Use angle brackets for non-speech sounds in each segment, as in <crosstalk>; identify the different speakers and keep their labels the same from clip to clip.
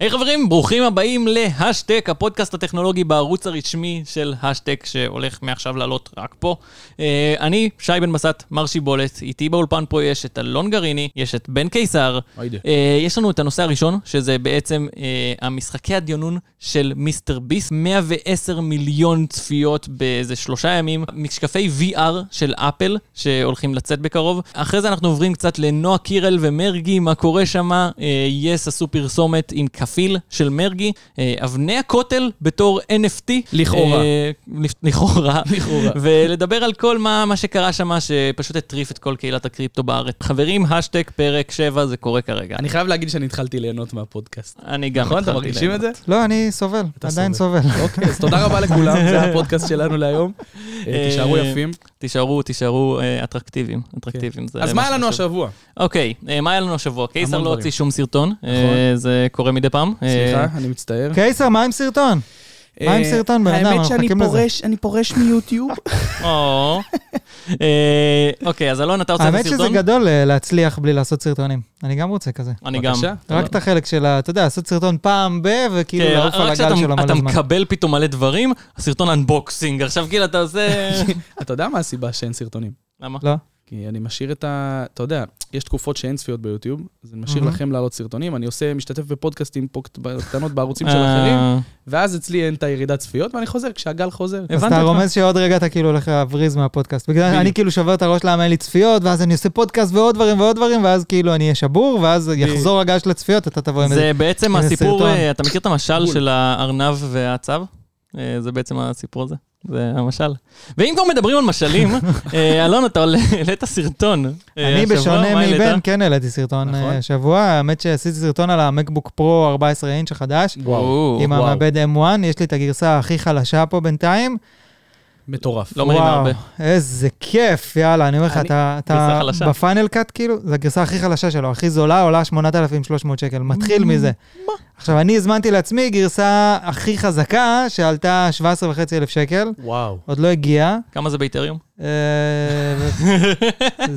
Speaker 1: היי hey, חברים, ברוכים הבאים להשטק, הפודקאסט הטכנולוגי בערוץ הרשמי של השטק שהולך מעכשיו לעלות רק פה. Uh, אני שי בן בסט, מר שיבולת, איתי באולפן פה יש את אלון גריני, יש את בן קיסר.
Speaker 2: היידה.
Speaker 1: Uh, יש לנו את הנושא הראשון, שזה בעצם uh, המשחקי הדיונון של מיסטר ביסט, 110 מיליון צפיות באיזה שלושה ימים, משקפי VR של אפל שהולכים לצאת בקרוב. אחרי זה אנחנו עוברים קצת לנועה קירל ומרגי, מה קורה שמה, uh, יס עשו פרסומת עם כפיל של מרגי, אה, אבני הכותל בתור NFT.
Speaker 2: לכאורה.
Speaker 1: אה, לפ- לכאורה.
Speaker 2: <laughs> לכאורה.
Speaker 1: <laughs> ולדבר על כל מה, מה שקרה שם, שפשוט הטריף את כל קהילת הקריפטו בארץ. חברים, השטג פרק 7, זה קורה כרגע.
Speaker 2: אני חייב להגיד שאני התחלתי ליהנות מהפודקאסט.
Speaker 1: אני גם
Speaker 2: נכון? אתם
Speaker 1: התחלתי
Speaker 2: מרגישים את
Speaker 1: ליהנות.
Speaker 2: זה?
Speaker 3: לא, אני סובל,
Speaker 2: אתה
Speaker 3: עדיין סובל.
Speaker 2: אוקיי, אז תודה רבה לכולם, זה הפודקאסט שלנו להיום. אה, תישארו יפים.
Speaker 1: תישארו, תישארו אה, אטרקטיביים. אטרקטיביים. זה
Speaker 2: כן. אז מה היה לנו
Speaker 1: שחשוב.
Speaker 2: השבוע?
Speaker 1: אוקיי, אה, מה היה לנו השבוע? קיסר לא
Speaker 2: דברים. נכון.
Speaker 1: הוציא שום סרטון, אה, זה קורה מדי פעם. אה,
Speaker 2: סליחה, אני מצטער.
Speaker 3: קיסר, מה עם סרטון? מה עם
Speaker 2: אה,
Speaker 3: סרטון, בן אדם?
Speaker 4: האמת
Speaker 3: אנחנו
Speaker 4: שאני
Speaker 3: מחכים לזה.
Speaker 4: פורש, אני פורש
Speaker 2: <laughs>
Speaker 4: מיוטיוב.
Speaker 1: <laughs> או. אה, אוקיי, אז אלון, אתה רוצה
Speaker 3: האמת שזה
Speaker 1: סרטון?
Speaker 3: גדול אה, להצליח בלי לעשות סרטונים. אני גם רוצה כזה.
Speaker 1: אני גם. כן,
Speaker 2: בבקשה.
Speaker 1: אלון.
Speaker 3: רק את החלק של ה... אתה יודע, לעשות סרטון פעם ב... וכאילו
Speaker 1: לא-
Speaker 2: כאילו,
Speaker 1: כן,
Speaker 3: לעוף על
Speaker 1: רק
Speaker 3: הגל שלו
Speaker 1: כשאתה
Speaker 3: מלא
Speaker 1: אתה
Speaker 3: זמן.
Speaker 1: מקבל פתאום מלא דברים, הסרטון אנבוקסינג, עכשיו כאילו אתה עושה...
Speaker 2: <laughs> <laughs> אתה יודע מה הסיבה שאין סרטונים?
Speaker 1: למה?
Speaker 3: לא?
Speaker 2: כי אני משאיר את ה... אתה יודע, יש תקופות שאין צפיות ביוטיוב, אז אני משאיר
Speaker 3: Mhm.
Speaker 2: לכם לעלות סרטונים, אני עושה, משתתף בפודקאסטים פה קט- קטנות בערוצים של אחרים,
Speaker 1: אה,
Speaker 2: ואז אצלי אין את הירידת צפיות, ואני חוזר כשהגל חוזר.
Speaker 3: אז
Speaker 1: הבנתי
Speaker 3: אתה
Speaker 1: אותך.
Speaker 3: רומז שעוד רגע אתה כאילו הולך להבריז מהפודקאסט. בגלל
Speaker 2: בדיוק.
Speaker 3: אני כאילו שובר את הראש למה אין לי צפיות, ואז אני עושה פודקאסט ועוד דברים ועוד דברים, ואז כאילו אני אהיה שבור, ואז יחזור הגל של הצפיות, אתה תבוא עם איזה...
Speaker 1: זה בעצם
Speaker 3: איזה
Speaker 1: הסיפור,
Speaker 3: סרטון.
Speaker 1: אה, אתה מכיר את המשל
Speaker 2: בול.
Speaker 1: של הארנב והצב? אה, זה בעצם הסיפור הזה, זה המשל. ואם כבר מדברים על
Speaker 3: <laughs>
Speaker 1: משלים, אה, אלון, אתה עולה- העלית סרטון. אה,
Speaker 3: אני
Speaker 1: השבוע,
Speaker 3: בשונה
Speaker 1: מה העלית?
Speaker 3: מבן כן העליתי סרטון
Speaker 2: נכון.
Speaker 3: אה, השבוע, האמת שעשיתי סרטון על המקבוק פרו 14 אינץ' החדש.
Speaker 1: וואו.
Speaker 3: עם
Speaker 2: וואו.
Speaker 3: המעבד M1, יש לי את הגרסה הכי חלשה פה בינתיים.
Speaker 2: מטורף.
Speaker 1: לא מרים הרבה.
Speaker 3: איזה כיף, יאללה, אני אומר לך,
Speaker 2: אני-
Speaker 3: אתה,
Speaker 1: גרסה
Speaker 3: אתה
Speaker 1: חלשה.
Speaker 3: בפיינל קאט, כאילו, זו הגרסה הכי חלשה שלו, הכי זולה, עולה 8,300 שקל, מתחיל מזה. עכשיו, אני הזמנתי לעצמי גרסה הכי חזקה, שעלתה 17,500 שקל,
Speaker 2: וואו.
Speaker 3: עוד לא הגיעה.
Speaker 1: כמה זה באיתריום?
Speaker 3: אה,
Speaker 1: <laughs>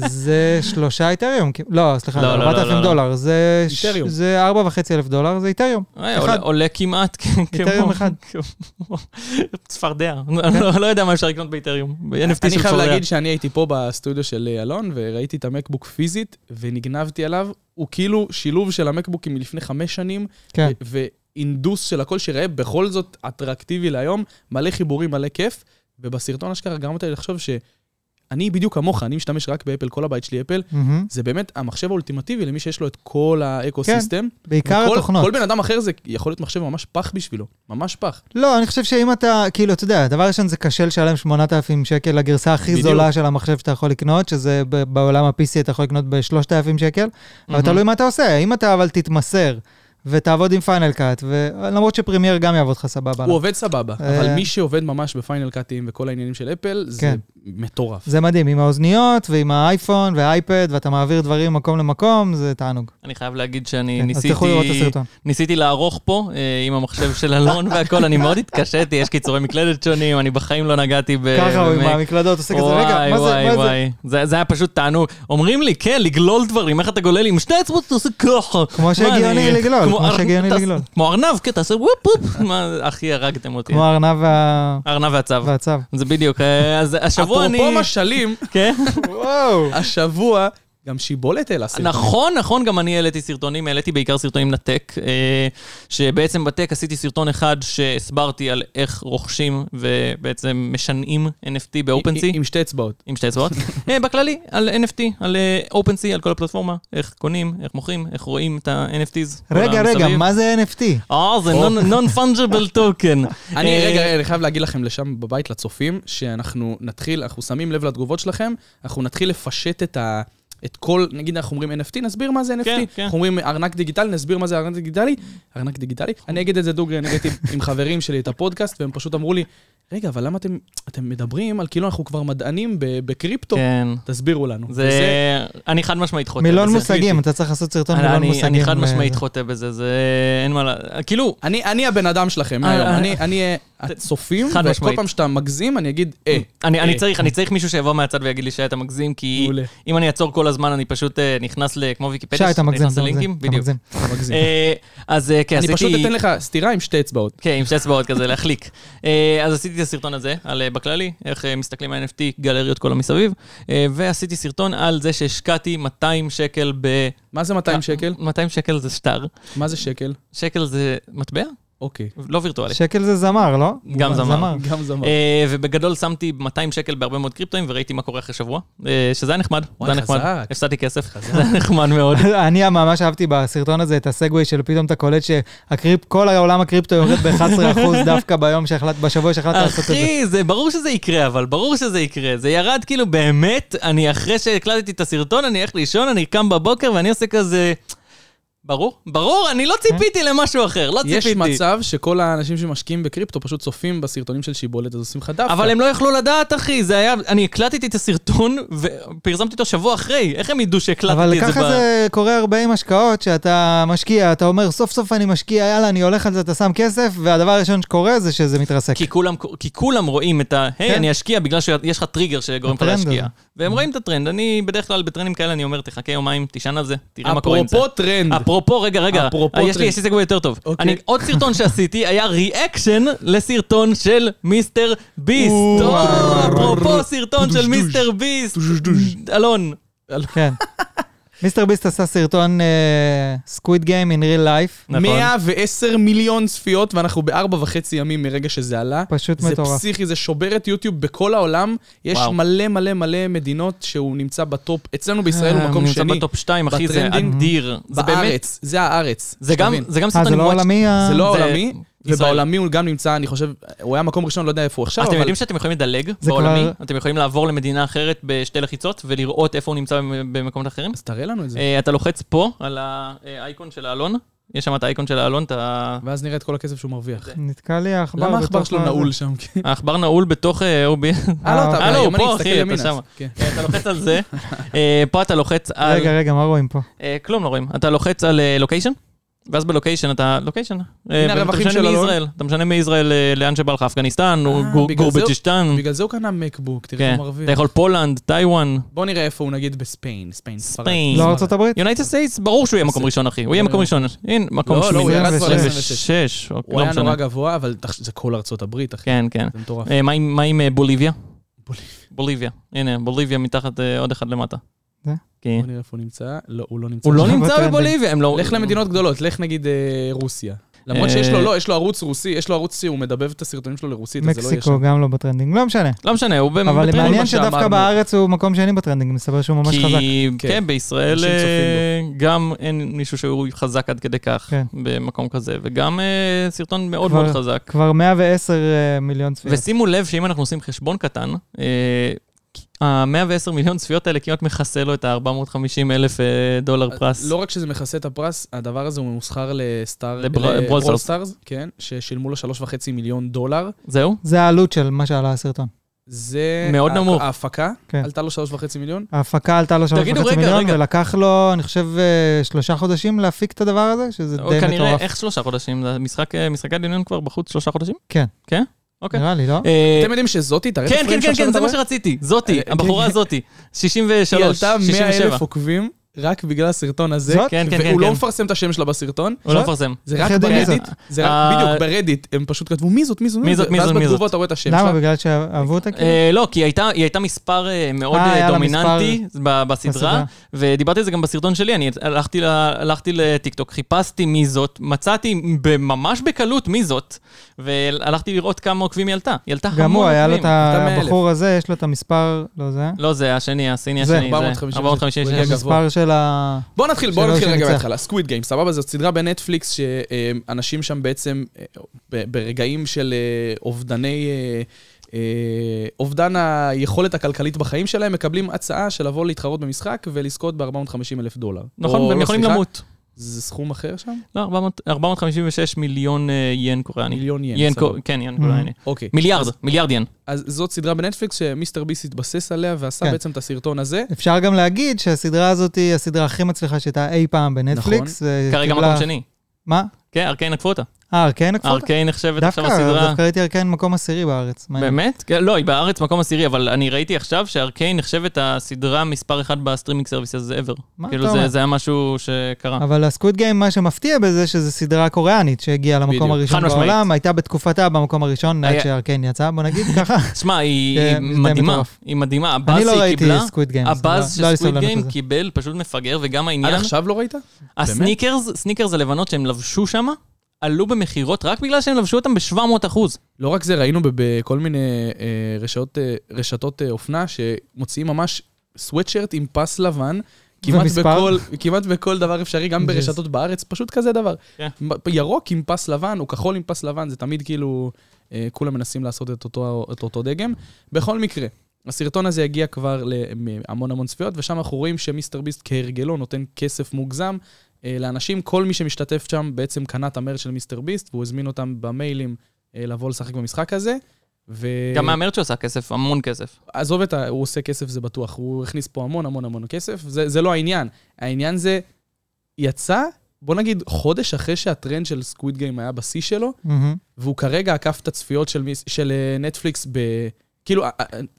Speaker 3: זה שלושה איתריום, כי- לא, סליחה,
Speaker 1: לא, לא, לא,
Speaker 3: 4,000
Speaker 1: לא, לא.
Speaker 3: דולר, זה ש-
Speaker 2: איתריום.
Speaker 3: זה 4,500 דולר, זה איתריום.
Speaker 1: אה,
Speaker 3: אחד.
Speaker 1: עולה- עולה כמעט כ- כמו...
Speaker 3: איתריום אחד. כן.
Speaker 1: כמו- צפרדע. לא- לא יודע מה אפשר לקנות באיתריום. ב-NFT
Speaker 2: אני
Speaker 1: של
Speaker 2: חייב
Speaker 1: צפרדע.
Speaker 2: להגיד שאני הייתי פה בסטודיו של אה, אלון, וראיתי את המקבוק פיזית, ונגנבתי עליו. הוא כאילו שילוב של המקבוקים מלפני חמש שנים,
Speaker 3: כן.
Speaker 1: אה,
Speaker 2: ו- והינדוס של הכל שיראה בכל זאת אטרקטיבי להיום, מלא חיבורים, מלא כיף. ובסרטון אשכרה גרמת לי לחשוב שאני בדיוק כמוך, אני משתמש רק באפל, כל הבית שלי אפל.
Speaker 3: מהמם.
Speaker 2: זה באמת המחשב האולטימטיבי למי שיש לו את כל האקו-סיסטם.
Speaker 3: בעיקר
Speaker 2: וכל-
Speaker 3: התוכנות.
Speaker 2: כל בן אדם אחר זה יכול להיות מחשב ממש פח בשבילו, ממש פח.
Speaker 3: לא, אני חושב שאם אתה, כאילו, אתה יודע, דבר ראשון זה קשה לשלם 8,000 שקל לגרסה הכי
Speaker 2: בדיוק.
Speaker 3: בדיוק. זולה של המחשב שאתה יכול לקנות, שזה ב- בעולם ה-PC אתה יכול לקנות ב-3,000 שקל, mm-hmm. אבל
Speaker 1: מהמם.
Speaker 3: תלוי מה אתה עושה. אם אתה אבל תתמסר ותעבוד עם פיינל קאט, למרות שפרימייר גם יעבוד לך סבבה.
Speaker 2: הוא
Speaker 3: לא.
Speaker 2: עובד סבבה,
Speaker 3: אה.
Speaker 2: אבל מי שעובד ממש בפיינל קאטים וכל העניינים של אפל, זה
Speaker 3: כן.
Speaker 2: מטורף.
Speaker 3: זה מדהים, עם האוזניות ועם האייפון והאייפד, ואתה מעביר דברים ממקום למקום, זה תענוג.
Speaker 1: אני חייב להגיד שאני
Speaker 3: כן, אז תלכו לראות את
Speaker 1: ניסיתי...
Speaker 3: הסרטון.
Speaker 1: ניסיתי לערוך פה אה, עם המחשב של
Speaker 3: <laughs>
Speaker 1: אלון והכל, אני מאוד התקשיתי, יש קיצורי מקלדת שונים, אני בחיים לא נגעתי ב...
Speaker 3: ככה הוא עם
Speaker 1: במק.
Speaker 3: המקלדות, עושה כזה, רגע,
Speaker 1: וואי,
Speaker 3: מה זה,
Speaker 1: וואי,
Speaker 3: מה זה?
Speaker 1: וואי. זה זה היה פשוט תענוג. אומרים לי, כן, לגלול דברים, איך אתה גולל עם שתי אצבעות, אתה עושה ככה. מה,
Speaker 3: כמו שהגיוני
Speaker 1: אני-
Speaker 3: לגלול, כמו
Speaker 1: אר-
Speaker 3: שהגיוני
Speaker 1: אתה-
Speaker 3: לגלול.
Speaker 1: כמו ארנב, כן, תעשה וופ וופ. מה, אחי, הרגתם אותי.
Speaker 3: כמו הארנב וה-
Speaker 1: ארנב והצב. <laughs>
Speaker 3: והצב.
Speaker 1: זה בדיוק. אה, אז השבוע אני...
Speaker 2: <laughs> אפרופו משלים,
Speaker 1: כן?
Speaker 3: וואו.
Speaker 2: השבוע גם שיבולת העלה סרטון.
Speaker 1: נכון, נכון, גם אני העליתי סרטונים, העליתי בעיקר סרטונים לטק, אה, שבעצם בטק עשיתי סרטון אחד שהסברתי על איך רוכשים ובעצם משנעים NFT
Speaker 2: עם-
Speaker 1: ב-OpenSea.
Speaker 2: עם שתי אצבעות.
Speaker 1: עם שתי
Speaker 3: <laughs>
Speaker 1: אצבעות. אה, בכללי, על NFT, על אה, OpenSea, על כל הפלטפורמה, איך קונים, איך מוכרים, איך רואים את ה-NFTs. כל
Speaker 3: רגע, רגע,
Speaker 1: המסביב.
Speaker 3: מה זה NFT?
Speaker 1: אה, זה
Speaker 2: או.
Speaker 1: non-fungible
Speaker 3: <laughs>
Speaker 1: token.
Speaker 2: אני
Speaker 1: אה,
Speaker 2: רגע, אני חייב להגיד לכם לשם בבית, לצופים, שאנחנו נתחיל, אנחנו שמים לב לתגובות שלכם, אנחנו נתחיל לפשט את ה... את כל, נגיד אנחנו אומרים NFT, נסביר מה זה NFT.
Speaker 1: כן, כן.
Speaker 2: אנחנו אומרים ארנק דיגיטלי, נסביר מה זה ארנק
Speaker 1: נכון.
Speaker 2: דיגיטלי. ארנק דיגיטלי. אני אגיד את זה דוגרי, אני הגעתי עם חברים שלי את הפודקאסט, והם פשוט אמרו לי, רגע, אבל למה אתם, אתם מדברים על כאילו אנחנו כבר מדענים ב- בקריפטו?
Speaker 1: כן.
Speaker 2: תסבירו לנו.
Speaker 1: זה... אני חד משמעית חוטא
Speaker 3: מילון
Speaker 1: בזה.
Speaker 3: מושגים, אתה צריך לעשות סרטון
Speaker 1: אני-
Speaker 3: מילון
Speaker 1: אני-
Speaker 3: מושגים.
Speaker 1: אני חד משמעית
Speaker 3: אה,
Speaker 1: חוטא בזה, זה אין מה ל... כאילו,
Speaker 2: אני, אני הבן אדם שלכם
Speaker 1: אה,
Speaker 2: היום,
Speaker 1: אה,
Speaker 2: אני, אני אה, הצופים,
Speaker 1: חד
Speaker 2: וכל
Speaker 1: משמעית.
Speaker 2: פעם שאתה מגזים אני אגיד, אה,
Speaker 1: אני, אני,
Speaker 2: אה.
Speaker 1: צריך, אני צריך מישהו שיבוא מהצד ויגיד לי שאתה מגזים, כי
Speaker 2: מעולה.
Speaker 1: אם אני אעצור כל הזמן, אני פשוט אה, נכנס ל... כמו
Speaker 3: שי,
Speaker 1: ויקיפדיה,
Speaker 3: אתה מגזים,
Speaker 1: נכנס
Speaker 3: אתה מגזים,
Speaker 1: ללינקים,
Speaker 3: אתה
Speaker 1: בדיוק.
Speaker 3: מגזים.
Speaker 2: אתה מגזים.
Speaker 1: אה, אז אה, כן,
Speaker 2: אני
Speaker 1: עשיתי...
Speaker 2: פשוט אתן לך סטירה עם שתי אצבעות.
Speaker 1: כן, עם שתי אצבעות כזה, להחליק. אה, אז עשיתי את הסרטון הזה, על אה, בכללי, איך אה, מסתכלים על NFT, גלריות כל המסביב, אה, ועשיתי סרטון על זה שהשקעתי 200 שקל ב...
Speaker 2: מה זה
Speaker 1: לא.
Speaker 2: 200 שקל?
Speaker 1: 200 שקל זה שטר,
Speaker 2: מה זה שקל?
Speaker 1: שקל זה מטבע?
Speaker 2: אוקיי.
Speaker 1: לא וירטואלי.
Speaker 3: <laughs> שקל זה זמר, לא?
Speaker 1: גם זמר.
Speaker 2: <laughs> גם זמר.
Speaker 1: אה, ובגדול שמתי 200 שקל בהרבה מאוד קריפטואים וראיתי מה קורה אחרי שבוע, אה, שזה היה נחמד, זה
Speaker 2: וואי,
Speaker 1: היה נחמד,
Speaker 2: חזק.
Speaker 1: הפסדתי כסף, <laughs> זה היה נחמד
Speaker 3: <laughs>
Speaker 1: מאוד.
Speaker 3: <laughs> אני ממש אהבתי בסרטון הזה את הסגווי של פתאום אתה קולט שכל העולם הקריפטו יורד
Speaker 1: <laughs>
Speaker 3: ב-11% דווקא ביום שהחלטת, בשבוע שהחלטת לעשות את זה.
Speaker 1: אחי, זה ברור שזה יקרה, אבל ברור שזה יקרה. זה ירד כאילו באמת, אני אחרי שהקלטתי את הסרטון, אני הולך לישון, אני קם בבוקר ואני עושה כזה... ברור, ברור, אני לא ציפיתי למשהו אחר, לא
Speaker 2: יש
Speaker 1: ציפיתי.
Speaker 2: מצב שכל האנשים שמשקיעים בקריפטו פשוט צופים בסרטונים של שיבולת, אז עושים לך דווקא.
Speaker 1: אבל הם לא יכלו לדעת, אחי, זה היה... אני הקלטתי את הסרטון ופרסמתי אותו שבוע אחרי, איך הם ידעו
Speaker 3: אבל
Speaker 1: שהקלטתי לא את זה?
Speaker 3: ככה
Speaker 1: ב-
Speaker 3: זה קורה הרבה עם השקעות, שאתה משקיע, אתה אומר, סוף סוף אני משקיע, יאללה, אני הולך על זה, אתה שם כסף, והדבר הראשון שקורה זה שזה מתרסק.
Speaker 1: כי כולם, כי כולם רואים את ה... היי,
Speaker 3: כן.
Speaker 1: אני אשקיע בגלל שיש לך טריגר שגורם לך
Speaker 3: הטרנד
Speaker 1: להשקיע.
Speaker 3: הזה.
Speaker 1: והם רואים את הטרנד. אני בדרך כלל בטרנדים כאלה, אני אומר, תחכה יומיים, תישן על זה, תראה מה קורה עם זה.
Speaker 2: אפרופו טרנד.
Speaker 1: אפרופו, רגע, רגע,
Speaker 2: אפרופו
Speaker 1: אה, יש
Speaker 2: טרנד.
Speaker 1: לי יש לי סגווי יותר טוב.
Speaker 2: אוקיי.
Speaker 1: אני, עוד סרטון שעשיתי היה ריאקשן לסרטון של מיסטר ביסט.
Speaker 2: או,
Speaker 1: או, אפרופו סרטון של
Speaker 2: דוש, דוש.
Speaker 1: מיסטר ביסט.
Speaker 2: דוש, דוש.
Speaker 1: אלון, <laughs>
Speaker 3: כן. מיסטר ביסט עשה סרטון אה, סקוויד גיים אין ריל לייף,
Speaker 1: נכון.
Speaker 2: 110 מיליון צפיות, ואנחנו בארבע וחצי ימים מרגע שזה עלה.
Speaker 3: פשוט
Speaker 2: זה
Speaker 3: מטורף.
Speaker 2: פסיכי, זה שובר את יוטיוב בכל העולם. יש
Speaker 1: וואו.
Speaker 2: מלא מלא מלא מדינות שהוא נמצא בטופ. אצלנו בישראל הוא
Speaker 1: אה,
Speaker 2: מקום שני.
Speaker 1: נמצא בטופ 2, אחי, זה
Speaker 2: בטרנדים.
Speaker 1: אדיר. זה באמת,
Speaker 2: בארץ, זה הארץ.
Speaker 1: זה גם
Speaker 2: שתבין.
Speaker 1: זה גם
Speaker 3: אה,
Speaker 1: סרטון
Speaker 3: זה
Speaker 1: עם
Speaker 3: לא
Speaker 1: Watch-
Speaker 3: עולמי? ה-
Speaker 2: זה לא
Speaker 1: זה-
Speaker 2: העולמי,
Speaker 1: ישראל.
Speaker 2: ובעולמי הוא גם נמצא, אני חושב, הוא היה מקום ראשון, לא יודע איפה הוא עכשיו,
Speaker 1: אתם
Speaker 2: אבל
Speaker 1: יודעים שאתם יכולים לדלג
Speaker 3: זה
Speaker 1: בעולמי?
Speaker 3: כבר-
Speaker 1: אתם יכולים לעבור למדינה אחרת בשתי לחיצות ולראות איפה הוא נמצא במ- במקומות אחרים?
Speaker 2: אז תראה לנו את זה.
Speaker 1: אה, אתה לוחץ פה על אה, האייקון של האלון, יש שם את האייקון של האלון, את ה-
Speaker 2: ואז נראה את כל הכסף שהוא מרוויח.
Speaker 3: נתקע לי העכבר.
Speaker 2: למה העכבר
Speaker 3: בתוך
Speaker 2: שלו
Speaker 3: הזה.
Speaker 2: נעול
Speaker 3: <laughs>
Speaker 2: שם?
Speaker 1: העכבר נעול בתוך אה, OBS.
Speaker 2: הלו, אתה
Speaker 1: הלו,
Speaker 2: היום אני
Speaker 1: פה,
Speaker 2: אסתכל
Speaker 1: אחי, אתה
Speaker 2: ימינה.
Speaker 1: שם.
Speaker 2: כן.
Speaker 1: אה, אתה לוחץ על זה, אה, פה אתה לוחץ על...
Speaker 3: רגע, רגע, מה רואים פה?
Speaker 1: אה, כלום לא רואים. אתה לוחץ על לוקיישן, ואז בלוקיישן אתה... לוקיישן. אה,
Speaker 2: הרווחים
Speaker 1: אתה
Speaker 2: של
Speaker 1: משנה
Speaker 2: אלון.
Speaker 1: מישראל, אתה משנה מישראל אה, לאן שבא לך, אפגניסטן, או
Speaker 2: אה,
Speaker 1: גור-
Speaker 2: בגלל זה-
Speaker 3: Mm.
Speaker 1: גורבג'ישטן.
Speaker 2: בגלל זה הוא קנה מקבוק, תראה
Speaker 1: כן.
Speaker 2: איך הוא
Speaker 1: אתה
Speaker 2: מרוויח.
Speaker 1: יכול פולנד, טיוואן,
Speaker 2: בוא נראה איפה הוא נגיד בספיין, ספיין, ספרד.
Speaker 1: ספיין.
Speaker 3: לא ארצות הברית?
Speaker 1: יונייטד סטייטס, ברור שהוא יהיה מקום ראשון, אחי. הוא יהיה מקום ראשון. הנה, מקום
Speaker 2: לא, לא, הוא
Speaker 1: שמיני.
Speaker 2: ירד כבר
Speaker 1: 26.
Speaker 2: 26.
Speaker 1: או-
Speaker 2: הוא
Speaker 1: לא
Speaker 2: היה נורא
Speaker 1: משנה.
Speaker 2: גבוה, אבל תח- זה כל ארצות הברית, אחי.
Speaker 1: כן, כן.
Speaker 2: זה מטורף.
Speaker 1: אה, מה עם- מה עם אה, בוליביה?
Speaker 2: בוליביה.
Speaker 1: בוליביה. הנה, בוליביה מתחת אה, עוד אחד למטה.
Speaker 3: זה?
Speaker 1: כן.
Speaker 2: בוא נראה איפה הוא נמצא. לא, הוא לא נמצא.
Speaker 1: הוא לא
Speaker 3: שם
Speaker 1: נמצא
Speaker 3: בטרנדים.
Speaker 1: בבוליביה, הם לא...
Speaker 2: לך למדינות גדולות, לך נגיד אה, רוסיה. למרות
Speaker 1: אה,
Speaker 2: שיש לו, לא, יש לו ערוץ רוסי, יש לו ערוץ, הוא מדבב את הסרטונים שלו לרוסית, אז זה לא יהיה שם.
Speaker 3: מקסיקו גם לא בטרנדינג, לא משנה.
Speaker 1: לא משנה, הוא באמת...
Speaker 3: אבל
Speaker 2: כל
Speaker 3: מעניין
Speaker 2: מה
Speaker 3: שדווקא
Speaker 2: שאמרנו.
Speaker 3: בארץ הוא מקום שני בטרנדינג, מסתבר שהוא ממש חזק.
Speaker 1: כי
Speaker 2: כן.
Speaker 1: כן, בישראל
Speaker 2: אנשים צופים
Speaker 1: אה, גם אין מישהו שהוא חזק עד כדי כך
Speaker 3: כן.
Speaker 1: במקום כזה, וגם אה, סרטון מאוד
Speaker 3: כבר-
Speaker 1: מאוד חזק.
Speaker 3: כבר 110 אה, מיליון
Speaker 2: כן.
Speaker 3: צפיות.
Speaker 1: ושימו לב שאם אנחנו עושים חשבון קטן, אה, ה-110 מיליון צפיות האלה כמעט מכסה לו את ה-450 אלף דולר פרס.
Speaker 2: לא רק שזה מכסה את הפרס, הדבר הזה הוא ממוסחר לסטאר...
Speaker 1: לבר- ברול
Speaker 2: לברול
Speaker 1: סטארס.
Speaker 2: סטארס, כן, ששילמו לו שלוש וחצי מיליון דולר.
Speaker 1: זהו?
Speaker 3: זה העלות של מה שעלה הסרטון.
Speaker 2: זה...
Speaker 1: מאוד
Speaker 2: ה-
Speaker 1: נמוך.
Speaker 2: ההפקה,
Speaker 3: כן.
Speaker 2: עלתה לו שלוש וחצי מיליון.
Speaker 3: ההפקה עלתה לו שלוש
Speaker 1: תגידו,
Speaker 3: וחצי
Speaker 1: רגע,
Speaker 3: מיליון,
Speaker 1: רגע.
Speaker 3: ולקח לו, אני חושב, אה, שלושה חודשים להפיק את הדבר הזה, שזה
Speaker 1: או
Speaker 3: די
Speaker 1: כנראה,
Speaker 3: מטורף.
Speaker 1: איך שלושה חודשים? זה משחק, אה, משחקי הדמיון כבר בחוץ שלושה חודשים?
Speaker 3: כן.
Speaker 1: כן? אוקיי.
Speaker 3: נראה לי, לא?
Speaker 1: אה,
Speaker 2: אתם יודעים שזאתי, תראה את
Speaker 1: כן, כן,
Speaker 2: הפריים
Speaker 1: כן,
Speaker 2: שעכשיו
Speaker 1: כן,
Speaker 2: אתה
Speaker 1: זה מה
Speaker 2: רואה?
Speaker 1: שרציתי. זאתי,
Speaker 2: אה,
Speaker 1: הבחורה
Speaker 2: כן. <laughs>
Speaker 1: זאתי.
Speaker 2: היא
Speaker 1: 63,
Speaker 2: עלתה 100 אלף
Speaker 1: 67.
Speaker 2: עוקבים רק בגלל הסרטון הזה.
Speaker 3: זאת?
Speaker 1: כן, כן, כן,
Speaker 2: והוא לא
Speaker 1: כן.
Speaker 2: מפרסם את השם שלה בסרטון.
Speaker 1: הוא לא מפרסם.
Speaker 2: זה רק
Speaker 3: איך יודעים מי
Speaker 2: ברדיט,
Speaker 1: זאת?
Speaker 2: זה רק,
Speaker 1: אה,
Speaker 2: בדיוק, ברדיט, הם פשוט כתבו מי זאת, מי זאת,
Speaker 1: מי זאת, מי זאת,
Speaker 2: ואז
Speaker 1: מי זאת.
Speaker 2: בתגובות אתה רואה את השם
Speaker 3: למה?
Speaker 2: שלה.
Speaker 3: בגלל שאהבו אותה? כאילו?
Speaker 1: אה, לא, כי היא הייתה- היא הייתה מספר אה, מאוד
Speaker 3: אה,
Speaker 1: אה,
Speaker 3: היה לה
Speaker 1: דומיננטי ב- בסדרה,
Speaker 3: בסדרה.
Speaker 1: ודיברתי על זה גם בסרטון שלי, אני הלכתי ל- הלכתי לטיקטוק, חיפשתי מי זאת, מצאתי ב- ממש בקלות מי זאת, והלכתי לראות כמה עוקבים היא עלתה. היא עלתה המון
Speaker 3: גם
Speaker 1: עוקבים.
Speaker 3: הוא, היה לו את
Speaker 2: הייתה מאה אלף.
Speaker 3: הבחור הזה, יש לו את המספר, לא זה?
Speaker 1: לא, זה השני, הסיני
Speaker 3: זה,
Speaker 1: השני, זה
Speaker 2: 450.
Speaker 1: 450.
Speaker 2: הוא
Speaker 1: שני.
Speaker 2: הגיע גבוה.
Speaker 3: המספר של ה...
Speaker 2: בוא נתחיל, בוא
Speaker 3: שלא
Speaker 2: נתחיל רגע
Speaker 3: שנמצא.
Speaker 2: מההתחלה. סקוויד גיים, סבבה? זאת סדרה בנטפליקס שאנשים שם בעצם, אה, ב- ברגעים של אה, אובדני... אה, אה, אובדן היכולת הכלכלית בחיים שלהם, מקבלים הצעה של לבוא להתחרות במשחק ולזכות ב-450 אלף דולר.
Speaker 1: נכון,
Speaker 2: או,
Speaker 1: והם
Speaker 2: לא,
Speaker 1: יכולים
Speaker 2: סליחה,
Speaker 1: למות.
Speaker 2: זה סכום אחר שם?
Speaker 1: לא, 400 456 מיליון אה, ין קוריאני.
Speaker 2: מיליון ין.
Speaker 1: ין
Speaker 2: סבבה.
Speaker 1: קור- כן, ין
Speaker 3: Mm.
Speaker 1: קוריאני.
Speaker 2: אוקיי.
Speaker 1: מיליארד, מיליארד ין.
Speaker 2: אז זאת סדרה בנטפליקס שמיסטר ביס התבסס עליה ועשה
Speaker 3: כן.
Speaker 2: בעצם את הסרטון הזה.
Speaker 3: אפשר גם להגיד שהסדרה הזאת היא הסדרה הכי מצליחה שהייתה אי פעם בנטפליקס. נכון.
Speaker 1: כרגע מקום שני.
Speaker 3: מה?
Speaker 1: כן, ארקיין עקפו אותה.
Speaker 3: אה, ארקיין עקפה אותה?
Speaker 1: ארקיין נחשבת
Speaker 3: דווקא,
Speaker 1: עכשיו הסדרה...
Speaker 3: דווקא ראיתי ארקיין מקום עשירי בארץ. מעניין.
Speaker 1: באמת? כן, לא, היא בארץ מקום עשירי, אבל אני ראיתי עכשיו שארקיין נחשבת הסדרה מספר אחת בסטרימינג סרוויס הזה ever.
Speaker 3: מה
Speaker 1: כאילו
Speaker 3: אתה
Speaker 1: זה-
Speaker 3: אומר? אוקיי.
Speaker 1: זה היה משהו שקרה.
Speaker 3: אבל הסקוויד גיים, מה שמפתיע בזה, שזו סדרה קוריאנית שהגיעה למקום
Speaker 2: בדיוק.
Speaker 3: הראשון
Speaker 1: חד משמעית.
Speaker 3: בעולם, הייתה בתקופתה במקום הראשון, עד
Speaker 1: היה-
Speaker 3: שארקיין יצא, בוא נגיד ככה.
Speaker 1: תשמע, היא
Speaker 3: כן,
Speaker 1: היא
Speaker 3: זה
Speaker 1: מדהימה,
Speaker 3: מטורף.
Speaker 1: היא מדהימה. <laughs> הבאז
Speaker 3: אני לא
Speaker 1: שהיא
Speaker 3: ראיתי
Speaker 1: קיבלה,
Speaker 3: סקוויד גיים. לא-
Speaker 1: הבאז שסקוויד גיים קיבל פשוט מפגר, וגם
Speaker 2: עד
Speaker 1: העניין,
Speaker 2: עכשיו לא ראית?
Speaker 1: הסניקרס, סניקרס הלבנות שהם לבשו שם, עלו במכירות רק בגלל שהם לבשו אותם ב-700 אחוז.
Speaker 3: אה.
Speaker 2: לא רק זה, ראינו ב- בכל מיני אה, רשתות, אה, רשתות אה, אופנה שמוציאים ממש סוואטשרט עם פס לבן. כמעט
Speaker 3: ומספר?
Speaker 2: בכל, כמעט בכל דבר אפשרי, גם
Speaker 3: ג'יז.
Speaker 2: ברשתות בארץ, פשוט כזה דבר.
Speaker 1: כן.
Speaker 2: מ- ירוק עם פס לבן, או כחול עם פס לבן, זה תמיד כאילו, אה, כולם מנסים לעשות את אותו, את אותו דגם. בכל מקרה, הסרטון הזה הגיע כבר להמון המון צפיות, ושם אנחנו רואים שמיסטר ביסט כהרגלו נותן כסף מוגזם אה, לאנשים. כל מי שמשתתף שם בעצם קנה את המרץ של מיסטר ביסט, והוא הזמין אותם במיילים אה, לבוא לשחק במשחק הזה. ו...
Speaker 1: גם מהמרצ' הוא עשה כסף, המון כסף.
Speaker 2: עזוב את ה... הוא עושה כסף, זה בטוח. הוא הכניס פה המון המון המון כסף. זה, זה לא העניין. העניין זה, יצא, בוא נגיד, חודש אחרי שהטרנד של סקוויד גיים היה בשיא שלו,
Speaker 3: קיבלה.
Speaker 2: והוא כרגע עקף את הצפיות של, מיס- של אה, נטפליקס ב... כאילו,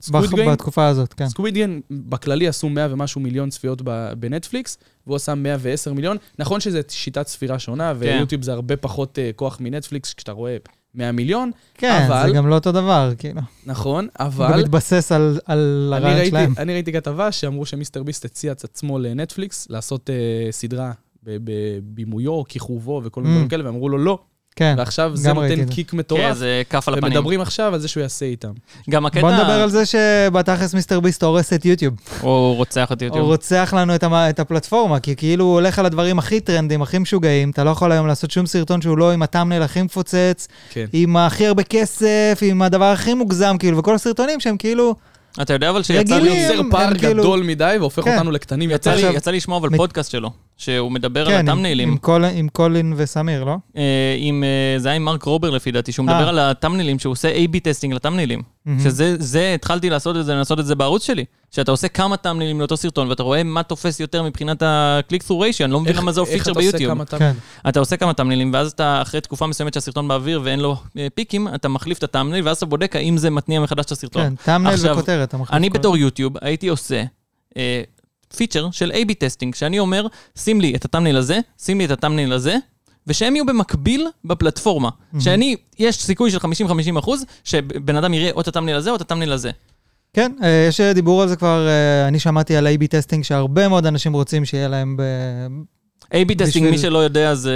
Speaker 2: סקוויד גיים...
Speaker 3: בתקופה הזאת, כן.
Speaker 2: סקוויד גיים בכללי עשו 100 ומשהו מיליון צפיות ב- בנטפליקס, והוא עשה 110 מיליון. נכון שזו שיטת ספירה
Speaker 3: כן.
Speaker 2: שונה, ויוטיוב זה הרבה פחות אה, כוח מנטפליקס כשאתה רואה 100 מיליון,
Speaker 3: כן,
Speaker 2: אבל-
Speaker 3: זה גם לא אותו דבר, כאילו. <laughs>
Speaker 2: נכון,
Speaker 3: הוא גם
Speaker 2: אבל...
Speaker 3: מתבסס על- על
Speaker 2: אני
Speaker 3: הרעיון
Speaker 2: ראיתי,
Speaker 3: שלהם.
Speaker 2: אני ראיתי כתבה שאמרו שמיסטר ביסט הציע את עצמו לנטפליקס לעשות אה, סדרה בבימויו, כיכובו וכל מיני
Speaker 3: Mm.
Speaker 2: דברים כאלה, ואמרו לו לא,
Speaker 3: כן.
Speaker 2: ועכשיו זה
Speaker 3: גם ראיתי
Speaker 2: נותן
Speaker 3: את זה.
Speaker 2: קיק
Speaker 1: כן,
Speaker 2: מטורף,
Speaker 1: זה כף על הפנים.
Speaker 2: ומדברים עכשיו על זה שהוא יעשה איתם.
Speaker 1: גם הקטע...
Speaker 3: בוא נדבר על זה שבתכלס מיסטר ביסט הורס את יוטיוב.
Speaker 1: הוא רוצח אותי יותר.
Speaker 3: הוא רוצח לנו את, המ... את הפלטפורמה, כי כאילו הוא הולך על הדברים הכי טרנדים, הכי משוגעים, אתה לא יכול היום לעשות שום סרטון שהוא לא עם הטאמנל הכי מפוצץ,
Speaker 2: כן.
Speaker 3: עם הכי הרבה כסף, עם הדבר הכי מוגזם, כאילו, וכל הסרטונים שהם כאילו...
Speaker 1: אתה יודע אבל שיצא
Speaker 3: רגילים.
Speaker 1: לי...
Speaker 2: יוצר
Speaker 3: הם-
Speaker 2: פער
Speaker 3: הם כאילו-
Speaker 2: גדול מדי והופך
Speaker 3: כן.
Speaker 2: אותנו לקטנים
Speaker 1: יצא
Speaker 2: יותר.
Speaker 1: לי,
Speaker 3: עכשיו-
Speaker 1: יצא לי לשמוע אבל
Speaker 3: מת-
Speaker 1: פודקאסט שלו, שהוא מדבר על
Speaker 3: כן, עם,
Speaker 1: הטאמניילים,
Speaker 3: עם, קול... עם קולין וסמיר, לא?
Speaker 1: אה, עם, אה, זה היה עם מרק רובר לפי דעתי, שהוא
Speaker 3: אה.
Speaker 1: מדבר על הטאמניילים, שהוא עושה A-B טסטינג לטאמניילים. שזה, זה, התחלתי לעשות את זה, לנסות את זה בערוץ שלי. שאתה עושה כמה טאמניילים לאותו סרטון, ואתה רואה מה תופס יותר מבחינת ה-click through ratio, אני לא מבין
Speaker 2: איך-
Speaker 1: למה זה
Speaker 2: איך
Speaker 1: פיצ'ר
Speaker 2: אתה עושה
Speaker 1: ביוטיוב.
Speaker 2: כמה אתה-
Speaker 3: כן.
Speaker 1: אתה עושה כמה טאמניילים, ואז אתה, אחרי תקופה מסוימת שהסרטון באוויר ואין לו אה, פיקים, אתה מחליף את הטאמנייל, ואז אתה בודק האם זה מתניע מחדש את הסרטון.
Speaker 3: כן, טאמנל
Speaker 1: עכשיו,
Speaker 3: וכותרת. אתה מחליף
Speaker 1: אני
Speaker 3: כל-
Speaker 1: בתור יוטיוב הייתי עושה אה, פיצ'ר של A-B טסטינג, שאני אומר, שים לי את הטאמנייל הזה, שים לי את הטאמנייל הזה, ושהם יהיו במקביל בפלטפורמה. שאני, יש סיכוי של 50-50 אחוז, שבן אדם יראה או את הטאמנייל הזה או את הטאמנייל הזה.
Speaker 3: כן, אה, יש אה, דיבור על זה כבר, אה, אני שמעתי על A-B טסטינג שהרבה מאוד אנשים רוצים שיהיה להם ב...
Speaker 1: A-B טסטינג, מי
Speaker 3: בשביל-
Speaker 1: שלא יודע, זה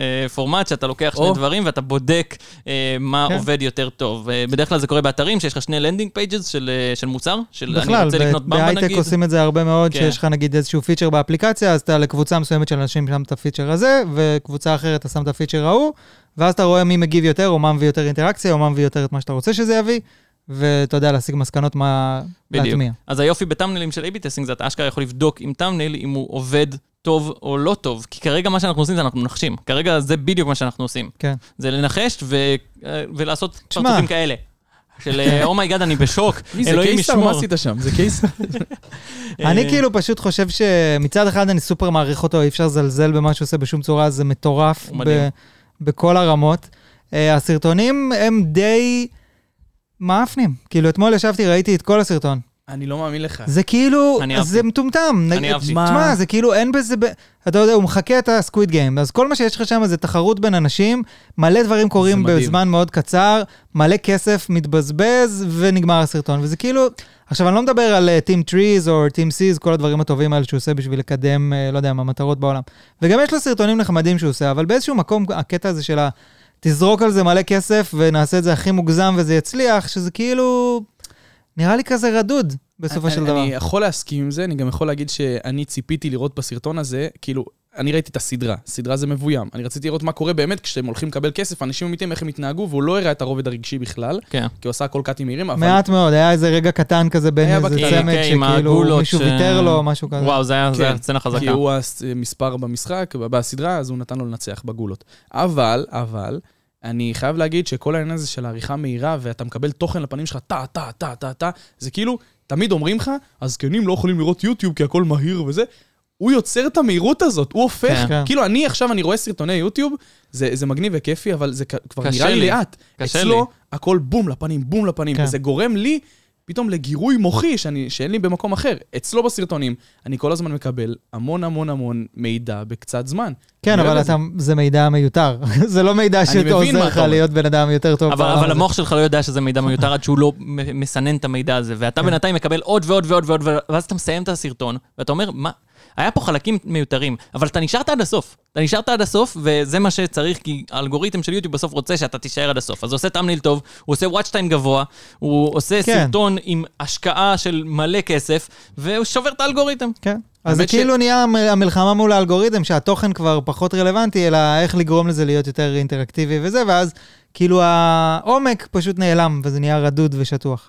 Speaker 1: אה, פורמט שאתה לוקח שני
Speaker 2: או.
Speaker 1: דברים ואתה בודק אה, מה
Speaker 3: כן.
Speaker 1: עובד יותר טוב. אה, בדרך כלל זה קורה באתרים שיש לך שני לנדינג פייג'ס של אה, של מוצר, של אני
Speaker 3: בכלל,
Speaker 1: רוצה
Speaker 3: ב-
Speaker 1: לקנות במבה
Speaker 3: בהייטק
Speaker 1: נגיד.
Speaker 3: עושים את זה הרבה מאוד,
Speaker 1: כן.
Speaker 3: שיש לך נגיד איזשהו פיצ'ר באפליקציה, אז אתה לקבוצה מסוימת של אנשים שם את הפיצ'ר הזה, וקבוצה אחרת אתה שם את הפיצ'ר ההוא, ואז אתה רואה מי מגיב יותר, או מה מביא יותר אינטראקציה, או מה מביא יותר את מה שאתה רוצה שזה יביא, ואתה יודע להשיג מסקנות מה
Speaker 1: בדיוק.
Speaker 3: להטמיע.
Speaker 1: אז היופי בטאמנלים של A-B טסטינג זה אתה אשכרה יכול לבדוק עם טאמנל אם הוא עובד טוב או לא טוב, כי כרגע מה שאנחנו עושים זה אנחנו מנחשים. כרגע זה בדיוק מה שאנחנו עושים.
Speaker 3: כן.
Speaker 1: זה לנחש ו... אה, ולעשות
Speaker 3: תשמע.
Speaker 1: פרצופים כאלה. של אה, אומייגאד, אני בשוק,
Speaker 2: <laughs> מי זה
Speaker 1: אלוהים
Speaker 2: קיסר? מה
Speaker 1: ישמור.
Speaker 2: עשית שם? זה קיסר?
Speaker 1: אה,
Speaker 3: אני כאילו פשוט חושב שמצד אחד אני סופר מעריך אותו, אי אפשר לזלזל במה שהוא עושה בשום צורה, זה מטורף
Speaker 1: הוא
Speaker 3: ב-
Speaker 1: מדהים.
Speaker 3: בכל הרמות. אה, הסרטונים הם די מאפנים. כאילו, אתמול ישבתי, ראיתי את כל הסרטון.
Speaker 2: <laughs> אני לא מאמין לך.
Speaker 3: זה כאילו,
Speaker 1: אני
Speaker 3: אז
Speaker 1: אהבתי.
Speaker 3: זה מטומטם. נ-
Speaker 1: אני אהבתי.
Speaker 3: תשמע, זה כאילו אין בזה, ב- אתה יודע, הוא מחקה את הסקוויד גיים, אז כל מה שיש לך שם זה תחרות בין אנשים, מלא דברים קורים
Speaker 2: מדהים.
Speaker 3: בזמן מאוד קצר, מלא כסף מתבזבז, ונגמר הסרטון, וזה כאילו... עכשיו, אני לא מדבר על טים טריז או טים סיז, כל הדברים הטובים האלה שהוא עושה בשביל לקדם, אה, לא יודע, מה, מטרות בעולם. וגם יש לו סרטונים נחמדים שהוא עושה, אבל באיזשהו מקום, הקטע הזה של ה... תזרוק על זה מלא כסף ונעשה את זה הכי מוגזם וזה יצליח, שזה כאילו... נראה לי כזה רדוד בסופו
Speaker 2: אני-
Speaker 3: של דבר.
Speaker 2: אני יכול להסכים עם זה, אני גם יכול להגיד שאני ציפיתי לראות בסרטון הזה, כאילו, אני ראיתי את הסדרה, סדרה זה מבוים. אני רציתי לראות מה קורה באמת כשהם הולכים לקבל כסף, אנשים אמיתיים, איך הם התנהגו, והוא לא הראה את הרובד הרגשי בכלל,
Speaker 1: כן.
Speaker 2: כי הוא עשה הכל קאטים מהירים, אבל...
Speaker 3: מעט מאוד, היה איזה רגע קטן כזה בין
Speaker 2: היה
Speaker 3: איזה
Speaker 2: בקטנה,
Speaker 3: צמד
Speaker 1: כן, עם
Speaker 3: שכאילו
Speaker 1: העגולות
Speaker 3: מישהו
Speaker 1: ש-
Speaker 3: ויתר לו או משהו כזה.
Speaker 1: וואו, זה היה זה
Speaker 2: כן.
Speaker 1: היה סצנה חזקה.
Speaker 2: כי הוא המספר במשחק, בסדרה, אז הוא נתן לו לנצח בגולות. אבל, אבל, אני חייב להגיד שכל העניין הזה של העריכה מהירה, ואתה מקבל תוכן לפנים שלך, טה, טה, טה, טה, טה, זה כאילו, תמיד אומרים לך, הזקנים לא יכולים לראות יוטיוב כי הכל מהיר וזה. הוא יוצר את המהירות הזאת, הוא הופך,
Speaker 1: כן.
Speaker 3: כן.
Speaker 2: כאילו אני עכשיו, אני רואה סרטוני יוטיוב, זה, זה מגניב וכיפי, אבל זה כ- כבר
Speaker 1: קשה
Speaker 2: נראה לי
Speaker 1: לי.
Speaker 2: לאט.
Speaker 1: קשה
Speaker 2: אצלו,
Speaker 1: לי.
Speaker 2: הכל בום לפנים, בום לפנים,
Speaker 3: כן.
Speaker 2: וזה גורם לי פתאום לגירוי מוחי שאני, שאין לי במקום אחר. אצלו בסרטונים, אני כל הזמן מקבל המון המון המון מידע בקצת זמן.
Speaker 3: כן,
Speaker 2: אני לא אוהב
Speaker 3: אבל
Speaker 2: את זה.
Speaker 3: אתה, זה מידע מיותר. <laughs> זה לא מידע
Speaker 2: מבין מה
Speaker 3: שעוזר
Speaker 2: אתה
Speaker 3: לך
Speaker 2: אומר.
Speaker 3: להיות בן אדם יותר טוב.
Speaker 1: אבל,
Speaker 3: בעולם
Speaker 1: אבל
Speaker 3: הזה.
Speaker 1: המוח שלך לא יודע שזה מידע מיותר עד שהוא לא מ- מסנן את המידע הזה,
Speaker 3: כן.
Speaker 1: ואתה בינתיים מקבל עוד ועוד ועוד ועוד, ואז אתה מסיים את הסרטון, ואתה אומר, מה? היה פה חלקים מיותרים, אבל אתה נשארת עד הסוף. אתה נשארת עד הסוף, וזה מה שצריך, כי האלגוריתם של יוטיוב בסוף רוצה שאתה תישאר עד הסוף. אז הוא עושה תמליל טוב, הוא עושה וואץ' טיים גבוה, הוא עושה
Speaker 3: כן.
Speaker 1: סרטון עם השקעה של מלא כסף, והוא שובר את האלגוריתם.
Speaker 3: כן. אז זה
Speaker 2: האמת ש-
Speaker 3: כאילו נהיה המ- המלחמה מול האלגוריתם, שהתוכן כבר פחות רלוונטי, אלא איך לגרום לזה להיות יותר אינטראקטיבי וזה, ואז כאילו העומק פשוט נעלם, וזה נהיה רדוד ושטוח.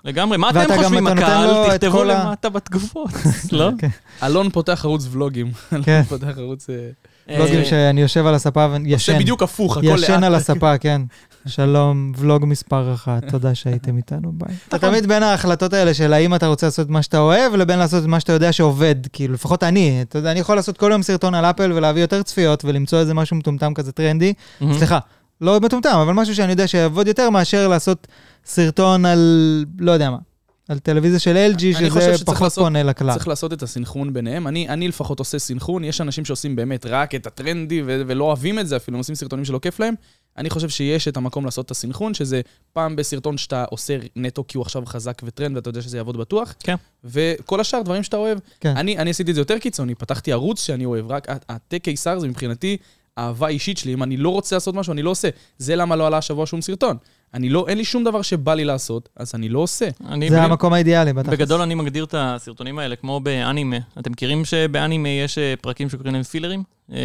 Speaker 2: <laughs>
Speaker 1: לגמרי, מה אתם
Speaker 3: ואתה גם-
Speaker 1: חושבים,
Speaker 3: אתה נותן לו
Speaker 1: הקהל?
Speaker 3: את
Speaker 1: תכתבו
Speaker 3: כל ה-
Speaker 1: למטה בתגובות, <laughs> לא?
Speaker 3: כן.
Speaker 2: אלון פותח ערוץ ולוגים.
Speaker 3: כן.
Speaker 2: אלון פותח ערוץ... אה,
Speaker 3: ולוגים שאני יושב על הספה
Speaker 2: עושה
Speaker 3: וישן.
Speaker 2: בדיוק הפוך, הכל לאט.
Speaker 3: ישן על הספה, כן. שלום, ולוג מספר אחת, תודה שהייתם איתנו, ביי.
Speaker 2: נכון.
Speaker 3: אתה תמיד בין ההחלטות האלה של האם אתה רוצה לעשות מה שאתה אוהב, לבין לעשות את מה שאתה יודע שעובד, כאילו, לפחות אני, אתה יודע, אני יכול לעשות כל יום סרטון על אפל ולהביא יותר צפיות ולמצוא איזה משהו מטומטם כזה טרנדי,
Speaker 2: Mm-hmm.
Speaker 1: מהמם.
Speaker 3: סליחה, לא מטומטם, אבל משהו שאני יודע שיעבוד יותר מאשר לעשות סרטון על, לא יודע מה, על טלוויזיה של LG,
Speaker 2: אני חושב
Speaker 3: שזה
Speaker 2: שצריך
Speaker 3: פחות
Speaker 2: לעשות-
Speaker 3: פונה לכלל.
Speaker 2: צריך לעשות את הסנכרון ביניהם. אני, אני לפחות עושה סנכרון, יש אנשים שעושים באמת רק את הטרנדי ו- ולא אוהבים את זה אפילו, הם עושים סרטונים שלא כיף להם. אני חושב שיש את המקום לעשות את הסנכרון, שזה פעם בסרטון שאתה עושה נטו כי הוא עכשיו חזק וטרנד ואתה יודע שזה יעבוד בטוח.
Speaker 1: כן.
Speaker 2: וכל השאר דברים שאתה אוהב.
Speaker 3: כן.
Speaker 2: אני, אני עשיתי את זה יותר קיצוני, פתחתי ערוץ שאני אוהב, רק הת- התה קיסר זה מבחינתי אהבה אישית שלי, אם אני לא רוצה לעשות משהו, אני לא עושה. זה למה לא עלה השבוע שום סרטון. אני לא, אין לי שום דבר שבא לי לעשות, אז אני לא עושה.
Speaker 1: <laughs> אני
Speaker 3: זה
Speaker 1: בלי-
Speaker 3: המקום האידיאלי, בטח.
Speaker 1: בגדול אני מגדיר את הסרטונים האלה כמו באנימה. אתם מכירים שבאנימה יש אה, פרקים שקוראים להם פילרים? אה,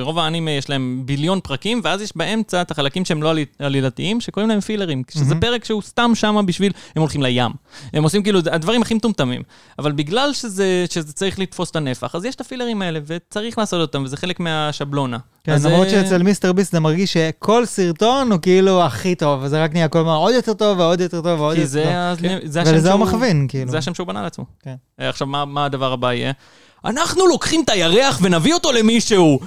Speaker 1: רוב האנימה יש להם ביליון פרקים, ואז יש באמצע את החלקים שהם לא עלי- עלילתיים, שקוראים להם פילרים.
Speaker 3: Mhm.
Speaker 1: שזה פרק שהוא סתם שמה בשביל, הם הולכים לים. הם עושים כאילו, זה הדברים הכי מטומטמים. אבל בגלל שזה, שזה צריך לתפוס את הנפח, אז יש את הפילרים האלה, וצריך לעשות אותם, וזה חלק מהשבלונה.
Speaker 3: כן,
Speaker 1: אז,
Speaker 3: למרות
Speaker 1: אה,
Speaker 3: שאצל מיסטר ביסט זה מרגיש שכל סרטון הוא כאילו הכי טוב, וזה רק נהיה כל הזמן עוד יותר טוב ועוד יותר טוב ועוד
Speaker 1: כי
Speaker 3: יותר
Speaker 1: זה,
Speaker 3: לא, טוב.
Speaker 1: ה-
Speaker 2: כן.
Speaker 1: זה השם
Speaker 3: ולזה הוא
Speaker 1: שהוא-
Speaker 3: מכווין, כאילו.
Speaker 1: זה השם שהוא בנה לעצמו.
Speaker 3: כן.
Speaker 1: אה, עכשיו, מה, מה הדבר הבא יהיה? אנחנו לוקחים את הירח ונביא אותו למישהו.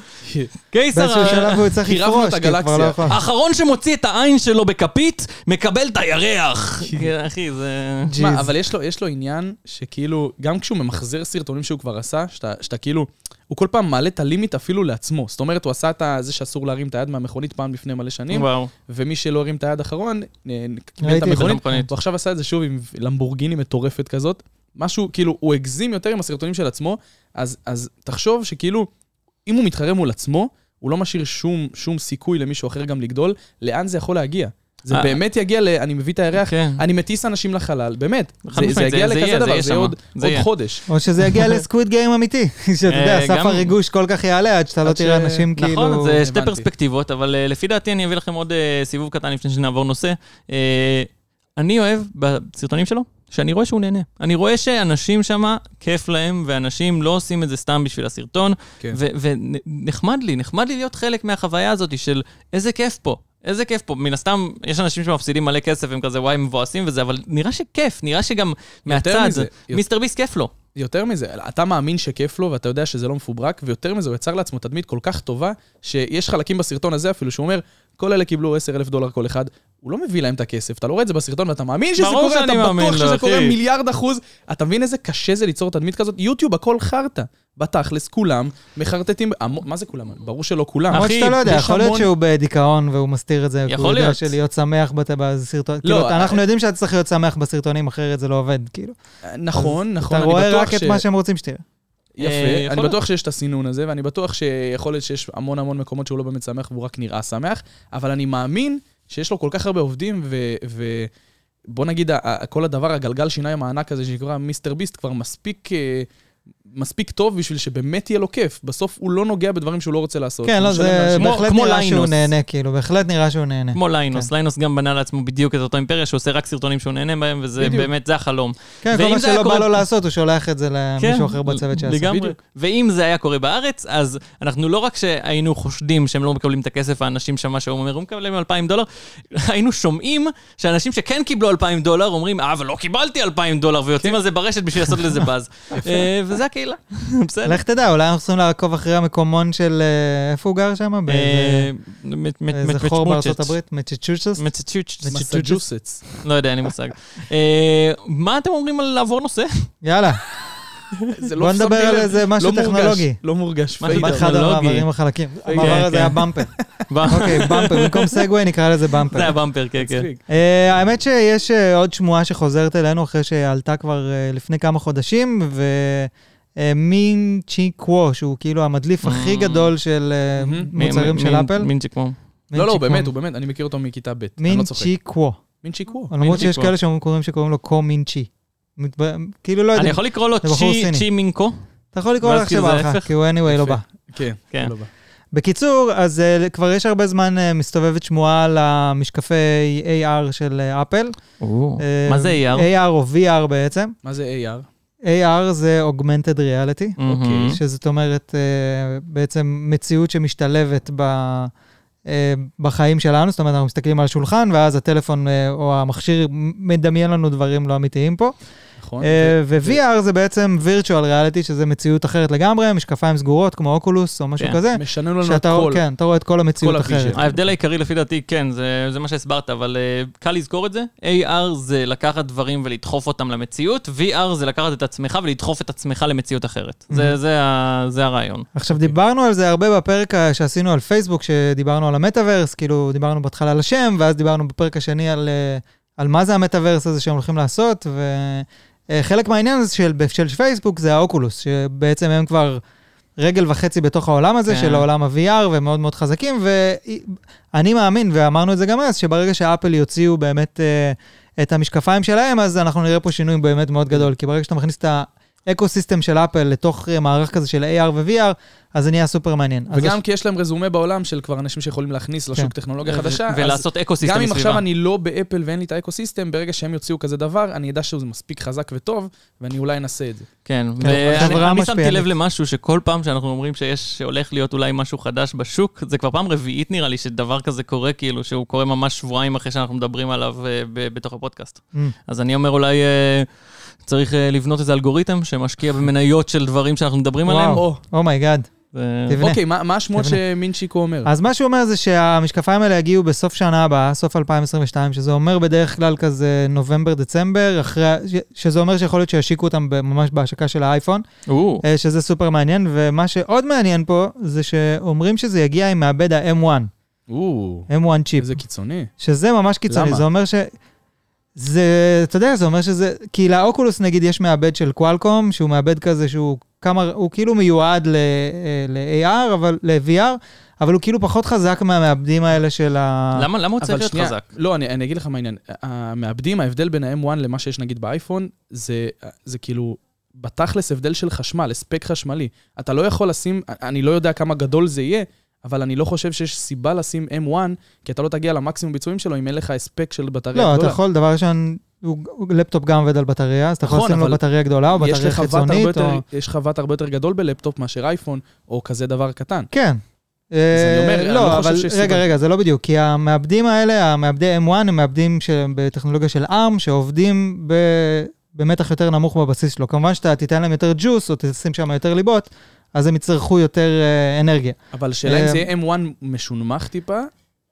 Speaker 1: קיסר,
Speaker 3: באיזשהו שלב הוא יצטרך
Speaker 2: קירבנו
Speaker 3: לפרוש,
Speaker 2: את
Speaker 3: כי הוא כבר לא
Speaker 2: הגלקסיה.
Speaker 3: יכול.
Speaker 1: האחרון שמוציא את העין שלו בכפית, מקבל את
Speaker 3: <laughs>
Speaker 1: הירח. כן, אחי, זה...
Speaker 2: תשמע,
Speaker 3: ג'יז.
Speaker 2: אבל יש לו, יש לו עניין שכאילו, גם כשהוא ממחזר סרטונים שהוא כבר עשה, שאתה, שאתה כאילו, הוא כל פעם מעלה את הלימיט אפילו לעצמו. זאת אומרת, הוא עשה את ה- זה שאסור להרים את היד מהמכונית פעם לפני מלא שנים,
Speaker 1: וואו.
Speaker 2: ומי שלא הרים את היד אחרון, אה, קיבל את
Speaker 3: ראיתי את זה
Speaker 2: המכונית.
Speaker 1: במכונית.
Speaker 2: הוא עכשיו עשה את זה שוב עם למבורגיני מטורפת כזאת. משהו, כאילו, הוא הגזים יותר עם הסרטונים של עצמו, אז, אז תחשוב שכאילו, אם הוא מתחרה מול עצמו, הוא לא משאיר שום, שום סיכוי למישהו אחר גם לגדול, לאן זה יכול להגיע? זה
Speaker 1: אה.
Speaker 2: באמת יגיע ל... אני מביא את הירח,
Speaker 1: כן.
Speaker 2: אני מטיס אנשים לחלל, באמת.
Speaker 1: חד
Speaker 2: זה, זה
Speaker 1: משמעית,
Speaker 2: יגיע
Speaker 1: זה- זה
Speaker 2: לכזה
Speaker 1: יהיה, זה
Speaker 2: דבר,
Speaker 1: יהיה
Speaker 2: זה יהיה עוד,
Speaker 1: שמה. זה
Speaker 2: עוד
Speaker 1: יהיה.
Speaker 2: חודש.
Speaker 3: או שזה
Speaker 1: <laughs>
Speaker 3: יגיע לסקוויד גיים אמיתי, <laughs> שאתה יודע,
Speaker 1: אה,
Speaker 3: סף
Speaker 1: גם-
Speaker 3: הריגוש כל כך יעלה עד שאתה לא
Speaker 2: עד ש-
Speaker 3: תראה אנשים כאילו...
Speaker 1: נכון, זה שתי
Speaker 2: הבנתי.
Speaker 1: פרספקטיבות, אבל אה, לפי דעתי אני אביא לכם עוד אה, סיבוב קטן לפני שנעבור נושא. אה, אני אוהב בסרטונים שלו, שאני רואה שהוא נהנה. אני רואה שאנשים שם, כיף להם, ואנשים לא עושים את זה סתם בשביל הסרטון,
Speaker 2: כן.
Speaker 1: ונחמד לי, נחמד לי להיות חלק מהחוויה הזאת של איזה כיף פה. איזה כיף פה, מן הסתם, יש אנשים שמפסידים מלא כסף, הם כזה וואי מבואסים וזה, אבל נראה שכיף, נראה שגם מהצד,
Speaker 2: מזה, יותר-
Speaker 1: מיסטר ביסט כיף לו.
Speaker 2: יותר מזה, אתה מאמין שכיף לו ואתה יודע שזה לא מפוברק, ויותר מזה, הוא יצר לעצמו תדמית כל כך טובה, שיש חלקים בסרטון הזה אפילו שהוא אומר, כל אלה קיבלו 10 אלף דולר כל אחד, הוא לא מביא להם את הכסף, אתה לא רואה את זה בסרטון ואתה מאמין שזה
Speaker 1: ברור
Speaker 2: קורה,
Speaker 1: שאני
Speaker 2: אתה
Speaker 1: מאמין
Speaker 2: בטוח
Speaker 1: לו,
Speaker 2: שזה קורה
Speaker 1: אחי.
Speaker 2: מיליארד אחוז, אתה מבין איזה קשה זה ליצור תדמית כזאת? יוטיוב הכל חרטא, בתכלס כולם מחרטטים, המו- מה זה כולם? ברור שלא כולם.
Speaker 3: למרות
Speaker 1: אחי,
Speaker 3: שאתה לא יודע,
Speaker 2: יש
Speaker 3: יכול להיות
Speaker 2: המון-
Speaker 3: שהוא בדיכאון והוא מסתיר את זה, כי
Speaker 1: יכול
Speaker 3: הוא יודע
Speaker 1: להיות. לא,
Speaker 3: שלהיות שמח בת- בסרטון, כאילו,
Speaker 2: אה,
Speaker 3: אנחנו יודעים שאתה צריך להיות שמח בסרטונים, אחרת זה לא עובד, כאילו.
Speaker 2: נכון, נכון,
Speaker 3: אתה
Speaker 2: אני
Speaker 3: רואה
Speaker 2: בטוח
Speaker 3: רק את
Speaker 2: ש-
Speaker 3: מה שהם רוצים שתראה.
Speaker 1: אה,
Speaker 2: יפה,
Speaker 1: יכול
Speaker 2: אני
Speaker 1: להיות.
Speaker 2: בטוח שיש את הסינון הזה, ואני בטוח שיכול להיות שיש המון המון מקומות שהוא לא באמת שמח והוא רק נראה שמח, אבל אני מאמין שיש לו כל כך הרבה עובדים, ו... ו... בוא נגיד, ה- ה- כל הדבר, הגלגל שיניים הענק הזה שנקרא מיסטר ביסט, כבר מספיק אה, מספיק טוב בשביל שבאמת יהיה לו כיף. בסוף הוא לא נוגע בדברים שהוא לא רוצה לעשות.
Speaker 3: כן,
Speaker 2: הוא
Speaker 3: לא,
Speaker 2: משלם
Speaker 3: זה
Speaker 2: לאנשים.
Speaker 1: כמו-
Speaker 3: בהחלט
Speaker 1: כמו
Speaker 3: נראה שהוא
Speaker 1: ליינוס.
Speaker 3: נהנה, כאילו, בהחלט נראה שהוא נהנה.
Speaker 1: כמו
Speaker 3: כן.
Speaker 1: ליינוס, ליינוס גם בנה לעצמו בדיוק את אותו אימפריה, שעושה רק סרטונים שהוא נהנה בהם, וזה
Speaker 3: בדיוק.
Speaker 1: באמת, זה החלום.
Speaker 3: כן, כל
Speaker 1: ואם
Speaker 3: מה
Speaker 1: זה היה
Speaker 3: שלא בא
Speaker 1: קורה- כן,
Speaker 3: לו לעשות, הוא שולח את זה למישהו אחר
Speaker 2: כן,
Speaker 3: בצוות שעשה.
Speaker 1: לגמרי.
Speaker 2: בדיוק.
Speaker 1: ואם זה היה קורה בארץ, אז אנחנו לא רק שהיינו חושדים שהם לא מקבלים את הכסף, האנשים שם, מה שהם אומרים, מקבלים 2,000 דולר, <laughs> היינו שומעים שאנשים שכן קיבלו 2,000 דולר, אומרים, אה, אבל לא קיבלתי 2,000 דולר,
Speaker 3: כן.
Speaker 1: ויוצאים על זה ברשת בשביל לעשות לזה
Speaker 3: <laughs>
Speaker 1: באז. אה, וזה הקהילה, <laughs> בסדר.
Speaker 3: לך תדע, אולי אנחנו צריכים לעקוב אחרי המקומון של... אה, איפה הוא גר שם? באיזה-
Speaker 1: אה, מת- מת- מת-
Speaker 3: באיזה חור
Speaker 1: מצ'וצ'ט.
Speaker 3: בארצות הברית? מצ'צ'וצ'ס?
Speaker 1: מצ'צ'וצ'ט.
Speaker 3: <laughs>
Speaker 2: מסג'וסטס.
Speaker 1: לא יודע, אין לי מושג. אה, מה אתם אומרים על לעבור
Speaker 3: <laughs>
Speaker 1: נושא?
Speaker 3: יאללה,
Speaker 2: זה לא
Speaker 3: בוא
Speaker 2: שמתי
Speaker 3: נדבר על
Speaker 2: לב.
Speaker 3: איזה משהו
Speaker 2: לא מורגש,
Speaker 3: טכנולוגי.
Speaker 2: לא מורגש.
Speaker 1: משהו
Speaker 2: פיידר.
Speaker 3: אחד
Speaker 1: טכנולוגי.
Speaker 3: המעברים החלקים.
Speaker 2: אוקיי,
Speaker 1: כן,
Speaker 3: המעבר הזה היה
Speaker 1: כן.
Speaker 3: במפר.
Speaker 1: מה?
Speaker 3: אוקיי, במפר. במקום סגווי נקרא לזה במפר.
Speaker 1: זה היה במפר, כן, כן.
Speaker 2: מצחיק.
Speaker 3: אה, האמת שיש אה, עוד שמועה שחוזרת אלינו אחרי שעלתה כבר אה, לפני כמה חודשים, אה, ומין צ'י קוו, שהוא כאילו המדליף הכי
Speaker 1: Mm.
Speaker 3: גדול של אה,
Speaker 2: מהמם.
Speaker 3: מוצרים של אפל.
Speaker 1: מינצ'יק כמו.
Speaker 3: מין
Speaker 2: לא, לא,
Speaker 3: צ'י
Speaker 2: הוא
Speaker 3: קוו.
Speaker 2: באמת, הוא באמת, אני מכיר אותו מכיתה ב', אני
Speaker 3: מין
Speaker 2: לא צוחק.
Speaker 3: צ'י קוו.
Speaker 2: מינצ'י קוו.
Speaker 3: למרות
Speaker 1: צ'י
Speaker 3: שיש
Speaker 1: קוו.
Speaker 3: כאלה שאומרים שקוראים לו קו מין צ'י. מתב- כאילו לא
Speaker 1: אני
Speaker 3: יודע,
Speaker 1: יכול לקרוא לו
Speaker 3: זה בחור
Speaker 1: צ'י-
Speaker 3: סיני.
Speaker 1: צ'י מינקו?
Speaker 3: אתה יכול לקרוא
Speaker 1: ואז
Speaker 3: לו איך
Speaker 1: כאילו
Speaker 3: שבא
Speaker 1: זה
Speaker 3: לך,
Speaker 1: ההפך.
Speaker 3: כי הוא anyway לא
Speaker 2: יפה.
Speaker 3: בא.
Speaker 2: כן,
Speaker 1: כן.
Speaker 2: לא בא.
Speaker 3: בקיצור, אז אה, כבר יש הרבה זמן אה, מסתובבת שמועה על המשקפי AR של אה, אפל. אה,
Speaker 1: מה זה AR?
Speaker 3: AR או VR בעצם.
Speaker 2: מה זה AR?
Speaker 3: AR זה Augmented Reality.
Speaker 1: אוקיי.
Speaker 3: שזאת אומרת אה, בעצם מציאות שמשתלבת ב, אה, בחיים שלנו, זאת אומרת, אנחנו מסתכלים על שולחן, ואז הטלפון אה, או המכשיר מדמיין לנו דברים לא אמיתיים פה.
Speaker 2: נכון?
Speaker 3: אה, ו-VR זה בעצם virtual reality, שזה מציאות אחרת לגמרי, משקפיים סגורות כמו אוקולוס או משהו
Speaker 1: כן,
Speaker 3: כזה.
Speaker 2: משנה לנו
Speaker 3: שאתה
Speaker 2: הכל.
Speaker 3: רואה, כן, אתה רואה את כל המציאות
Speaker 2: כל הוויז'ן.
Speaker 3: אחרת.
Speaker 1: ההבדל העיקרי לפי דעתי, כן, זה, זה מה שהסברת, אבל uh, קל לזכור את זה. AR זה לקחת דברים ולדחוף אותם למציאות, VR זה לקחת את עצמך ולדחוף את עצמך למציאות אחרת.
Speaker 3: Mhm.
Speaker 1: זה, זה, ה, זה הרעיון.
Speaker 3: עכשיו, דיברנו על זה הרבה בפרק ה- שעשינו על פייסבוק, שדיברנו על המטאוורס, כאילו, דיברנו בהתחלה על השם, ואז דיברנו בפרק השני על, אה, על מה זה המטאוורס הזה שהם הולכים לעשות, וחלק מהעניין הזה של, של פייסבוק זה האוקולוס, שבעצם הם כבר רגל וחצי בתוך העולם הזה,
Speaker 1: כן.
Speaker 3: של העולם ה-VR, והם מאוד מאוד חזקים, ואני מאמין, ואמרנו את זה גם אז, שברגע שאפל יוציאו באמת אה, את המשקפיים שלהם, אז אנחנו נראה פה שינוי באמת מאוד גדול, כי ברגע שאתה מכניס את ה... אקו-סיסטם של אפל לתוך אה, מערך כזה של AR ו-VR, אז זה נהיה סופר מעניין. אז
Speaker 2: וגם כי יש להם רזומה בעולם של כבר אנשים שיכולים להכניס לשוק
Speaker 3: כן.
Speaker 2: טכנולוגיה אוקיי, חדשה.
Speaker 1: ו-
Speaker 2: אז
Speaker 1: ולעשות אקו
Speaker 2: גם
Speaker 1: סיסטם
Speaker 2: אם
Speaker 1: מסביבה.
Speaker 2: עכשיו אני לא באפל ואין לי את האקוסיסטם, ברגע שהם יוציאו כזה דבר, אני אדע שזה מספיק חזק וטוב, ואני אולי אנסה את זה.
Speaker 1: כן,
Speaker 3: כן, החברה
Speaker 1: ואני אני שמתי
Speaker 3: משפיענית.
Speaker 1: לב למשהו שכל פעם שאנחנו אומרים שיש, שהולך להיות אולי משהו חדש בשוק, זה כבר פעם רביעית נראה לי שדבר כזה קורה, כאילו שהוא קורה ממש שבועיים אחרי שאנחנו מדברים עליו אה, ב- בתוך הפודקאסט.
Speaker 3: Mm.
Speaker 1: אז אני אומר אולי אה, צריך אה, לבנות איזה אלגוריתם שמשקיע במניות של דברים שאנחנו מדברים
Speaker 3: וואו.
Speaker 1: עליהם.
Speaker 2: או,
Speaker 3: Oh אומייגאד,
Speaker 1: זה-
Speaker 3: תבנה.
Speaker 2: אוקיי, מה מה השמות
Speaker 3: תבנה.
Speaker 2: שמינצ'יקו אומר?
Speaker 3: אז מה שהוא אומר זה שהמשקפיים האלה יגיעו בסוף שנה הבאה, סוף 2022, שזה אומר בדרך כלל כזה נובמבר-דצמבר, אחרי, ה- ש- שזה אומר שיכול להיות שישיקו אותם ב- ממש בהשקה של האייפון,
Speaker 1: או,
Speaker 3: אה, שזה סופר מעניין, ומה שעוד מעניין פה, זה שאומרים שזה יגיע עם מעבד ה-M1,
Speaker 2: או,
Speaker 3: M1 צ'יפ,
Speaker 2: איזה קיצוני.
Speaker 3: שזה ממש קיצוני,
Speaker 2: למה?
Speaker 3: זה אומר ש... זה, אתה יודע, זה אומר שזה, כי לאוקולוס נגיד יש מעבד של קוואלקום, שהוא מעבד כזה שהוא כמה, הוא כאילו מיועד ל- אה, ל-AR, אבל, ל-VR, אבל הוא כאילו פחות חזק מהמעבדים האלה של ה...
Speaker 1: למה למה הוא צריך
Speaker 2: אבל
Speaker 1: להיות
Speaker 2: שנייה,
Speaker 1: חזק?
Speaker 2: לא, אני, אני אגיד לך מה העניין. המעבדים, ההבדל בין ה-M1 למה שיש נגיד באייפון, זה, זה כאילו, בתכלס הבדל של חשמל, הספק חשמלי. אתה לא יכול לשים, אני לא יודע כמה גדול זה יהיה, אבל אני לא חושב שיש סיבה לשים M1, כי אתה לא תגיע למקסימום ביצועים שלו אם אין לך הספק של בטריה
Speaker 3: לא,
Speaker 2: גדולה.
Speaker 3: אתה יכול, דבר ראשון, הוא- הוא- לפטופ גם עובד על בטריה, אז אתה יכול
Speaker 2: נכון,
Speaker 3: לשים לו
Speaker 2: אבל
Speaker 3: בטריה גדולה או
Speaker 2: יש
Speaker 3: בטריה
Speaker 2: לך ות הרבה
Speaker 3: חיצונית,
Speaker 2: יותר-
Speaker 3: או...
Speaker 2: יש לך ות הרבה יותר גדול בלפטופ מאשר אייפון, או כזה דבר קטן.
Speaker 3: כן.
Speaker 2: אני אומר,
Speaker 3: אה,
Speaker 2: אני לא
Speaker 3: לא,
Speaker 2: חושב
Speaker 3: אבל
Speaker 2: שיש
Speaker 3: רגע,
Speaker 2: סיבה.
Speaker 3: רגע, זה לא בדיוק, כי המעבדים האלה, המעבדי M1, הם מעבדים ש- בטכנולוגיה של ARM, שעובדים ב... במתח יותר נמוך בבסיס שלו. כמובן שאתה תיתן להם יותר ג'וס, או תשים שם יותר ליבות, אז הם יצטרכו יותר אה, אנרגיה.
Speaker 2: אבל השאלה אם
Speaker 3: אה,
Speaker 2: זה יהיה M1 משונמך טיפה,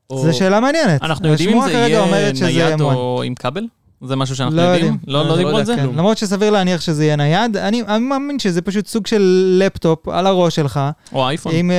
Speaker 2: או...
Speaker 3: זו שאלה מעניינת.
Speaker 1: אנחנו יודעים אם
Speaker 3: השמועה
Speaker 1: זה
Speaker 3: כרגע
Speaker 1: יהיה
Speaker 3: אומרת שזה
Speaker 1: נייד
Speaker 3: M1.
Speaker 1: או עם כבל? זה משהו שאנחנו
Speaker 3: לא
Speaker 1: יודעים?
Speaker 3: יודעים.
Speaker 1: לא
Speaker 2: לא,
Speaker 1: לא
Speaker 2: לא
Speaker 1: דיברו על
Speaker 2: יודע,
Speaker 1: זה?
Speaker 2: כן.
Speaker 3: כן, למרות שסביר להניח שזה יהיה נייד, אני, אני מאמין שזה פשוט סוג של לפטופ על הראש שלך,
Speaker 1: נכון. או אייפון?
Speaker 3: עם, אה,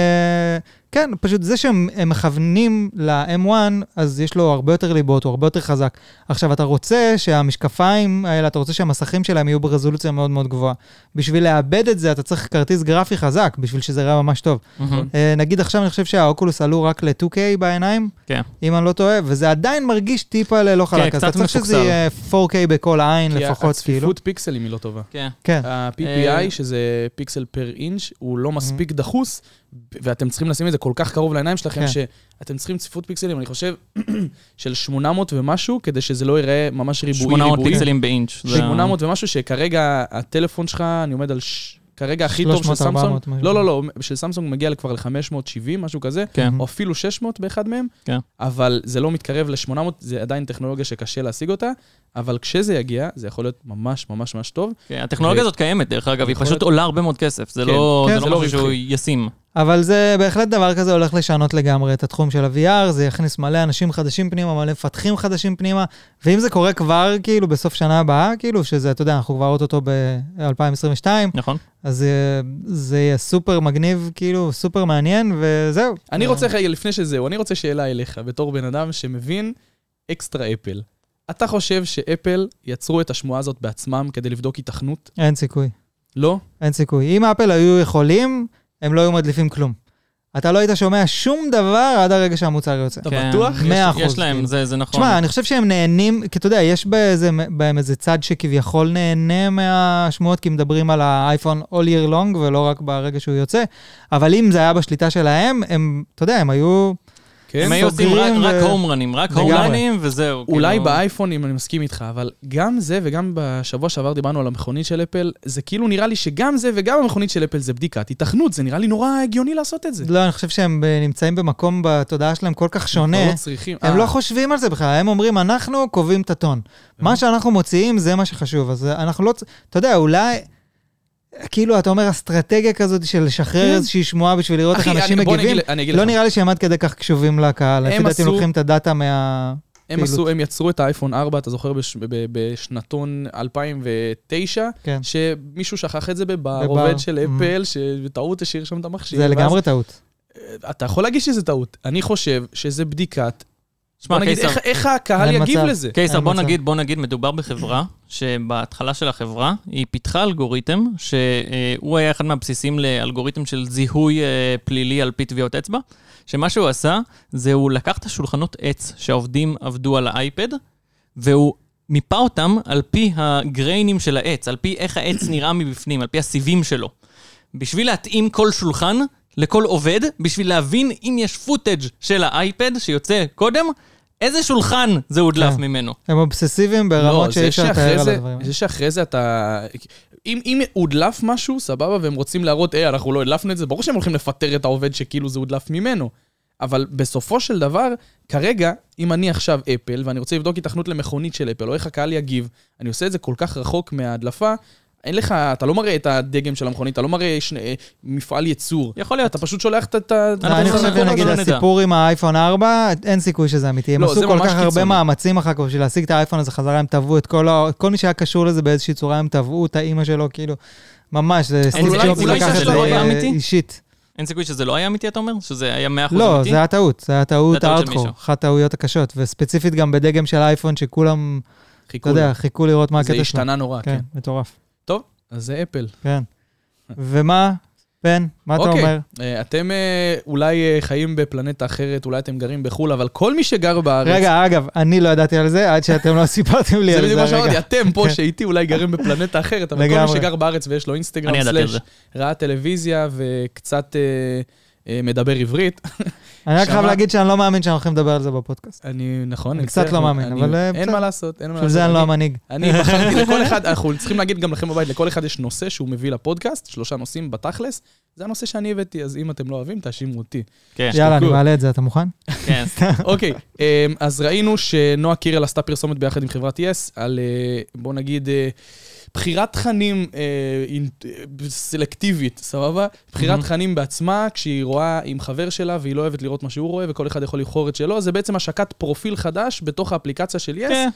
Speaker 3: כן, פשוט זה שהם הם מכוונים ל-M1, אז יש לו הרבה יותר ליבות, הוא הרבה יותר חזק. עכשיו, אתה רוצה שהמשקפיים האלה, אתה רוצה שהמסכים שלהם יהיו ברזולוציה מאוד מאוד גבוהה. בשביל לאבד את זה, אתה צריך כרטיס גרפי חזק, בשביל שזה יראה ממש טוב.
Speaker 1: מהמם.
Speaker 3: אה, נגיד עכשיו אני חושב שהאוקולוס עלו רק ל-2K בעיניים,
Speaker 1: כן.
Speaker 3: אם אני לא טועה, וזה עדיין מרגיש טיפה ללא חלק, אז
Speaker 1: קצת
Speaker 3: אתה צריך שזה
Speaker 1: מפוקסל.
Speaker 3: יהיה 4K בכל עין
Speaker 2: כי
Speaker 3: לפחות, כאילו.
Speaker 2: הצפיפות פיקסלים היא לא טובה.
Speaker 1: כן.
Speaker 3: כן.
Speaker 1: אה.
Speaker 2: ה-PPI, שזה פיקסל פר אינץ', הוא לא מספיק דחוס, ואתם צריכים לשים את זה כל כך קרוב לעיניים שלכם,
Speaker 3: כן.
Speaker 2: שאתם צריכים צפיפות פיקסלים, אני חושב, <clears throat> של 800 ומשהו, כדי שזה לא ייראה ממש ריבועי
Speaker 1: 800
Speaker 2: ריבועי.
Speaker 1: פיקסלים באינץ'. זה-
Speaker 2: 800 ומשהו, שכרגע הטלפון שלך, אני עומד על... ש- כרגע הכי טוב של
Speaker 3: 300,
Speaker 2: סמסונג,
Speaker 3: 400, משהו.
Speaker 2: לא, לא, לא, של סמסונג מגיע כבר ל-570, משהו כזה,
Speaker 1: כן.
Speaker 2: או אפילו 600 באחד מהם,
Speaker 1: כן.
Speaker 2: אבל זה לא מתקרב ל-800, זה עדיין טכנולוגיה שקשה להשיג אותה, אבל כשזה יגיע, זה יכול להיות ממש ממש ממש טוב.
Speaker 1: כן, הטכנולוגיה הזאת קיימת, דרך אגב, היא
Speaker 2: יכול
Speaker 1: פשוט
Speaker 2: להיות-
Speaker 1: עולה הרבה מאוד כסף. זה
Speaker 2: כן.
Speaker 1: לא
Speaker 3: כן,
Speaker 1: זה
Speaker 3: זה
Speaker 1: לא
Speaker 2: לא
Speaker 1: משהו שהוא
Speaker 2: רווחי.
Speaker 1: ישים.
Speaker 3: אבל זה בהחלט דבר כזה הולך לשנות לגמרי את התחום של ה-VR, זה יכניס מלא אנשים חדשים פנימה, מלא מפתחים חדשים פנימה, ואם זה קורה כבר, כאילו, בסוף שנה הבאה, כאילו, שזה, אתה יודע, אנחנו כבר אוטוטו ב-2022,
Speaker 1: נכון?
Speaker 3: אז אה, זה יהיה סופר מגניב, כאילו, סופר מעניין, וזהו.
Speaker 2: אני רוצה, רגע, לפני שזהו, אני רוצה שאלה אליך, בתור בן אדם שמבין אקסטרה אפל. אתה חושב שאפל יצרו את השמועה הזאת בעצמם כדי לבדוק היתכנות?
Speaker 3: אין סיכוי.
Speaker 2: לא?
Speaker 3: אין סיכוי. אם אפל היו יכולים, הם לא היו מדליפים כלום. אתה לא היית שומע שום דבר עד הרגע שהמוצר יוצא.
Speaker 2: אתה
Speaker 1: כן.
Speaker 2: בטוח?
Speaker 1: יש-
Speaker 3: מאה אחוז,
Speaker 1: יש להם,
Speaker 3: כאילו.
Speaker 1: זה זה נכון.
Speaker 3: תשמע, אני חושב שהם נהנים, כי אתה יודע, יש באיזה, בהם איזה צד שכביכול נהנה מהשמועות, כי מדברים על האייפון all year long ולא רק ברגע שהוא יוצא, אבל אם זה היה בשליטה שלהם, הם, אתה יודע, הם היו...
Speaker 2: כן?
Speaker 1: הם היו עושים רק-
Speaker 3: סוגרים
Speaker 1: רק
Speaker 3: ו-
Speaker 1: הומרנים, רק
Speaker 3: לגמרי.
Speaker 1: הומרנים וזהו.
Speaker 2: אולי
Speaker 1: כאילו.
Speaker 2: באייפון, אם אני מסכים איתך, אבל גם זה וגם בשבוע שעבר דיברנו על המכונית של אפל, זה כאילו נראה לי שגם זה וגם המכונית של אפל זה בדיקת היתכנות, זה נראה לי נורא הגיוני לעשות את זה.
Speaker 3: לא, אני חושב שהם אה, נמצאים במקום בתודעה שלהם כל כך שונה.
Speaker 2: לא צריכים...
Speaker 3: הם
Speaker 2: אה,
Speaker 3: לא חושבים על זה בכלל, הם אומרים, אנחנו קובעים את הטון. מה שאנחנו מוציאים זה מה שחשוב, אז אנחנו לא... צ- אתה יודע, אולי... כאילו, אתה אומר, אסטרטגיה כזאת של לשחרר
Speaker 2: כן.
Speaker 3: איזושהי שמועה בשביל לראות איך
Speaker 2: אחי,
Speaker 3: אנשים
Speaker 2: אני- בוא אני
Speaker 3: מגיבים,
Speaker 2: אגיד- אני אגיד
Speaker 3: לא
Speaker 2: לך.
Speaker 3: נראה לי שהם עד כדי כך קשובים לקהל. לפי
Speaker 2: הם
Speaker 3: דעתי הם
Speaker 2: עשו-
Speaker 3: לוקחים את הדאטה מה...
Speaker 2: הם
Speaker 3: פעילות.
Speaker 2: עשו, הם יצרו את האייפון 4, אתה זוכר, בש, ב, ב, בשנתון 2009,
Speaker 3: כן.
Speaker 2: שמישהו שכח את זה בבר,
Speaker 3: בבר.
Speaker 2: עובד של
Speaker 3: Mm.
Speaker 2: אפל, שבטעות השאיר שם את המכשיר.
Speaker 3: זה
Speaker 2: ואז-
Speaker 3: לגמרי טעות.
Speaker 2: אתה יכול להגיד שזה טעות. אני חושב שזה בדיקת...
Speaker 1: שמע,
Speaker 2: בוא נגיד,
Speaker 1: קיסר,
Speaker 2: איך, איך הקהל
Speaker 3: אין
Speaker 2: יגיב
Speaker 3: מצב.
Speaker 2: לזה?
Speaker 1: קיסר,
Speaker 3: אין
Speaker 1: בוא
Speaker 3: מצב.
Speaker 1: נגיד, בוא נגיד, מדובר בחברה שבהתחלה של החברה, היא פיתחה אלגוריתם, שהוא היה אחד מהבסיסים לאלגוריתם של זיהוי אה, פלילי על פי טביעות אצבע, שמה שהוא עשה, זה הוא לקח את השולחנות עץ שהעובדים עבדו על האייפד, והוא מיפה אותם על פי הגריינים של העץ, על פי איך העץ נראה מבפנים, על פי הסיבים שלו. בשביל להתאים כל שולחן לכל עובד, בשביל להבין אם יש פוטאג' של האייפד שיוצא קודם, איזה שולחן זה הודלף
Speaker 3: כן.
Speaker 1: ממנו.
Speaker 3: הם אובססיביים ברמות
Speaker 2: לא,
Speaker 3: שאי
Speaker 2: זה
Speaker 3: אפשר
Speaker 2: שאחרי
Speaker 3: לתאר על
Speaker 2: זה,
Speaker 3: הדברים.
Speaker 2: זה שאחרי זה אתה... אם, אם הודלף משהו, סבבה, והם רוצים להראות, היי, אנחנו לא הדלפנו את זה, ברור שהם הולכים לפטר את העובד שכאילו זה הודלף ממנו. אבל בסופו של דבר, כרגע, אם אני עכשיו אפל, ואני רוצה לבדוק התכנות למכונית של אפל, או איך הקהל יגיב, אני עושה את זה כל כך רחוק מההדלפה, אין לך, אתה לא מראה את הדגם של המכונית, אתה לא מראה שני, אה, מפעל ייצור.
Speaker 1: יכול להיות.
Speaker 2: אתה פשוט שולח את- את ה...
Speaker 1: אנחנו
Speaker 3: אה, אני
Speaker 1: לא
Speaker 3: חושב
Speaker 1: נדע, אנחנו
Speaker 3: שנגיד
Speaker 1: לא נדע.
Speaker 3: הסיפור עם האייפון 4, אין סיכוי שזה אמיתי. הם
Speaker 2: לא,
Speaker 3: עשו
Speaker 2: זה
Speaker 3: כל
Speaker 2: ממש
Speaker 3: כך הרבה
Speaker 2: קיצוני.
Speaker 3: מאמצים אחר כך בשביל להשיג את האייפון הזה חזרה, הם תבעו את כל ה- כל מי שהיה קשור לזה באיזושהי צורה, הם תבעו את האימא שלו, כאילו, ממש, זה סטיב
Speaker 1: אולי-
Speaker 3: ג'ובס
Speaker 1: אולי
Speaker 3: לקח
Speaker 1: זה
Speaker 3: את
Speaker 1: לא
Speaker 3: זה
Speaker 1: היה
Speaker 3: אה,
Speaker 1: אמיתי?
Speaker 3: אישית.
Speaker 1: אין סיכוי שזה לא היה אמיתי, אתה אומר? שזה היה 100% אמיתי?
Speaker 3: לא, זה היה טעות, זה היה טעות
Speaker 1: זה היה טעות של
Speaker 3: הארדקור,
Speaker 1: מישהו.
Speaker 3: אחת הטעויות הקשות, וספציפית גם בדגם של האייפון, שכולם, אתה
Speaker 2: חיכו,
Speaker 3: יודע, חיכו לראות מה
Speaker 2: זה
Speaker 3: הקטע שלו.
Speaker 2: השתנה נורא, כן.
Speaker 3: כן, מטורף,
Speaker 2: טוב, אז זה אפל.
Speaker 3: כן. ומה, בן, מה אתה
Speaker 2: אוקיי.
Speaker 3: אומר?
Speaker 2: אה, אתם אה, אולי אה, חיים בפלנטה אחרת, אולי אתם גרים בחו"ל, אבל כל מי שגר בארץ...
Speaker 3: רגע, אגב, אני לא ידעתי על זה עד שאתם לא <laughs> סיפרתם לי
Speaker 2: זה
Speaker 3: על
Speaker 2: בדיוק
Speaker 3: זה
Speaker 2: מה שאמרתי,
Speaker 3: הרגע.
Speaker 2: אתם פה שאיתי אולי גרים בפלנטה אחרת, אבל כל מי
Speaker 3: לגמרי.
Speaker 2: שגר בארץ ויש לו אינסטגרם,
Speaker 1: אני ידעתי על זה.
Speaker 2: סלאש, ראה טלוויזיה וקצת אה, אה, מדבר עברית.
Speaker 3: אני רק חייב
Speaker 2: שמע-
Speaker 3: להגיד שאני לא מאמין שאנחנו הולכים לדבר על זה בפודקאסט.
Speaker 2: אני, נכון,
Speaker 3: אני קצת
Speaker 2: מצטער,
Speaker 3: לא מאמין,
Speaker 2: אני-
Speaker 3: אבל, אה,
Speaker 2: אין
Speaker 3: בסדר.
Speaker 2: מה לעשות, אין מה
Speaker 3: בשביל
Speaker 2: לעשות.
Speaker 3: זה אני לא
Speaker 2: אני-
Speaker 3: המנהיג.
Speaker 2: אני בחרתי
Speaker 3: <laughs>
Speaker 2: לכל אחד, אנחנו צריכים להגיד גם לכם בבית, לכל אחד יש נושא שהוא מביא לפודקאסט, שלושה נושאים בתכלס, זה הנושא שאני הבאתי, אז אם אתם לא אוהבים, תאשימו אותי.
Speaker 1: כן,
Speaker 3: יאללה, אני
Speaker 2: שתיקו.
Speaker 3: מעלה את זה, אתה מוכן? <laughs>
Speaker 1: כן.
Speaker 2: אוקיי, אמ, אז ראינו שנועה קירל עשתה פרסומת ביחד עם חברת יס על, אה, בוא נגיד, אה, בחירת תכנים אה, אינט- אה, סלקטיבית, סבבה? בחירת
Speaker 1: Mhm.
Speaker 2: תכנים בעצמה, כשהיא רואה עם חבר שלה והיא לא אוהבת לראות מה שהוא רואה וכל אחד יכול לבחור את שלו, זה בעצם השקת פרופיל חדש בתוך האפליקציה של יס.
Speaker 1: כן.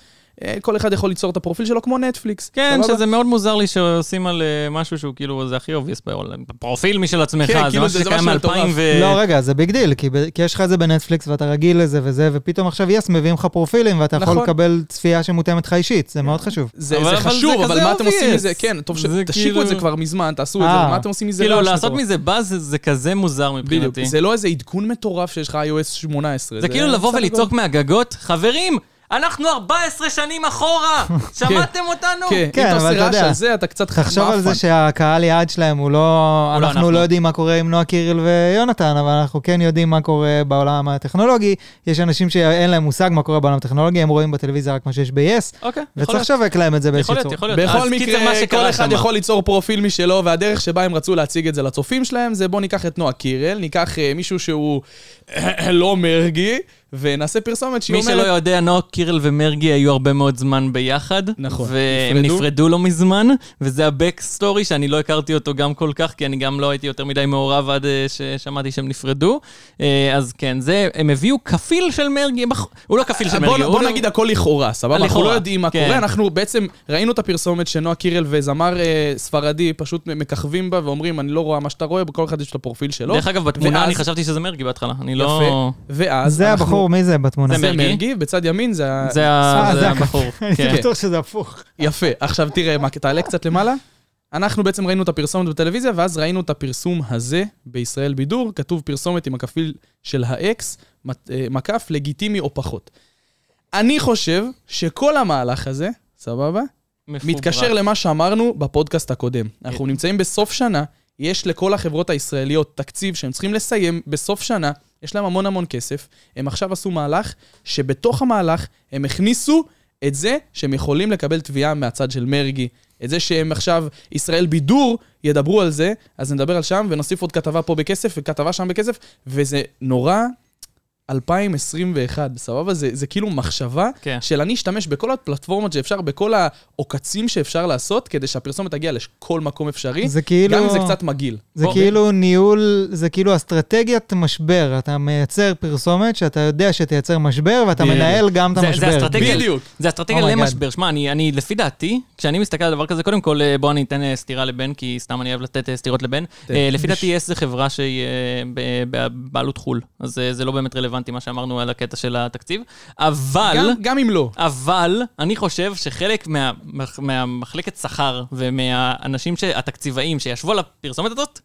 Speaker 2: אה, כל אחד יכול ליצור את הפרופיל שלו כמו נטפליקס.
Speaker 1: כן,
Speaker 2: סבבה?
Speaker 1: שזה מאוד מוזר לי שעושים על אה, משהו שהוא כאילו, זה הכי אובייס בעולם. פרופיל משל עצמך,
Speaker 2: כן,
Speaker 1: זה
Speaker 2: כאילו,
Speaker 1: משהו
Speaker 2: זה- זה
Speaker 1: שקיים
Speaker 2: משהו מטורף.
Speaker 1: מ-2000 ו...
Speaker 3: לא, רגע, זה ביג דיל, כי, ב- כי יש לך את זה בנטפליקס ואתה רגיל לזה וזה, ופתאום עכשיו יס מביאים לך פרופילים ואתה יכול
Speaker 2: נכון. אה.
Speaker 3: לקבל צפייה שמותאמת לך אישית, זה מאוד חשוב.
Speaker 2: זה,
Speaker 1: אבל-
Speaker 2: זה
Speaker 1: אבל
Speaker 2: חשוב,
Speaker 1: זה
Speaker 2: אבל
Speaker 1: כזה
Speaker 2: מה אתם
Speaker 1: obvious.
Speaker 2: עושים מזה? כן, טוב, ש...
Speaker 1: זה
Speaker 2: תשיקו
Speaker 1: כאילו-
Speaker 2: את זה כבר מזמן, תעשו את
Speaker 3: אה.
Speaker 2: זה, מה אתם עושים מזה?
Speaker 1: כאילו,
Speaker 2: רעש
Speaker 1: לעשות
Speaker 2: מטורף?
Speaker 1: מזה באז זה- זה כזה מוזר
Speaker 2: בדיוק,
Speaker 1: מבחינתי.
Speaker 2: זה לא איזה עדכון מטורף שיש לך iOS 18.
Speaker 1: זה כאילו לבוא
Speaker 2: בסדר
Speaker 1: ולצעוק מהגגות, חברים, אנחנו 14 שנים
Speaker 2: <laughs>
Speaker 1: אחורה! שמעתם אותנו?
Speaker 2: גמור. כן,
Speaker 3: כן,
Speaker 2: אם אתה
Speaker 3: אבל
Speaker 2: עושה
Speaker 3: אתה
Speaker 2: רעש
Speaker 3: יודע.
Speaker 2: על זה, אתה קצת
Speaker 3: תחשוב על
Speaker 2: מאפן.
Speaker 3: זה שהקהל יעד שלהם הוא לא...
Speaker 1: לא
Speaker 3: אנחנו
Speaker 1: אנחנו.
Speaker 3: לא יודעים מה קורה עם נועה קירל ויונתן, אבל אנחנו כן יודעים מה קורה בעולם הטכנולוגי. יש אנשים שאין להם מושג מה קורה בעולם הטכנולוגי, הם רואים בטלוויזיה רק מה שיש ב-yes,
Speaker 1: אוקיי, יכול
Speaker 3: וצריך
Speaker 1: להיות.
Speaker 3: לשווק להם את זה באיזשהו
Speaker 1: יכול
Speaker 3: צורה.
Speaker 1: להיות, יכול להיות.
Speaker 2: בכל
Speaker 1: אז קיצר, מה
Speaker 2: מקרה,
Speaker 1: שקרה
Speaker 2: כל אחד
Speaker 1: שמה.
Speaker 2: יכול ליצור פרופיל משלו, והדרך שבה הם רצו להציג את זה לצופים שלהם זה בוא ניקח את נועה קירל, ניקח אה, מישהו שהוא לא מרגי, ונעשה פרסומת שהיא
Speaker 1: מי
Speaker 2: אומרת...
Speaker 1: שלא יודע, נועה קירל ומרגי היו הרבה מאוד זמן ביחד.
Speaker 2: נכון,
Speaker 1: והם
Speaker 2: נפרדו.
Speaker 1: נפרדו לא מזמן, וזה הבק סטורי שאני לא הכרתי אותו גם כל כך, כי אני גם לא הייתי יותר מדי מעורב עד אה, ששמעתי שהם נפרדו. אה, אז כן, זה, הם הביאו כפיל של מרגי, הם בח- הוא לא כפיל של
Speaker 2: אה, בוא-
Speaker 1: מרגי.
Speaker 2: בוא
Speaker 1: הוא-
Speaker 2: נגיד הכל לכאורה, סבבה? אנחנו
Speaker 1: לכאורה,
Speaker 2: לא יודעים מה
Speaker 1: כן.
Speaker 2: קורה, אנחנו בעצם ראינו את הפרסומת שנועה קירל וזמר אה, ספרדי פשוט מככבים בה ואומרים, אני לא רואה מה שאתה רואה, בכל אחד יש את הפרופיל שלו.
Speaker 1: דרך אגב, בתמונה
Speaker 2: לא? ואז-
Speaker 1: אני חשבתי שזה מרגי בהתחלה, אני
Speaker 2: יפה.
Speaker 1: לא...
Speaker 2: ואז
Speaker 3: זה
Speaker 2: אנחנו-
Speaker 3: הבחור, מי זה בתמונה?
Speaker 1: זה
Speaker 2: זה
Speaker 1: מרגי.
Speaker 2: מרגי, בצד ימין זה ה-
Speaker 1: זה ה-
Speaker 3: אה,
Speaker 1: זה
Speaker 3: זה
Speaker 1: הבחור.
Speaker 2: <laughs>
Speaker 1: כן.
Speaker 3: <laughs>
Speaker 1: אוקיי.
Speaker 3: אני בטוח שזה הפוך.
Speaker 2: יפה, עכשיו תראה, מה, תעלה קצת למעלה. אנחנו בעצם ראינו את הפרסומת בטלוויזיה, ואז ראינו את הפרסום הזה בישראל בידור, כתוב פרסומת עם הכפיל של האקס, מת- אה, מקף לגיטימי או פחות. אני חושב שכל המהלך הזה, סבבה?
Speaker 1: מפוברק.
Speaker 2: מתקשר למה שאמרנו בפודקאסט הקודם. אנחנו נמצאים בסוף שנה, יש לכל החברות הישראליות תקציב שהם צריכים לסיים בסוף שנה, יש להם המון המון כסף, הם עכשיו עשו מהלך שבתוך המהלך הם הכניסו את זה שהם יכולים לקבל תביעה מהצד של מרגי. את זה שהם עכשיו, ישראל בידור, ידברו על זה, אז נדבר על שם ונוסיף עוד כתבה פה בכסף וכתבה שם בכסף, וזה נורא 2021, סבבה? זה, זה כאילו מחשבה
Speaker 1: כן.
Speaker 2: של אני אשתמש בכל הפלטפורמות שאפשר, בכל העוקצים שאפשר לעשות, כדי שהפרסומת תגיע לכל מקום אפשרי,
Speaker 3: זה כאילו...
Speaker 2: גם אם זה קצת מגעיל. אוקיי?
Speaker 3: זה
Speaker 1: בוא,
Speaker 3: כאילו ניהול, זה כאילו אסטרטגיית משבר. אתה מייצר פרסומת שאתה יודע שתייצר משבר, ואתה
Speaker 2: בדיוק.
Speaker 3: מנהל גם את
Speaker 1: זה- זה
Speaker 3: המשבר.
Speaker 1: אסטרטגיה.
Speaker 2: בדיוק.
Speaker 1: זה אסטרטגיה
Speaker 3: Oh my God.
Speaker 1: למשבר. שמע, אני, אני, לפי דעתי, כשאני מסתכל על דבר כזה, קודם כל, אה, בוא אני אתן אה, סטירה לבן, כי סתם אני אוהב לתת אה, סטירות לבן. אה, לפי דעתי, יס זה חברה שהיא אה, ב- בבעלות חו"ל, אז אה, זה לא באמת רלוונטי מה שאמרנו על הקטע של התקציב. אבל...
Speaker 2: גם, גם אם לא.
Speaker 1: אבל אני חושב שחלק מה, מהמחלקת שכר ומהאנשים, ש- התקציבאים שישבו על הפרסומת הזאת,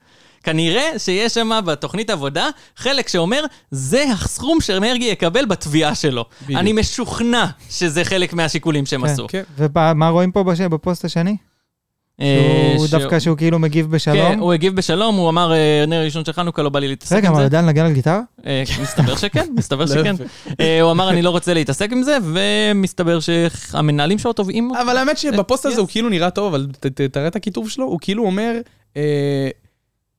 Speaker 1: כנראה שיש שם בתוכנית עבודה חלק שאומר, זה הסכום שמרגי יקבל בתביעה שלו.
Speaker 2: בדיוק.
Speaker 1: אני משוכנע שזה חלק מהשיקולים שהם
Speaker 3: כן.
Speaker 1: עשו.
Speaker 2: כן.
Speaker 3: ומה רואים פה בש... בפוסט השני?
Speaker 1: אה,
Speaker 3: הוא
Speaker 1: ש-
Speaker 3: דווקא שהוא כאילו מגיב
Speaker 1: כן,
Speaker 3: בשלום.
Speaker 1: הוא הגיב בשלום, הוא אמר, אה, נר ראשון של חנוכה, לא בא לי להתעסק
Speaker 3: רגע,
Speaker 1: עם
Speaker 3: מה, הוא
Speaker 1: זה.
Speaker 3: יודע לנגן על גיטרה?
Speaker 1: אה, מסתבר
Speaker 3: <laughs>
Speaker 1: שכן, מסתבר
Speaker 2: לא
Speaker 1: שכן.
Speaker 2: יפה.
Speaker 1: אה, הוא אמר, אני לא רוצה להתעסק עם זה, ומסתבר שהמנהלים שלו תובעים
Speaker 3: אה,
Speaker 1: אותו.
Speaker 2: אבל האמת שבפוסט
Speaker 1: Yes.
Speaker 2: הזה הוא כאילו נראה טוב, אבל ת- ת- תראה את הכיתוב שלו, הוא כאילו אומר, אה,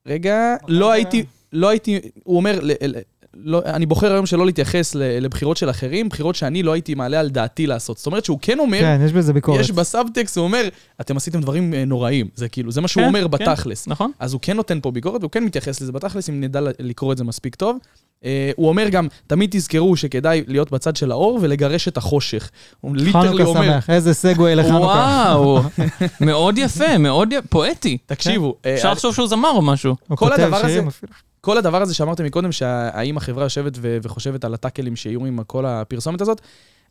Speaker 2: רגע, לא
Speaker 1: אוקיי.
Speaker 2: הייתי, לא הייתי, הוא אומר, ל- ל- לא, אני בוחר היום שלא להתייחס ל- לבחירות של אחרים, בחירות שאני לא הייתי מעלה על דעתי לעשות. זאת אומרת שהוא כן אומר,
Speaker 3: כן, יש בזה ביקורת.
Speaker 2: יש בסאבטקסט, הוא אומר, אתם עשיתם דברים אה, נוראים. זה כאילו, זה מה שהוא
Speaker 1: כן,
Speaker 2: אומר
Speaker 1: כן.
Speaker 2: בתכלס.
Speaker 1: נכון?
Speaker 2: אז הוא כן נותן פה ביקורת, והוא כן מתייחס לזה בתכלס, אם נדע ל- לקרוא את זה מספיק טוב. אה, הוא אומר גם, תמיד תזכרו שכדאי להיות בצד של האור ולגרש את החושך. הוא ליטרלי
Speaker 3: חנוכה
Speaker 2: אומר,
Speaker 3: שמח, איזה סגווי לחנוכה.
Speaker 1: וואו, מאוד יפה, מאוד י- פואטי.
Speaker 2: תקשיבו, אה,
Speaker 1: כן. אפשר לחשוב שהוא זמר או משהו.
Speaker 3: הוא
Speaker 2: כל
Speaker 3: כותב
Speaker 2: הדבר הזה-
Speaker 3: שירים אפילו.
Speaker 2: כל הדבר הזה שאמרתם מקודם, שהאם החברה יושבת ו- וחושבת על הטאקלים שיהיו עם כל הפרסומת הזאת,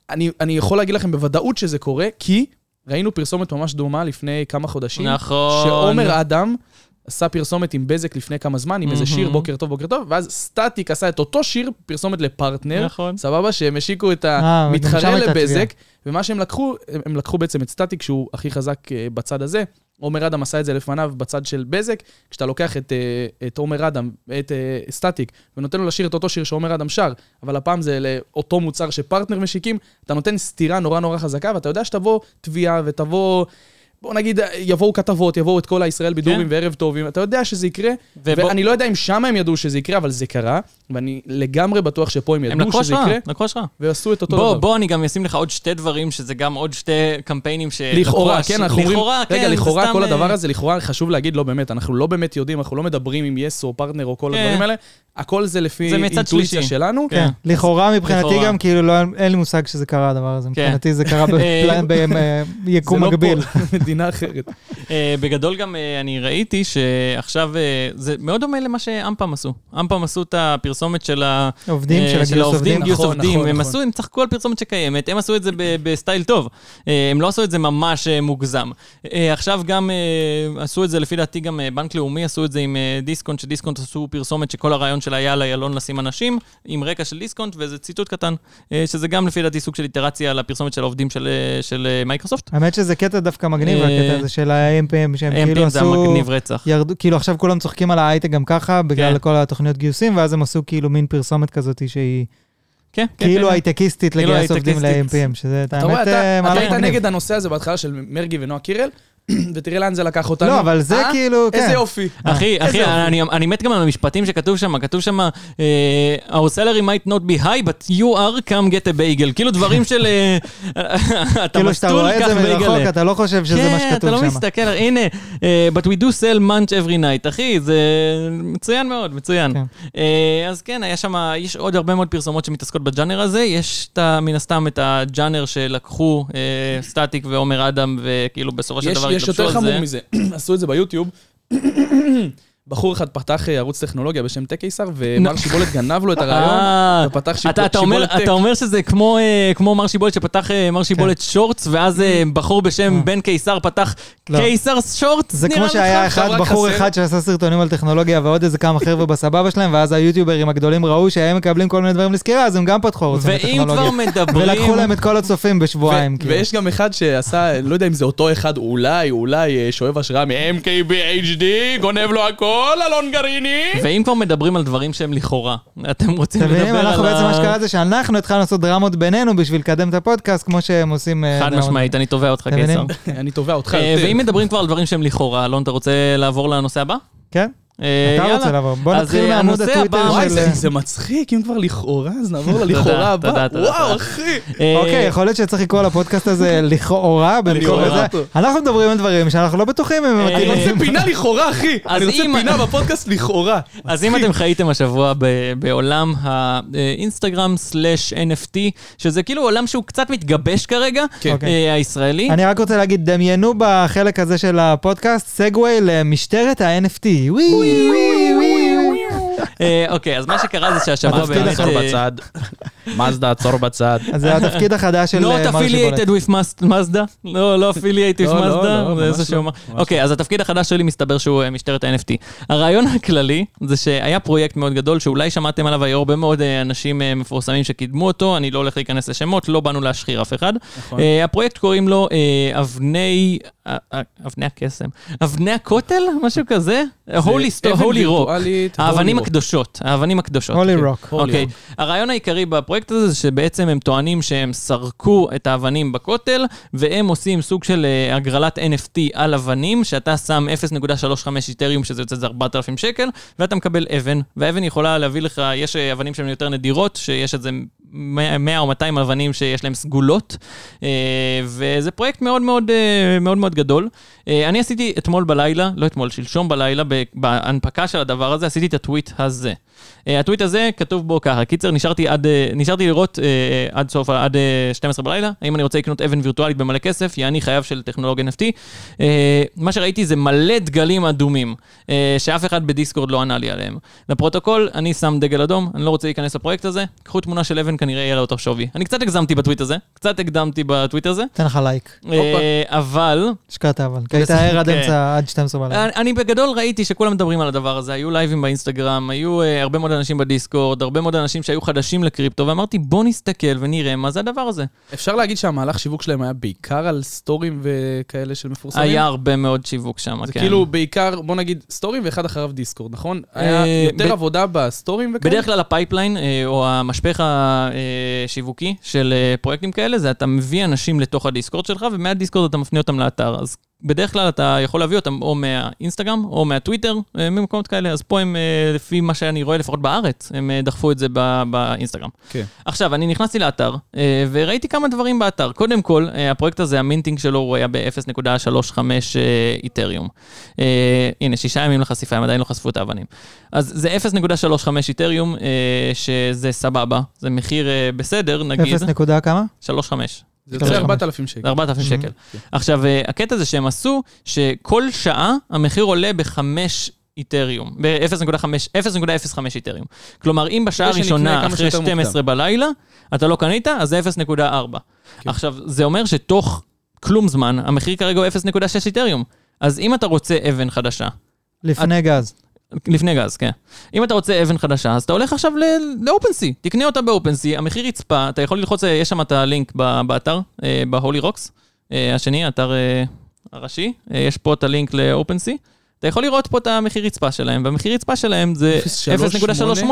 Speaker 2: אני, אני יכול להגיד לכם בוודאות שזה קורה, כי ראינו פרסומת ממש דומה לפני כמה חודשים.
Speaker 1: נכון.
Speaker 2: שעומר אדם עשה פרסומת עם בזק לפני כמה זמן, עם איזה שיר
Speaker 1: מהמם.
Speaker 2: בוקר טוב, בוקר טוב, ואז סטטיק עשה את אותו שיר, פרסומת לפרטנר,
Speaker 1: נכון.
Speaker 2: סבבה? שהם השיקו את
Speaker 3: אה, וגם שם
Speaker 2: המתחרה
Speaker 3: הייתה
Speaker 2: לבזק, ומה שהם לקחו, הם- הם לקחו בעצם את סטטיק, שהוא הכי חזק אה, בצד הזה. עומר אדם עשה את זה לפניו בצד של בזק, כשאתה לוקח את, אה, את עומר אדם, את אה, סטטיק, ונותן לו לשיר את אותו שיר שעומר אדם שר, אבל הפעם זה לאותו מוצר שפרטנר משיקים, אתה נותן סתירה נורא נורא חזקה, ואתה יודע שתבוא תביעה ותבוא בוא נגיד, יבואו כתבות, יבואו את כל הישראל בידורים
Speaker 1: כן.
Speaker 2: וערב טובים, אתה יודע שזה יקרה,
Speaker 1: ובוא-
Speaker 2: ואני לא יודע אם שם הם ידעו שזה יקרה, אבל זה קרה, ואני לגמרי בטוח שפה הם
Speaker 1: הם
Speaker 2: ידעו
Speaker 1: לקחו
Speaker 2: שזה
Speaker 1: שלך,
Speaker 2: יקרה,
Speaker 1: לקחו שלך.
Speaker 2: ועשו את אותו
Speaker 1: בוא,
Speaker 2: דבר.
Speaker 1: בוא, אני גם אשים לך עוד שתי דברים, שזה גם עוד שתי קמפיינים ש...
Speaker 2: לכאורה,
Speaker 1: לקחו-
Speaker 2: כן, אנחנו אומרים...
Speaker 1: לכאורה, כן,
Speaker 2: רגע,
Speaker 1: זה
Speaker 2: לכאורה
Speaker 1: סתם,
Speaker 2: כל
Speaker 1: אה,
Speaker 2: הדבר הזה, לכאורה חשוב להגיד, לא באמת, אנחנו לא באמת יודעים, אנחנו לא מדברים עם יס או פרטנר או כל
Speaker 1: כן.
Speaker 2: הדברים האלה, הכל זה לפי
Speaker 1: זה מצד
Speaker 2: אינטואיציה
Speaker 1: שלישי.
Speaker 2: שלנו.
Speaker 1: כן.
Speaker 3: כן. לכאורה מבחינתי
Speaker 1: לכאורה.
Speaker 3: גם, כאילו, לא, אין לי מושג שזה קרה הדבר הזה.
Speaker 1: כן.
Speaker 3: מבחינתי זה
Speaker 1: <laughs>
Speaker 3: קרה בפלן-
Speaker 2: זה
Speaker 3: ביקום
Speaker 2: לא
Speaker 3: מקביל.
Speaker 2: פה, <laughs> מדינה אחרת.
Speaker 1: אה, בגדול גם אה, אני ראיתי שעכשיו, אה, זה מאוד דומה למה שאמפם עשו. אמפם עשו את הפרסומת של ה...
Speaker 3: עובדים,
Speaker 1: אה,
Speaker 3: של הגיוס עובדים.
Speaker 1: גיוס
Speaker 2: נכון,
Speaker 1: עובדים.
Speaker 2: נכון,
Speaker 1: הם
Speaker 2: נכון.
Speaker 1: עשו, הם צחקו על פרסומת שקיימת, הם עשו את זה ב- בסטייל טוב. אה, הם לא עשו את זה ממש אה, מוגזם. אה, עכשיו גם אה, עשו את זה, לפי דעתי גם אה, בנק לאומי עשו את זה עם אה, דיסקונט, שדיסקונט עשו פרסומת שכל הרעיון שלה היה על איילון לשים אנשים, עם רקע של דיסקונט, וזה ציטוט קטן, אה, שזה גם לפי דעתי סוג של איטרציה על הפרסומת של העובדים של, אה, של אה, מייקרוסופט.
Speaker 3: האמת שזה קטע דווקא מגניב,
Speaker 1: אה,
Speaker 3: הקטע הזה של ה-MPM, שהם כאילו
Speaker 1: AMPM זה
Speaker 3: עשו...
Speaker 1: המגניב רצח.
Speaker 3: ירדו, כאילו עכשיו כולם צוחקים על ההייטק גם ככה, בגלל
Speaker 1: כן.
Speaker 3: כל התוכניות גיוסים, ואז הם עשו כאילו מין פרסומת כזאת שהיא
Speaker 1: כן, כן,
Speaker 3: כאילו
Speaker 1: כן.
Speaker 3: הייטקיסטית
Speaker 1: כאילו
Speaker 3: לגייס עובדים
Speaker 1: הייטקיסטית.
Speaker 3: ל-MPM, שזה את
Speaker 2: אתה רואה,
Speaker 3: האמת
Speaker 2: אתה
Speaker 3: אה,
Speaker 2: אתה
Speaker 3: מהלך
Speaker 2: היית
Speaker 3: מגניב.
Speaker 2: נגד הנושא הזה בהתחלה של מרגי ונועה קירל, <clears throat> ותראה לאן זה לקח אותנו.
Speaker 3: לא, אבל זה
Speaker 2: אה?
Speaker 3: כאילו,
Speaker 2: איזה
Speaker 3: כן.
Speaker 2: יופי.
Speaker 1: אחי,
Speaker 2: איזה
Speaker 1: אחי,
Speaker 2: יופי.
Speaker 1: אני, אני מת גם על המשפטים שכתוב שם, כתוב שם, אה, our salary might not be high, but you are come get a bagel. כאילו דברים של, אה, אתה
Speaker 3: כאילו שאתה
Speaker 1: מסטול,
Speaker 3: רואה את
Speaker 1: קח
Speaker 3: זה מרחוק,
Speaker 1: בייגלה.
Speaker 3: אתה לא חושב שזה מה
Speaker 1: כן, אתה
Speaker 3: שכתוב
Speaker 1: לא
Speaker 3: שם.
Speaker 1: מסתכל, הנה, אה, but we do sell munch every night, אחי, זה מצוין מאוד, מצוין.
Speaker 3: כן.
Speaker 1: אה, אז כן, היה שם, יש עוד הרבה מאוד פרסומות שמתעסקות בג'אנר הזה, יש את ה- מן הסתם את הג'אנר שלקחו אה, סטטיק ועומר אדם, וכאילו בסופו של
Speaker 2: יש,
Speaker 1: דבר
Speaker 2: יש
Speaker 1: התלבשו
Speaker 2: יותר
Speaker 1: על
Speaker 2: חמור
Speaker 1: זה.
Speaker 2: מזה, <clears throat> עשו את זה ביוטיוב. <clears throat> בחור אחד פתח אה, ערוץ טכנולוגיה בשם טק קיסר, ומר שיבולת גנב לו את הרעיון,
Speaker 1: אה,
Speaker 2: ופתח שיב-
Speaker 1: אתה, אתה, אומר,
Speaker 2: שיבולת טק.
Speaker 1: אתה אומר שזה כמו, אה, כמו מר שיבולת שפתח אה,
Speaker 3: כן.
Speaker 1: מר שיבולת שורטס, ואז אה, בחור בשם בן קיסר פתח
Speaker 3: Mm. לא.
Speaker 1: קיסר שורטס,
Speaker 3: זה
Speaker 1: נראה
Speaker 3: כמו
Speaker 1: לך?
Speaker 3: שהיה אחד,
Speaker 2: רק
Speaker 3: בחור
Speaker 2: חסר-
Speaker 3: אחד שעשה סרטונים על טכנולוגיה ועוד איזה כמה חבר'ה בסבבה שלהם, ואז היוטיוברים הגדולים ראו שהם מקבלים כל מיני דברים לסקירה, אז הם גם פתחו ערוצים
Speaker 1: ואם
Speaker 3: לטכנולוגיה.
Speaker 1: כבר מדברים...
Speaker 3: ולקחו להם את כל הצופים בשבועיים,
Speaker 2: ו-
Speaker 1: כן.
Speaker 3: כאילו.
Speaker 2: ויש גם אחד שעשה, לא יודע אם זה אותו אחד, אולי, אולי, אה, שואב השראה מ-MKBHD, גונב לו הכל, אלון
Speaker 1: <laughs>
Speaker 2: גריני.
Speaker 1: ואם כבר מדברים על דברים שהם לכאורה, אתם רוצים
Speaker 3: אתם
Speaker 1: לדבר על ה...
Speaker 3: מבינים, אנחנו בעצם מה שקרה זה שאנחנו התחלנו לעשות דרמות בינינו בשביל לקדם את הפודקאסט, כמו שהם עושים... אה,
Speaker 1: חד
Speaker 3: דרמות.
Speaker 1: משמעית, אני תובע אותך
Speaker 3: אתם
Speaker 1: קיסר.
Speaker 3: מבינים?
Speaker 2: אני תובע אותך
Speaker 1: אה,
Speaker 2: יותר.
Speaker 1: ואם מדברים כבר על דברים שהם לכאורה, אלון, אתה רוצה לעבור לנושא הבא?
Speaker 3: כן,
Speaker 1: אה,
Speaker 3: אתה
Speaker 1: יאללה.
Speaker 3: רוצה לעבור. בוא
Speaker 1: אז,
Speaker 3: נתחיל
Speaker 1: אה,
Speaker 3: מעמוד
Speaker 1: הנושא הבא-
Speaker 3: הטוויטר
Speaker 2: וואי,
Speaker 3: של...
Speaker 2: זה- זה מצחיק, אם כבר לכאורה, אז נעבור ללכאורה
Speaker 1: אה, תודה,
Speaker 2: הבא.
Speaker 1: תודה, תודה.
Speaker 2: וואו, אחי.
Speaker 1: אה,
Speaker 3: אוקיי, יכול להיות שצריך לקרוא לפודקאסט
Speaker 1: <laughs>
Speaker 3: הזה לכאורה, במקום
Speaker 1: לכאורה.
Speaker 3: זה. אנחנו מדברים על דברים שאנחנו לא בטוחים אם הם
Speaker 1: אה,
Speaker 2: אני
Speaker 3: מתאימים.
Speaker 2: רוצה פינה לכאורה, אחי.
Speaker 1: אז
Speaker 2: אני רוצה
Speaker 1: אם-
Speaker 2: פינה בפודקאסט לכאורה.
Speaker 1: אז אם אתם חייתם השבוע ב- בעולם האינסטגרם סלאש NFT, שזה כאילו עולם שהוא קצת מתגבש כרגע,
Speaker 2: כן.
Speaker 1: אה, הישראלי,
Speaker 3: אני רק רוצה להגיד, דמיינו בחלק הזה של הפודקאסט סגווי למשטרת ה-NFT. וואי, וואי, וואי, וואי.
Speaker 1: אה, אוקיי, אז מה שקרה זה שהשבוע
Speaker 2: התפקיד
Speaker 1: באמת... אה,
Speaker 2: עצור בצד. מזדה עצור בצד.
Speaker 3: אז זה התפקיד החדש של אה,
Speaker 1: Not
Speaker 3: מר שיבולת.
Speaker 1: affiliated with Mas- Mazda? לא, לא affiliated with
Speaker 2: לא, לא,
Speaker 1: Mazda?
Speaker 2: לא,
Speaker 1: זה
Speaker 2: ממש
Speaker 1: איזה
Speaker 2: לא,
Speaker 1: שהוא אמר.
Speaker 2: ממש
Speaker 1: אוקיי, אז התפקיד החדש שלי מסתבר שהוא אה, משטרת ה-NFT. הרעיון הכללי זה שהיה פרויקט מאוד גדול, שאולי שמעתם עליו, היו הרבה מאוד אה, אנשים אה, מפורסמים שקידמו אותו, אני לא הולך להיכנס לשמות, לא באנו להשחיר אף אחד.
Speaker 2: נכון.
Speaker 1: אה, הפרויקט קוראים לו אה, אבני... אה, אה, אבני הקסם. אבני הכותל? משהו כזה? Holy Sto- Holy Rock. האבנים הקדושות, האבנים הקדושות.
Speaker 3: הולי
Speaker 1: כן.
Speaker 3: רוק.
Speaker 1: אוקיי. הרעיון העיקרי בפרויקט הזה זה שבעצם הם טוענים שהם סרקו את האבנים בכותל, והם עושים סוג של אה, הגרלת NFT על אבנים, שאתה שם 0.35 איתריום, שזה יוצא איזה 4,000 שקל, ואתה מקבל אבן, והאבן יכולה להביא לך, יש אה, אבנים שהן יותר נדירות, שיש איזה 100 100 או 200 אבנים שיש להן סגולות, אה, וזה פרויקט מאוד מאוד, אה, מאוד מאוד גדול. אה, אני עשיתי אתמול בלילה, לא אתמול, שלשום בלילה, ב- בהנפקה של הדבר הזה, עשיתי את הטוויט הזה. אה, הטוויט הזה כתוב בו ככה, קיצר, נשארתי, עד, אה, נשארתי לראות אה, עד סוף, ה- עד אה, 12 בלילה, האם אני רוצה לקנות אבן וירטואלית במלא כסף, יעני חייו של טכנולוג NFT. אה, מה שראיתי זה מלא דגלים אדומים, אה, שאף אחד בדיסקורד לא ענה לי עליהם. לפרוטוקול, אני שם דגל אדום, אני לא רוצה להיכנס לפרויקט הזה, קחו תמונה של אבן, כנראה יהיה לה אותו שווי. אני קצת הגזמתי בטוויט הזה, קצת הקדמתי בטוויט הזה,
Speaker 3: אתן לך לייק.
Speaker 1: אה, אבל...
Speaker 3: השקעת אבל. כי היית ער עד
Speaker 1: כן. אה,
Speaker 3: אמצע, עד 12 בלילה.
Speaker 1: אני, אני בגדול ראיתי שכולם מדברים על הדבר הזה, היו לייבים באינסטגרם, היו uh, הרבה מאוד אנשים בדיסקורד, הרבה מאוד אנשים שהיו חדשים לקריפטו, ואמרתי, בוא נסתכל ונראה מה זה הדבר הזה.
Speaker 2: אפשר להגיד שהמהלך שיווק שלהם היה בעיקר על סטורים וכאלה של מפורסמים?
Speaker 1: היה הרבה מאוד שיווק שם, כן.
Speaker 2: זה כאילו בעיקר, בוא נגיד, סטורים ואחד אחריו דיסקורד, נכון?
Speaker 1: אה,
Speaker 2: היה
Speaker 1: ב-
Speaker 2: יותר עבודה בסטורים וכאלה?
Speaker 1: בדרך כלל הפייפליין, אה, או המשפך השיווקי של אה, פרויקטים כאלה, זה אתה מביא אנשים לתוך הדיסקורד שלך, ומהדיסקורד אתה מפנה אותם לאתר. אז בדרך כלל אתה יכול להביא אותם או מהאינסטגרם או מהטוויטר, אה, ממקומות כאלה, אז פה הם, אה, לפי מה שאני רואה, לפחות בארץ, הם אה, דחפו את זה ב- באינסטגרם.
Speaker 2: כן.
Speaker 1: עכשיו, אני נכנסתי לאתר, אה, וראיתי כמה דברים באתר. קודם כל, אה, הפרויקט הזה, המינטינג שלו, הוא היה ב-0.35 אה, איתריום. אה, הנה, שישה ימים לחשיפה, הם עדיין לא חשפו את האבנים. אז זה 0.35 איתריום, אה, שזה סבבה, זה מחיר אה, בסדר, נגיד,
Speaker 3: אפס נקודה כמה?
Speaker 1: 3.5.
Speaker 2: זה
Speaker 3: שלוש
Speaker 2: יוצא 4,000
Speaker 1: זה
Speaker 2: שקל.
Speaker 1: 4,000 שקל.
Speaker 2: כן.
Speaker 1: עכשיו, אה, הקטע זה שהם עשו, שכל שעה המחיר עולה בחמש איתריום, ב-0.5, 0.05 איתריום. כלומר, אם בשעה
Speaker 2: אחרי שנקנה
Speaker 1: הראשונה,
Speaker 2: כמה
Speaker 1: אחרי
Speaker 2: שיותר
Speaker 1: 12 בלילה, אתה לא קנית, אז זה 0.4.
Speaker 2: כן.
Speaker 1: עכשיו, זה אומר שתוך כלום זמן, המחיר כרגע הוא 0.6 איתריום. אז אם אתה רוצה אבן חדשה,
Speaker 3: לפני גז.
Speaker 1: לפני גז, כן. אם אתה רוצה אבן חדשה, אז אתה הולך עכשיו לאופנסי, תקנה אותה באופנסי, המחיר יצפה, אתה יכול ללחוץ, אה, יש שם את הלינק ב- באתר, אה, בהולי רוקס, אה, השני, האתר אה, הראשי, אה, יש פה את הלינק לאופנסי. אתה יכול לראות פה את המחיר רצפה שלהם, והמחיר רצפה שלהם זה 0.38.
Speaker 2: 0.38?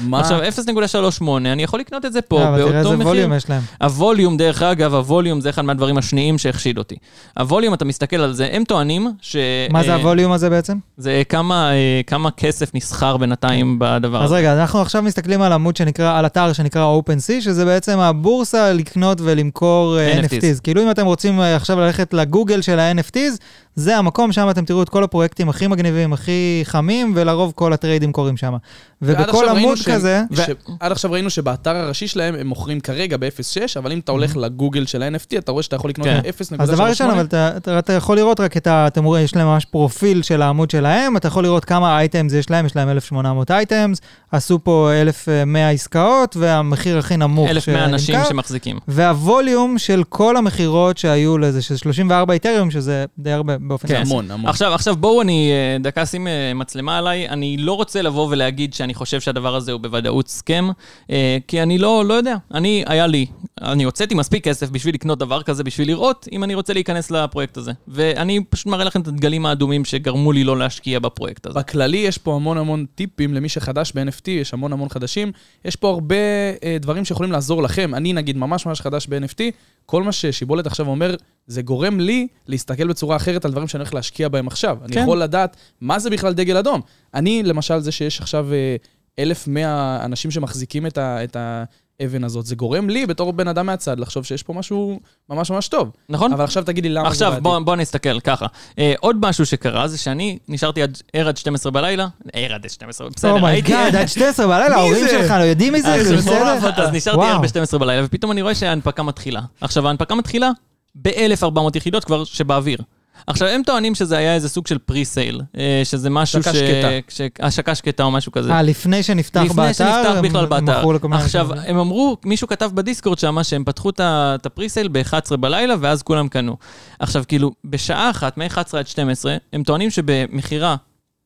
Speaker 2: מה?
Speaker 1: עכשיו, 0.38, אני יכול לקנות את זה פה,
Speaker 3: אה, אבל תראה
Speaker 1: באותו
Speaker 3: איזה
Speaker 1: מחיר.
Speaker 3: ווליום יש להם.
Speaker 1: הווליום, דרך אגב, הווליום זה אחד מהדברים השניים שהחשיד אותי. הווליום, אתה מסתכל על זה, הם טוענים ש...
Speaker 3: מה זה
Speaker 1: אה,
Speaker 3: הווליום הזה בעצם?
Speaker 1: זה כמה, אה, כמה כסף נסחר בינתיים בדבר
Speaker 3: אז
Speaker 1: הזה.
Speaker 3: רגע, אנחנו עכשיו מסתכלים על עמוד שנקרא, על אתר שנקרא OpenSea, שזה בעצם הבורסה לקנות ולמכור אה,
Speaker 1: NFTs.
Speaker 3: NFTs. כאילו אם אתם רוצים אה, עכשיו ללכת לגוגל של ה-NFTs, זה המקום, שם אתם תראו את כל הפרויקטים הכי מגניבים, הכי חמים, ולרוב כל הטריידים קורים שם.
Speaker 2: ועד
Speaker 3: ובכל
Speaker 2: עכשיו ראינו
Speaker 3: עמוד
Speaker 2: שהם-
Speaker 3: כזה,
Speaker 1: ו-
Speaker 2: ש- עד עכשיו ראינו שבאתר הראשי שלהם הם מוכרים כרגע ב-0.6, אבל אם אתה הולך לגוגל של ה-NFT, אתה רואה שאתה יכול לקנות
Speaker 1: Mm-hmm. כן.
Speaker 2: ב-0.38.
Speaker 3: אז דבר ראשון, אבל אתה, אתה, אתה יכול לראות רק את ה... אתם רואים, יש להם ממש פרופיל של העמוד שלהם, אתה יכול לראות כמה אייטמס יש להם, יש להם 1,800 אייטמס, עשו פה 1,100 עסקאות, והמחיר הכי נמוך
Speaker 1: 1,100 אנשים
Speaker 3: שנמכר.
Speaker 1: שמחזיקים.
Speaker 3: והווליום של כל המכירות שהיו לזה, שזה 34 איתריום, שזה די הרבה באופן
Speaker 1: כן.
Speaker 3: יחסי.
Speaker 2: המון, המון.
Speaker 1: עכשיו, עכשיו בואו אני, אה, דקה שים אה, מצלמה עליי, אני לא רוצה לבוא ולהגיד שאני חושב שהדבר הזה הוא בוודאות סכם, אה, כי אני לא, לא יודע. אני, היה לי, אני הוצאתי מספיק כסף בשביל לקנות דבר כזה, בשביל לראות אם אני רוצה להיכנס לפרויקט הזה. ואני פשוט מראה לכם את הדגלים האדומים שגרמו לי לא להשקיע בפרויקט הזה.
Speaker 2: בכללי יש פה המון המון טיפים למי שחדש ב-NFT, יש המון המון חדשים. יש פה הרבה אה, דברים שיכולים לעזור לכם. אני נגיד ממש ממש חדש ב-NFT, כל מה ששיבולת עכשיו אומר, זה גורם לי להסתכל בצורה אחרת על דברים שאני הולך להשקיע בהם עכשיו. אני
Speaker 1: כן.
Speaker 2: יכול לדעת מה זה בכלל דגל אדום. אני, למשל, זה שיש עכשיו אה, 1,100 אנשים שמחזיקים את ה... את ה אבן הזאת, זה גורם לי בתור בן אדם מהצד לחשוב שיש פה משהו ממש ממש טוב.
Speaker 1: נכון?
Speaker 2: אבל עכשיו תגיד לי למה זה
Speaker 1: עכשיו,
Speaker 2: בעייתי.
Speaker 1: בוא, בוא נסתכל ככה. אה, עוד משהו שקרה זה שאני נשארתי עד, ער עד 12 בלילה, ער עד 12, בסדר, הייתי...
Speaker 3: אומייגאד, Oh
Speaker 1: <laughs>
Speaker 3: עד 12 בלילה, ההורים
Speaker 2: זה?
Speaker 3: שלך לא יודעים מי זה,
Speaker 1: אז
Speaker 3: זה
Speaker 1: זה מטורף,
Speaker 3: בסדר?
Speaker 1: אתה- <laughs> אז נשארתי
Speaker 3: וואו.
Speaker 1: ער ב-12 בלילה, ופתאום אני רואה שההנפקה מתחילה. עכשיו, ההנפקה מתחילה ב-1400 יחידות כבר שבאוויר. עכשיו, הם טוענים שזה היה איזה סוג של פרי-סייל, אה, שזה משהו
Speaker 2: השקה
Speaker 1: ש...
Speaker 2: שקטה.
Speaker 1: ש... השקה שקטה או משהו כזה.
Speaker 3: אה, לפני שנפתח באתר?
Speaker 1: לפני שנפתח
Speaker 3: הם-
Speaker 1: בכלל
Speaker 3: הם
Speaker 1: באתר.
Speaker 3: מכרו לכל מיני
Speaker 1: עכשיו,
Speaker 3: אנשים.
Speaker 1: הם אמרו, מישהו כתב בדיסקורד שם שהם פתחו את ה- את הפריסייל ב-11 בלילה, ואז כולם קנו. עכשיו, כאילו, בשעה אחת, מ-11 עד 12, הם טוענים שבמכירה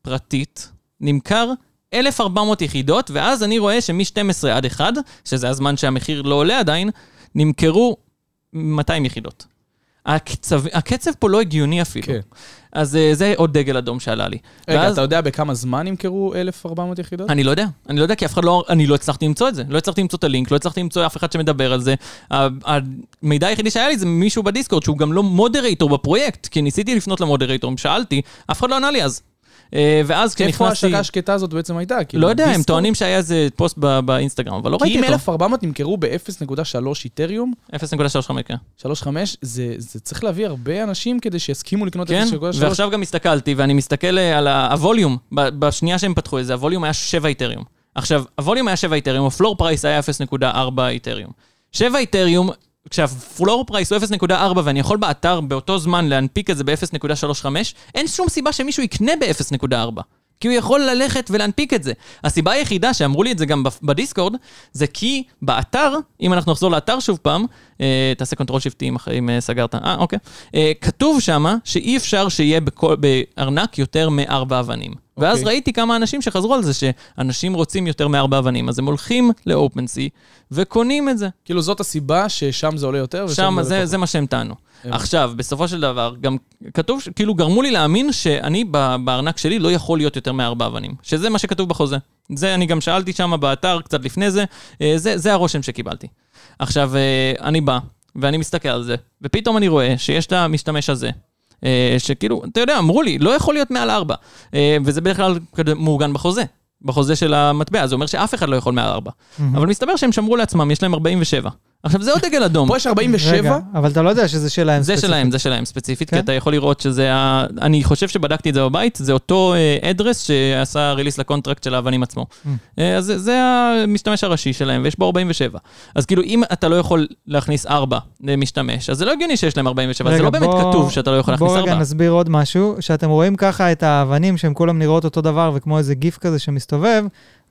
Speaker 1: פרטית נמכר 1,400 יחידות, ואז אני רואה שמ-12 עד 1, שזה הזמן שהמחיר לא עולה עדיין, נמכרו 200 יחידות. הקצב, הקצב פה לא הגיוני אפילו.
Speaker 2: כן.
Speaker 1: אז אה, זה עוד דגל אדום שעלה לי.
Speaker 2: רגע,
Speaker 1: ואז-
Speaker 2: אתה יודע בכמה זמן נמכרו 1,400 יחידות?
Speaker 1: אני לא יודע, אני לא יודע כי אף אחד לא, אני לא הצלחתי למצוא את זה. לא הצלחתי למצוא את הלינק, לא הצלחתי למצוא אף אחד שמדבר על זה. ה- המידע היחידי שהיה לי זה מישהו בדיסקורד שהוא גם לא מודרייטור בפרויקט, כי ניסיתי לפנות למודרייטורים, שאלתי, אף אחד לא ענה לי אז. אה, ואז
Speaker 2: איפה
Speaker 1: כשנכנסתי,
Speaker 2: ההשקה השקטה הזאת בעצם הייתה? כאילו,
Speaker 1: לא יודע, הם
Speaker 2: דיסקורד?
Speaker 1: טוענים שהיה איזה פוסט ב- באינסטגרם, אבל לא
Speaker 2: כי
Speaker 1: ראיתי
Speaker 2: אם
Speaker 1: אותו.
Speaker 2: 1400 נמכרו ב-0.3 איתריום,
Speaker 1: 0.35, כן.
Speaker 2: 3.5, זה, זה צריך להביא הרבה אנשים כדי שיסכימו לקנות
Speaker 1: כן,
Speaker 2: 0.3.
Speaker 1: ועכשיו גם הסתכלתי, ואני מסתכל אה, על ה- הווליום, ב- בשנייה שהם פתחו את זה, הווליום היה 7 איתריום. עכשיו, הווליום היה 7 איתריום, הפלור פרייס היה 0.4 איתריום. 7 איתריום, כשהפלור פרייס הוא 0.4 ואני יכול באתר באותו זמן להנפיק את זה ב-0.35, אין שום סיבה שמישהו יקנה ב-0.4. כי הוא יכול ללכת ולהנפיק את זה. הסיבה היחידה שאמרו לי את זה גם בפ- בדיסקורד, זה כי באתר, אם אנחנו נחזור לאתר שוב פעם, אה, תעשה קונטרול שבטי אם, אחרי- אם אה, סגרת, אה, אוקיי. אה, כתוב שמה שאי אפשר שיהיה בכל, בארנק יותר מארבע אבנים. אוקיי. ואז
Speaker 2: אוקיי.
Speaker 1: ראיתי כמה אנשים שחזרו על זה, שאנשים רוצים יותר מארבע אבנים, אז הם הולכים לאופנסי וקונים את זה.
Speaker 2: כאילו זאת הסיבה ששם זה עולה יותר. ושם
Speaker 1: שם,
Speaker 2: עולה
Speaker 1: זה,
Speaker 2: פחות.
Speaker 1: זה מה שהם טענו.
Speaker 2: הבנתי.
Speaker 1: עכשיו, בסופו של דבר, גם כתוב, ש- כאילו גרמו לי להאמין שאני ב- בארנק שלי לא יכול להיות יותר מארבע אבנים, שזה מה שכתוב בחוזה. זה אני גם שאלתי שם באתר קצת לפני זה, אה, זה, זה הרושם שקיבלתי. עכשיו, אה, אני בא, ואני מסתכל על זה, ופתאום אני רואה שיש את המשתמש הזה, אה, שכאילו, אתה יודע, אמרו לי, לא יכול להיות מעל ארבע. אה, וזה בדרך כלל כד- מעוגן בחוזה, בחוזה של המטבע, זה אומר שאף אחד לא יכול מעל ארבע. אבל מסתבר שהם שמרו לעצמם, יש להם 47. עכשיו, זה עוד דגל אדום.
Speaker 2: פה יש 47?
Speaker 3: רגע, אבל אתה לא יודע שזה שלהם
Speaker 1: כן, זה
Speaker 3: ספציפית.
Speaker 1: שלהם, זה שלהם ספציפית, כי
Speaker 3: כן?
Speaker 1: אתה יכול לראות שזה ה... אני חושב שבדקתי את זה בבית, זה אותו אה, אדרס שעשה ריליס לקונטרקט של האבנים עצמו.
Speaker 3: Mm.
Speaker 1: אה, אז זה- זה המשתמש הראשי שלהם, ויש בו 47. אז כאילו, אם אתה לא יכול להכניס 4 משתמש, אז זה לא הגיוני שיש להם 47, זה
Speaker 3: רגע,
Speaker 1: לא באמת
Speaker 3: בוא-
Speaker 1: כתוב שאתה לא יכול להכניס
Speaker 3: בואו רגע
Speaker 1: 4.
Speaker 3: נסביר עוד משהו, שאתם רואים ככה את האבנים שהן כולם נראות אותו דבר וכמו איזה גיף כזה שמסתובב,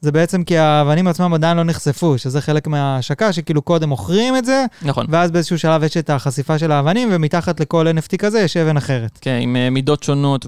Speaker 3: זה בעצם כי האבנים עצמם עדיין לא נחשפו, שזה חלק מההשקה, שכאילו קודם מוכרים את זה,
Speaker 1: נכון.
Speaker 3: ואז באיזשהו שלב יש את החשיפה של האבנים, ומתחת לכל NFT כזה יש אבן אחרת.
Speaker 1: כן, עם אה, מידות שונות,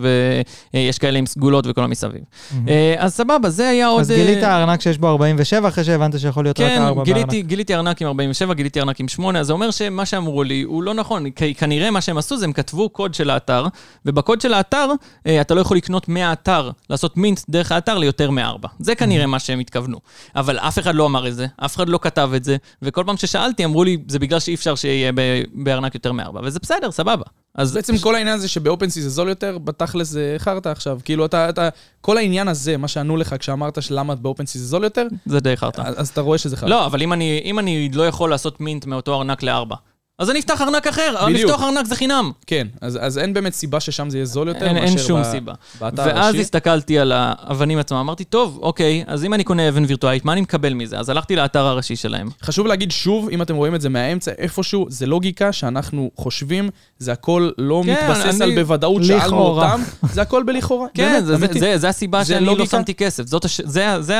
Speaker 1: ויש כאלה עם סגולות וכל המסביב. אה, אז סבבה, זה היה עוד...
Speaker 3: Mm-hmm. אז גילית
Speaker 1: אה,
Speaker 3: ארנק שיש בו 47, אחרי שהבנת שיכול להיות רק
Speaker 1: כן,
Speaker 3: 4 בארנק.
Speaker 1: גיליתי, גיליתי ארנק עם 47, גיליתי ארנק עם 8, אז זה אומר שמה שאמרו לי הוא לא נכון. כי כנראה מה שהם עשו זה הם כתבו קוד של האתר, ובקוד של האתר אה, אתה לא יכול לקנות מהאתר, לעשות מינט דרך האתר ליותר מארבע. זה כנראה מה שהם התכוונו. אבל אף אחד לא אמר את זה, אף אחד לא כתב את זה, וכל פעם ששאלתי אמרו לי, זה בגלל שאי אפשר שיהיה ב- בארנק יותר מארבע, וזה בסדר, סבבה.
Speaker 2: אז
Speaker 1: אז
Speaker 2: בעצם כל העניין זה שבאופנסי זה זול יותר, בתכלס זה חרטא עכשיו. כאילו, אתה, אתה, כל העניין הזה, מה שענו לך כשאמרת שלמה באופנסי זה זול יותר,
Speaker 1: זה די חרטא.
Speaker 2: אז, אז אתה רואה שזה חרטא.
Speaker 1: לא, אבל אם אני, אם אני לא יכול לעשות מינט מאותו ארנק לארבע, אז אני אפתח ארנק אחר, אבל
Speaker 2: בדיוק.
Speaker 1: לפתוח ארנק זה חינם.
Speaker 2: כן, אז, אז אין באמת סיבה ששם זה יהיה זול יותר
Speaker 1: אין-
Speaker 2: מאשר
Speaker 1: אין שום
Speaker 2: ב-
Speaker 1: סיבה.
Speaker 2: באתר
Speaker 1: ואז
Speaker 2: הראשי.
Speaker 1: הסתכלתי על האבנים עצמם, אמרתי, טוב, אוקיי, אז אם אני קונה אבן וירטואלית, מה אני מקבל מזה? אז הלכתי לאתר הראשי שלהם.
Speaker 2: חשוב להגיד שוב, אם אתם רואים את זה מהאמצע, איפשהו, זה לוגיקה שאנחנו חושבים, זה הכל לא
Speaker 1: כן,
Speaker 2: מתבסס
Speaker 1: אני-
Speaker 2: על בוודאות שאלנו
Speaker 3: לכאורה.
Speaker 2: אותם, זה הכל בלכאורה.
Speaker 1: כן,
Speaker 2: באמת,
Speaker 1: זה- זה-
Speaker 2: אמיתי.
Speaker 1: זה- זה הסיבה
Speaker 2: זה
Speaker 1: שאני לא
Speaker 2: לוגיקה?
Speaker 1: שמתי כסף. זאת הש- זה ה- זה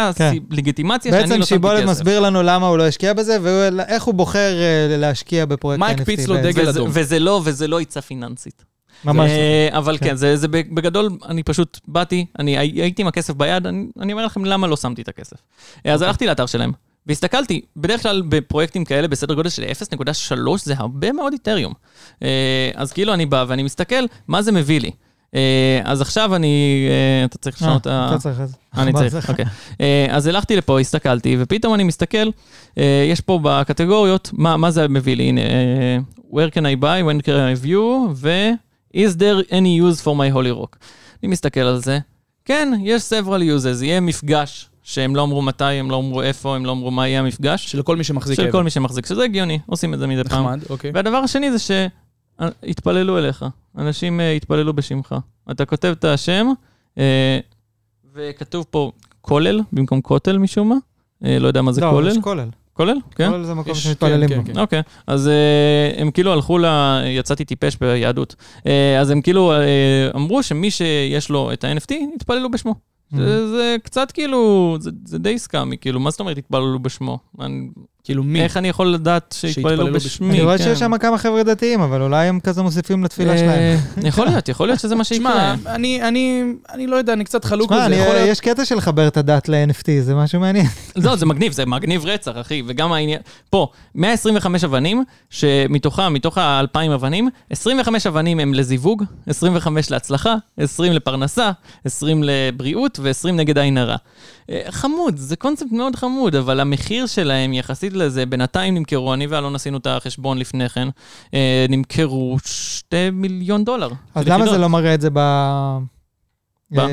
Speaker 1: הלגיטימציה שאני
Speaker 3: בעצם
Speaker 1: לא שמתי
Speaker 3: שיבולת
Speaker 1: כסף.
Speaker 3: מסביר לנו למה הוא לא השקיע בזה, ואיך הוא בוחר אה, להשקיע בפרויקט NFT.
Speaker 2: מה הקפיץ לו
Speaker 3: באיזה-
Speaker 2: דגל?
Speaker 1: וזה-
Speaker 2: אדום.
Speaker 1: וזה לא, וזה לא עצה פיננסית.
Speaker 3: ממש. לא.
Speaker 1: אה, אבל
Speaker 3: כן.
Speaker 1: כן, זה זה בגדול, אני פשוט באתי, אני הי- הייתי עם הכסף ביד, אני אני אומר לכם למה לא שמתי את הכסף. אה, אז
Speaker 3: אוקיי.
Speaker 1: הלכתי לאתר שלהם, והסתכלתי, בדרך כלל בפרויקטים כאלה בסדר גודל של 0.3 זה הרבה מאוד איתריום. אה, אז כאילו אני בא ואני מסתכל, מה זה מביא לי? אה, אז עכשיו אני, אה, אתה צריך לשנות את
Speaker 3: אה,
Speaker 1: ה...
Speaker 3: אתה צריך את זה.
Speaker 1: אני
Speaker 3: מה
Speaker 1: צריך,
Speaker 3: זה?
Speaker 1: אוקיי. אה, אז הלכתי לפה, הסתכלתי, ופתאום אני מסתכל, אה, יש פה בקטגוריות, מה מה זה מביא לי, הנה, אה, where can I buy, when can I view, ו- is there any use for my holy rock. אני מסתכל על זה, כן, יש several uses, יהיה מפגש, שהם לא אמרו מתי, הם לא אמרו איפה, הם לא אמרו מה יהיה המפגש,
Speaker 2: של כל מי שמחזיק
Speaker 1: של
Speaker 2: אבן.
Speaker 1: כל מי שמחזיק, שזה הגיוני, עושים את זה מדי פעם.
Speaker 2: נחמד, אוקיי.
Speaker 1: והדבר השני זה שהתפללו אליך, אנשים אה, התפללו בשמך. אתה כותב את השם, אה, וכתוב פה כולל במקום כותל משום מה. אה, לא יודע מה זה
Speaker 3: לא,
Speaker 1: כולל.
Speaker 3: יש כולל.
Speaker 1: כולל? כן.
Speaker 3: כולל זה מקום
Speaker 2: יש-
Speaker 3: שמתפללים
Speaker 2: כן,
Speaker 3: בו.
Speaker 2: כן, כן.
Speaker 1: אוקיי, אז אה, הם כאילו הלכו ל... יצאתי טיפש ביהדות. אה, אז הם כאילו אה, אמרו שמי שיש לו את ה-NFT, יתפללו בשמו.
Speaker 3: Mm-hmm.
Speaker 1: זה- זה קצת כאילו, זה- זה די סקאמי, כאילו, מה זאת אומרת יתפללו בשמו? אני-
Speaker 2: כאילו מי?
Speaker 1: איך אני יכול לדעת שיתפללו
Speaker 2: שיתפללו
Speaker 1: בשמי?
Speaker 3: אני רואה
Speaker 1: כן.
Speaker 3: שיש שם כמה חבר'ה דתיים, אבל אולי הם כזה מוסיפים לתפילה שלהם.
Speaker 1: אה, יכול להיות, יכול להיות שזה מה
Speaker 2: תשמע,
Speaker 1: שיקרה.
Speaker 2: אני, אני, אני לא יודע, אני קצת חלוק
Speaker 3: תשמע,
Speaker 2: על זה.
Speaker 3: אני-
Speaker 2: יכול להיות...
Speaker 3: יש קטע של לחבר את הדת ל-NFT, זה משהו מעניין.
Speaker 1: לא, זה מגניב, זה מגניב רצח, אחי. וגם העניין... פה, 125 אבנים, שמתוכם, מתוך ה-2,000 אבנים, 25 אבנים הם לזיווג, 25 להצלחה, 20 לפרנסה, 20 לבריאות ו-20 נגד עין הרע. אה, חמוד, זה קונספט מאוד חמוד, אבל המחיר שלהם יחסית לזה, בינתיים נמכרו, אני ואלון עשינו את החשבון לפני כן, אה, נמכרו 2 מיליון דולר.
Speaker 3: אז
Speaker 1: של
Speaker 3: למה זה
Speaker 1: יחידות.
Speaker 3: לא מראה את זה ב...
Speaker 1: ב?
Speaker 3: אה,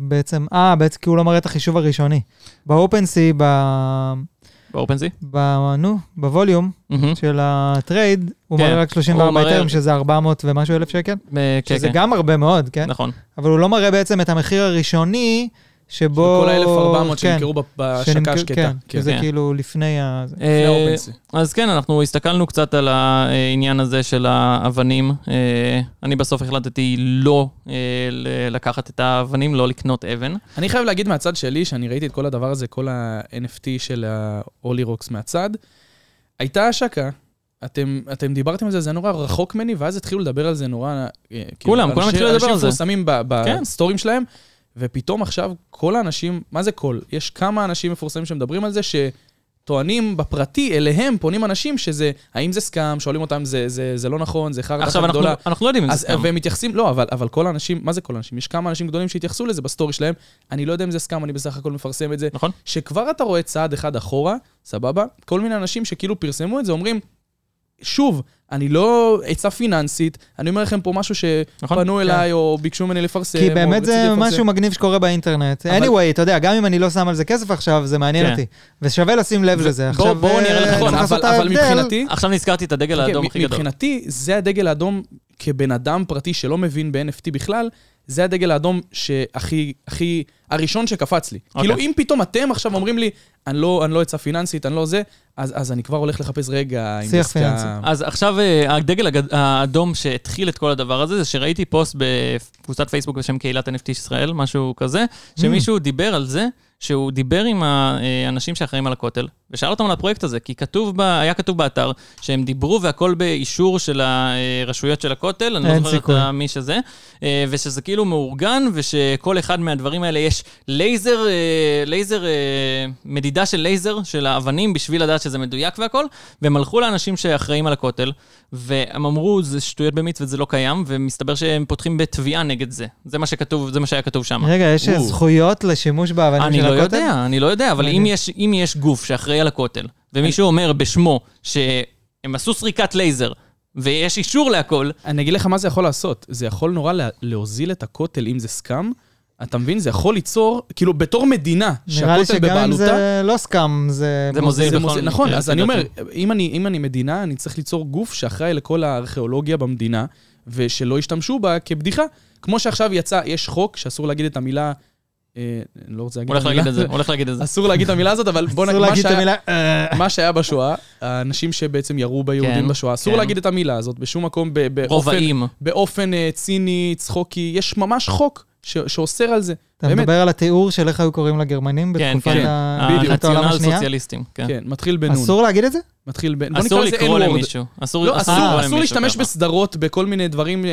Speaker 3: בעצם, אה, בעצם כי הוא לא מראה את החישוב הראשוני. ב-OpenSea, ב... לא-
Speaker 1: ב-OpenSea?
Speaker 3: ב... נו, בווליום
Speaker 1: מהמם.
Speaker 3: של הטרייד, הוא
Speaker 1: כן.
Speaker 3: מראה רק
Speaker 1: הוא
Speaker 3: 34
Speaker 1: מראה-
Speaker 3: היתרים, שזה 400 ומשהו אלף שקל,
Speaker 1: אה, כן,
Speaker 3: שזה
Speaker 1: כן,
Speaker 3: גם הרבה מאוד, כן?
Speaker 1: נכון.
Speaker 3: אבל הוא לא מראה בעצם את המחיר הראשוני, שבו...
Speaker 2: כל ה-1400
Speaker 3: כן,
Speaker 2: שנמכרו בהשקה
Speaker 3: שנמכר-
Speaker 2: השקטה.
Speaker 3: כן,
Speaker 2: כן,
Speaker 3: שזה
Speaker 1: כן.
Speaker 3: כאילו לפני ה...
Speaker 2: לפני
Speaker 1: אה,
Speaker 2: האופנסי.
Speaker 1: אז כן, אנחנו הסתכלנו קצת על העניין הזה של האבנים. אה, אני בסוף החלטתי לא אה, ל- לקחת את האבנים, לא לקנות אבן.
Speaker 2: אני חייב להגיד מהצד שלי, שאני ראיתי את כל הדבר הזה, כל ה-NFT של ה-Holy Rocks מהצד, הייתה השקה, אתם, אתם דיברתם על זה, זה נורא רחוק ממני, ואז התחילו לדבר על זה נורא... אה, כאילו,
Speaker 1: כולם, כולם
Speaker 2: אנשים-
Speaker 1: התחילו לדבר על זה.
Speaker 2: אנשים מפורסמים ב-
Speaker 1: כן.
Speaker 2: בסטורים שלהם, ופתאום עכשיו כל האנשים, מה זה כל? יש כמה אנשים מפורסמים שמדברים על זה, ש... טוענים בפרטי, אליהם פונים אנשים שזה, האם זה סקאם, שואלים אותם, זה, זה, זה לא נכון, זה חרטא
Speaker 1: עכשיו,
Speaker 2: אחת
Speaker 1: אנחנו
Speaker 2: גדולה.
Speaker 1: אנחנו לא יודעים אם זה
Speaker 2: אז,
Speaker 1: סתם.
Speaker 2: והם מתייחסים, לא, אבל, אבל כל האנשים, מה זה כל האנשים? יש כמה אנשים גדולים שהתייחסו לזה בסטורי שלהם, אני לא יודע אם זה סקאם, אני בסך הכל מפרסם את זה.
Speaker 1: נכון.
Speaker 2: שכבר אתה רואה צעד אחד אחורה, סבבה? כל מיני אנשים שכאילו פרסמו את זה אומרים, שוב, אני לא עצה פיננסית, אני אומר לכם פה משהו
Speaker 1: נכון,
Speaker 2: שפנו
Speaker 1: כן.
Speaker 2: אליי או ביקשו ממני לפרסם.
Speaker 3: כי
Speaker 2: או
Speaker 3: באמת
Speaker 2: אה, רציתי
Speaker 3: זה
Speaker 2: לפרסם.
Speaker 3: משהו מגניב שקורה באינטרנט.
Speaker 2: אבל-
Speaker 3: anyway, אתה יודע, גם אם אני לא שם על זה כסף עכשיו, זה מעניין
Speaker 1: כן.
Speaker 3: אותי. ושווה לשים לב
Speaker 2: ו-
Speaker 3: לזה.
Speaker 2: בוא-
Speaker 3: עכשיו,
Speaker 2: בואו נראה
Speaker 3: אה,
Speaker 2: לך, נכון,
Speaker 3: צריך לעשות
Speaker 2: אבל
Speaker 3: את
Speaker 2: אבל
Speaker 3: ההבדל.
Speaker 2: מבחינתי...
Speaker 1: עכשיו נזכרתי את הדגל
Speaker 2: אוקיי,
Speaker 1: האדום
Speaker 2: מ-
Speaker 1: הכי גדול.
Speaker 2: מבחינתי, זה הדגל האדום כבן אדם פרטי שלא מבין ב-NFT בכלל, זה הדגל האדום שהכי, הכי, הראשון שקפץ לי.
Speaker 1: אוקיי.
Speaker 2: כאילו, אם פתאום אתם עכשיו אומרים לי, אני לא אני לא עצה פיננסית, אני לא זה, אז אז אני כבר הולך לחפש רגע... אם
Speaker 3: שיח
Speaker 2: דווקא-
Speaker 3: פיננסי.
Speaker 1: אז עכשיו אה, הדגל הגד- האדום שהתחיל את כל הדבר הזה, זה שראיתי פוסט בקבוצת פייסבוק בשם קהילת NFT ישראל, משהו כזה,
Speaker 3: Mm.
Speaker 1: שמישהו דיבר על זה, שהוא דיבר עם האנשים שאחראים על הכותל, ושאל אותם על הפרויקט הזה, כי כתוב, ב, היה כתוב באתר שהם דיברו והכל באישור של הרשויות של הכותל, אני לא
Speaker 3: אין
Speaker 1: זוכר
Speaker 3: סיכוי.
Speaker 1: את ה- מי שזה, אה, ושזה כאילו מאורגן, ושכל אחד מהדברים האלה יש לייזר, אה, לייזר, אה, מדידה של לייזר, של האבנים, בשביל לדעת שזה מדויק והכל, והם הלכו לאנשים שאחראים על הכותל, והם אמרו, זה שטויות במיץ וזה לא קיים, ומסתבר שהם פותחים בתביעה נגד זה. זה מה שכתוב, זה מה שהיה כתוב שם.
Speaker 3: רגע, יש
Speaker 2: וואו.
Speaker 3: זכויות לשימוש באבנים של
Speaker 1: אני
Speaker 3: הכותל?
Speaker 1: לא יודע, אני לא יודע, אבל אם
Speaker 3: מעניין.
Speaker 1: יש, אם יש גוף שאחראי על הכותל, ומישהו אומר בשמו שהם עשו סריקת לייזר, ויש אישור להכל,
Speaker 2: אני אגיד לך מה זה יכול לעשות. זה יכול נורא לה- להוזיל את הכותל אם זה סקאם. אתה מבין? זה יכול ליצור, כאילו, בתור מדינה,
Speaker 3: נראה לי
Speaker 2: שהכותל
Speaker 3: שגם אם
Speaker 2: בבעלותה...
Speaker 3: זה לא סקאם, זה...
Speaker 1: זה מוזיל
Speaker 2: זה
Speaker 1: בכל כן,
Speaker 2: מוזיל,
Speaker 1: מקרה,
Speaker 2: נכון, אז
Speaker 1: לפי
Speaker 2: אני אומר,
Speaker 1: דעתי.
Speaker 2: אם אני, אם אני מדינה, אני צריך ליצור גוף שאחראי לכל הארכיאולוגיה במדינה, ושלא ישתמשו בה כבדיחה. כמו שעכשיו יצא, יש חוק שאסור להגיד את המילה... אה, אני לא רוצה להגיד
Speaker 1: הולך
Speaker 2: את המילה.
Speaker 1: להגיד את זה, הולך להגיד את זה.
Speaker 2: <laughs> אסור להגיד את המילה הזאת, אבל בוא נגיד
Speaker 3: אסור
Speaker 2: מה,
Speaker 3: להגיד את
Speaker 2: שהיה-
Speaker 3: המילה... אה.
Speaker 2: מה שהיה בשואה, האנשים שבעצם ירו ביהודים
Speaker 1: כן,
Speaker 2: בשואה, אסור
Speaker 1: כן.
Speaker 2: להגיד את המילה הזאת בשום מקום, ב- באופן,
Speaker 1: רובעים.
Speaker 2: באופן אה, ציני, צחוקי, יש ממש חוק ש- שאוסר על זה.
Speaker 3: אתה
Speaker 2: באמת.
Speaker 3: מדבר על התיאור של איך היו קוראים לגרמנים
Speaker 1: כן,
Speaker 3: בתקופת
Speaker 1: כן.
Speaker 3: ה- מלחמת העולם
Speaker 1: הנציונל
Speaker 3: השנייה?
Speaker 1: סוציאליסטים, כן.
Speaker 2: כן, מתחיל בנון.
Speaker 3: אסור להגיד את זה?
Speaker 2: מתחיל ב... בוא
Speaker 1: אסור
Speaker 2: נקרא לזה
Speaker 1: לקרוא
Speaker 2: N-word.
Speaker 1: למישהו. אסור
Speaker 2: לא, אסור,
Speaker 1: לקרוא
Speaker 2: אסור,
Speaker 1: למישהו
Speaker 2: להשתמש
Speaker 1: ככה.
Speaker 2: בסדרות בכל מיני דברים אה,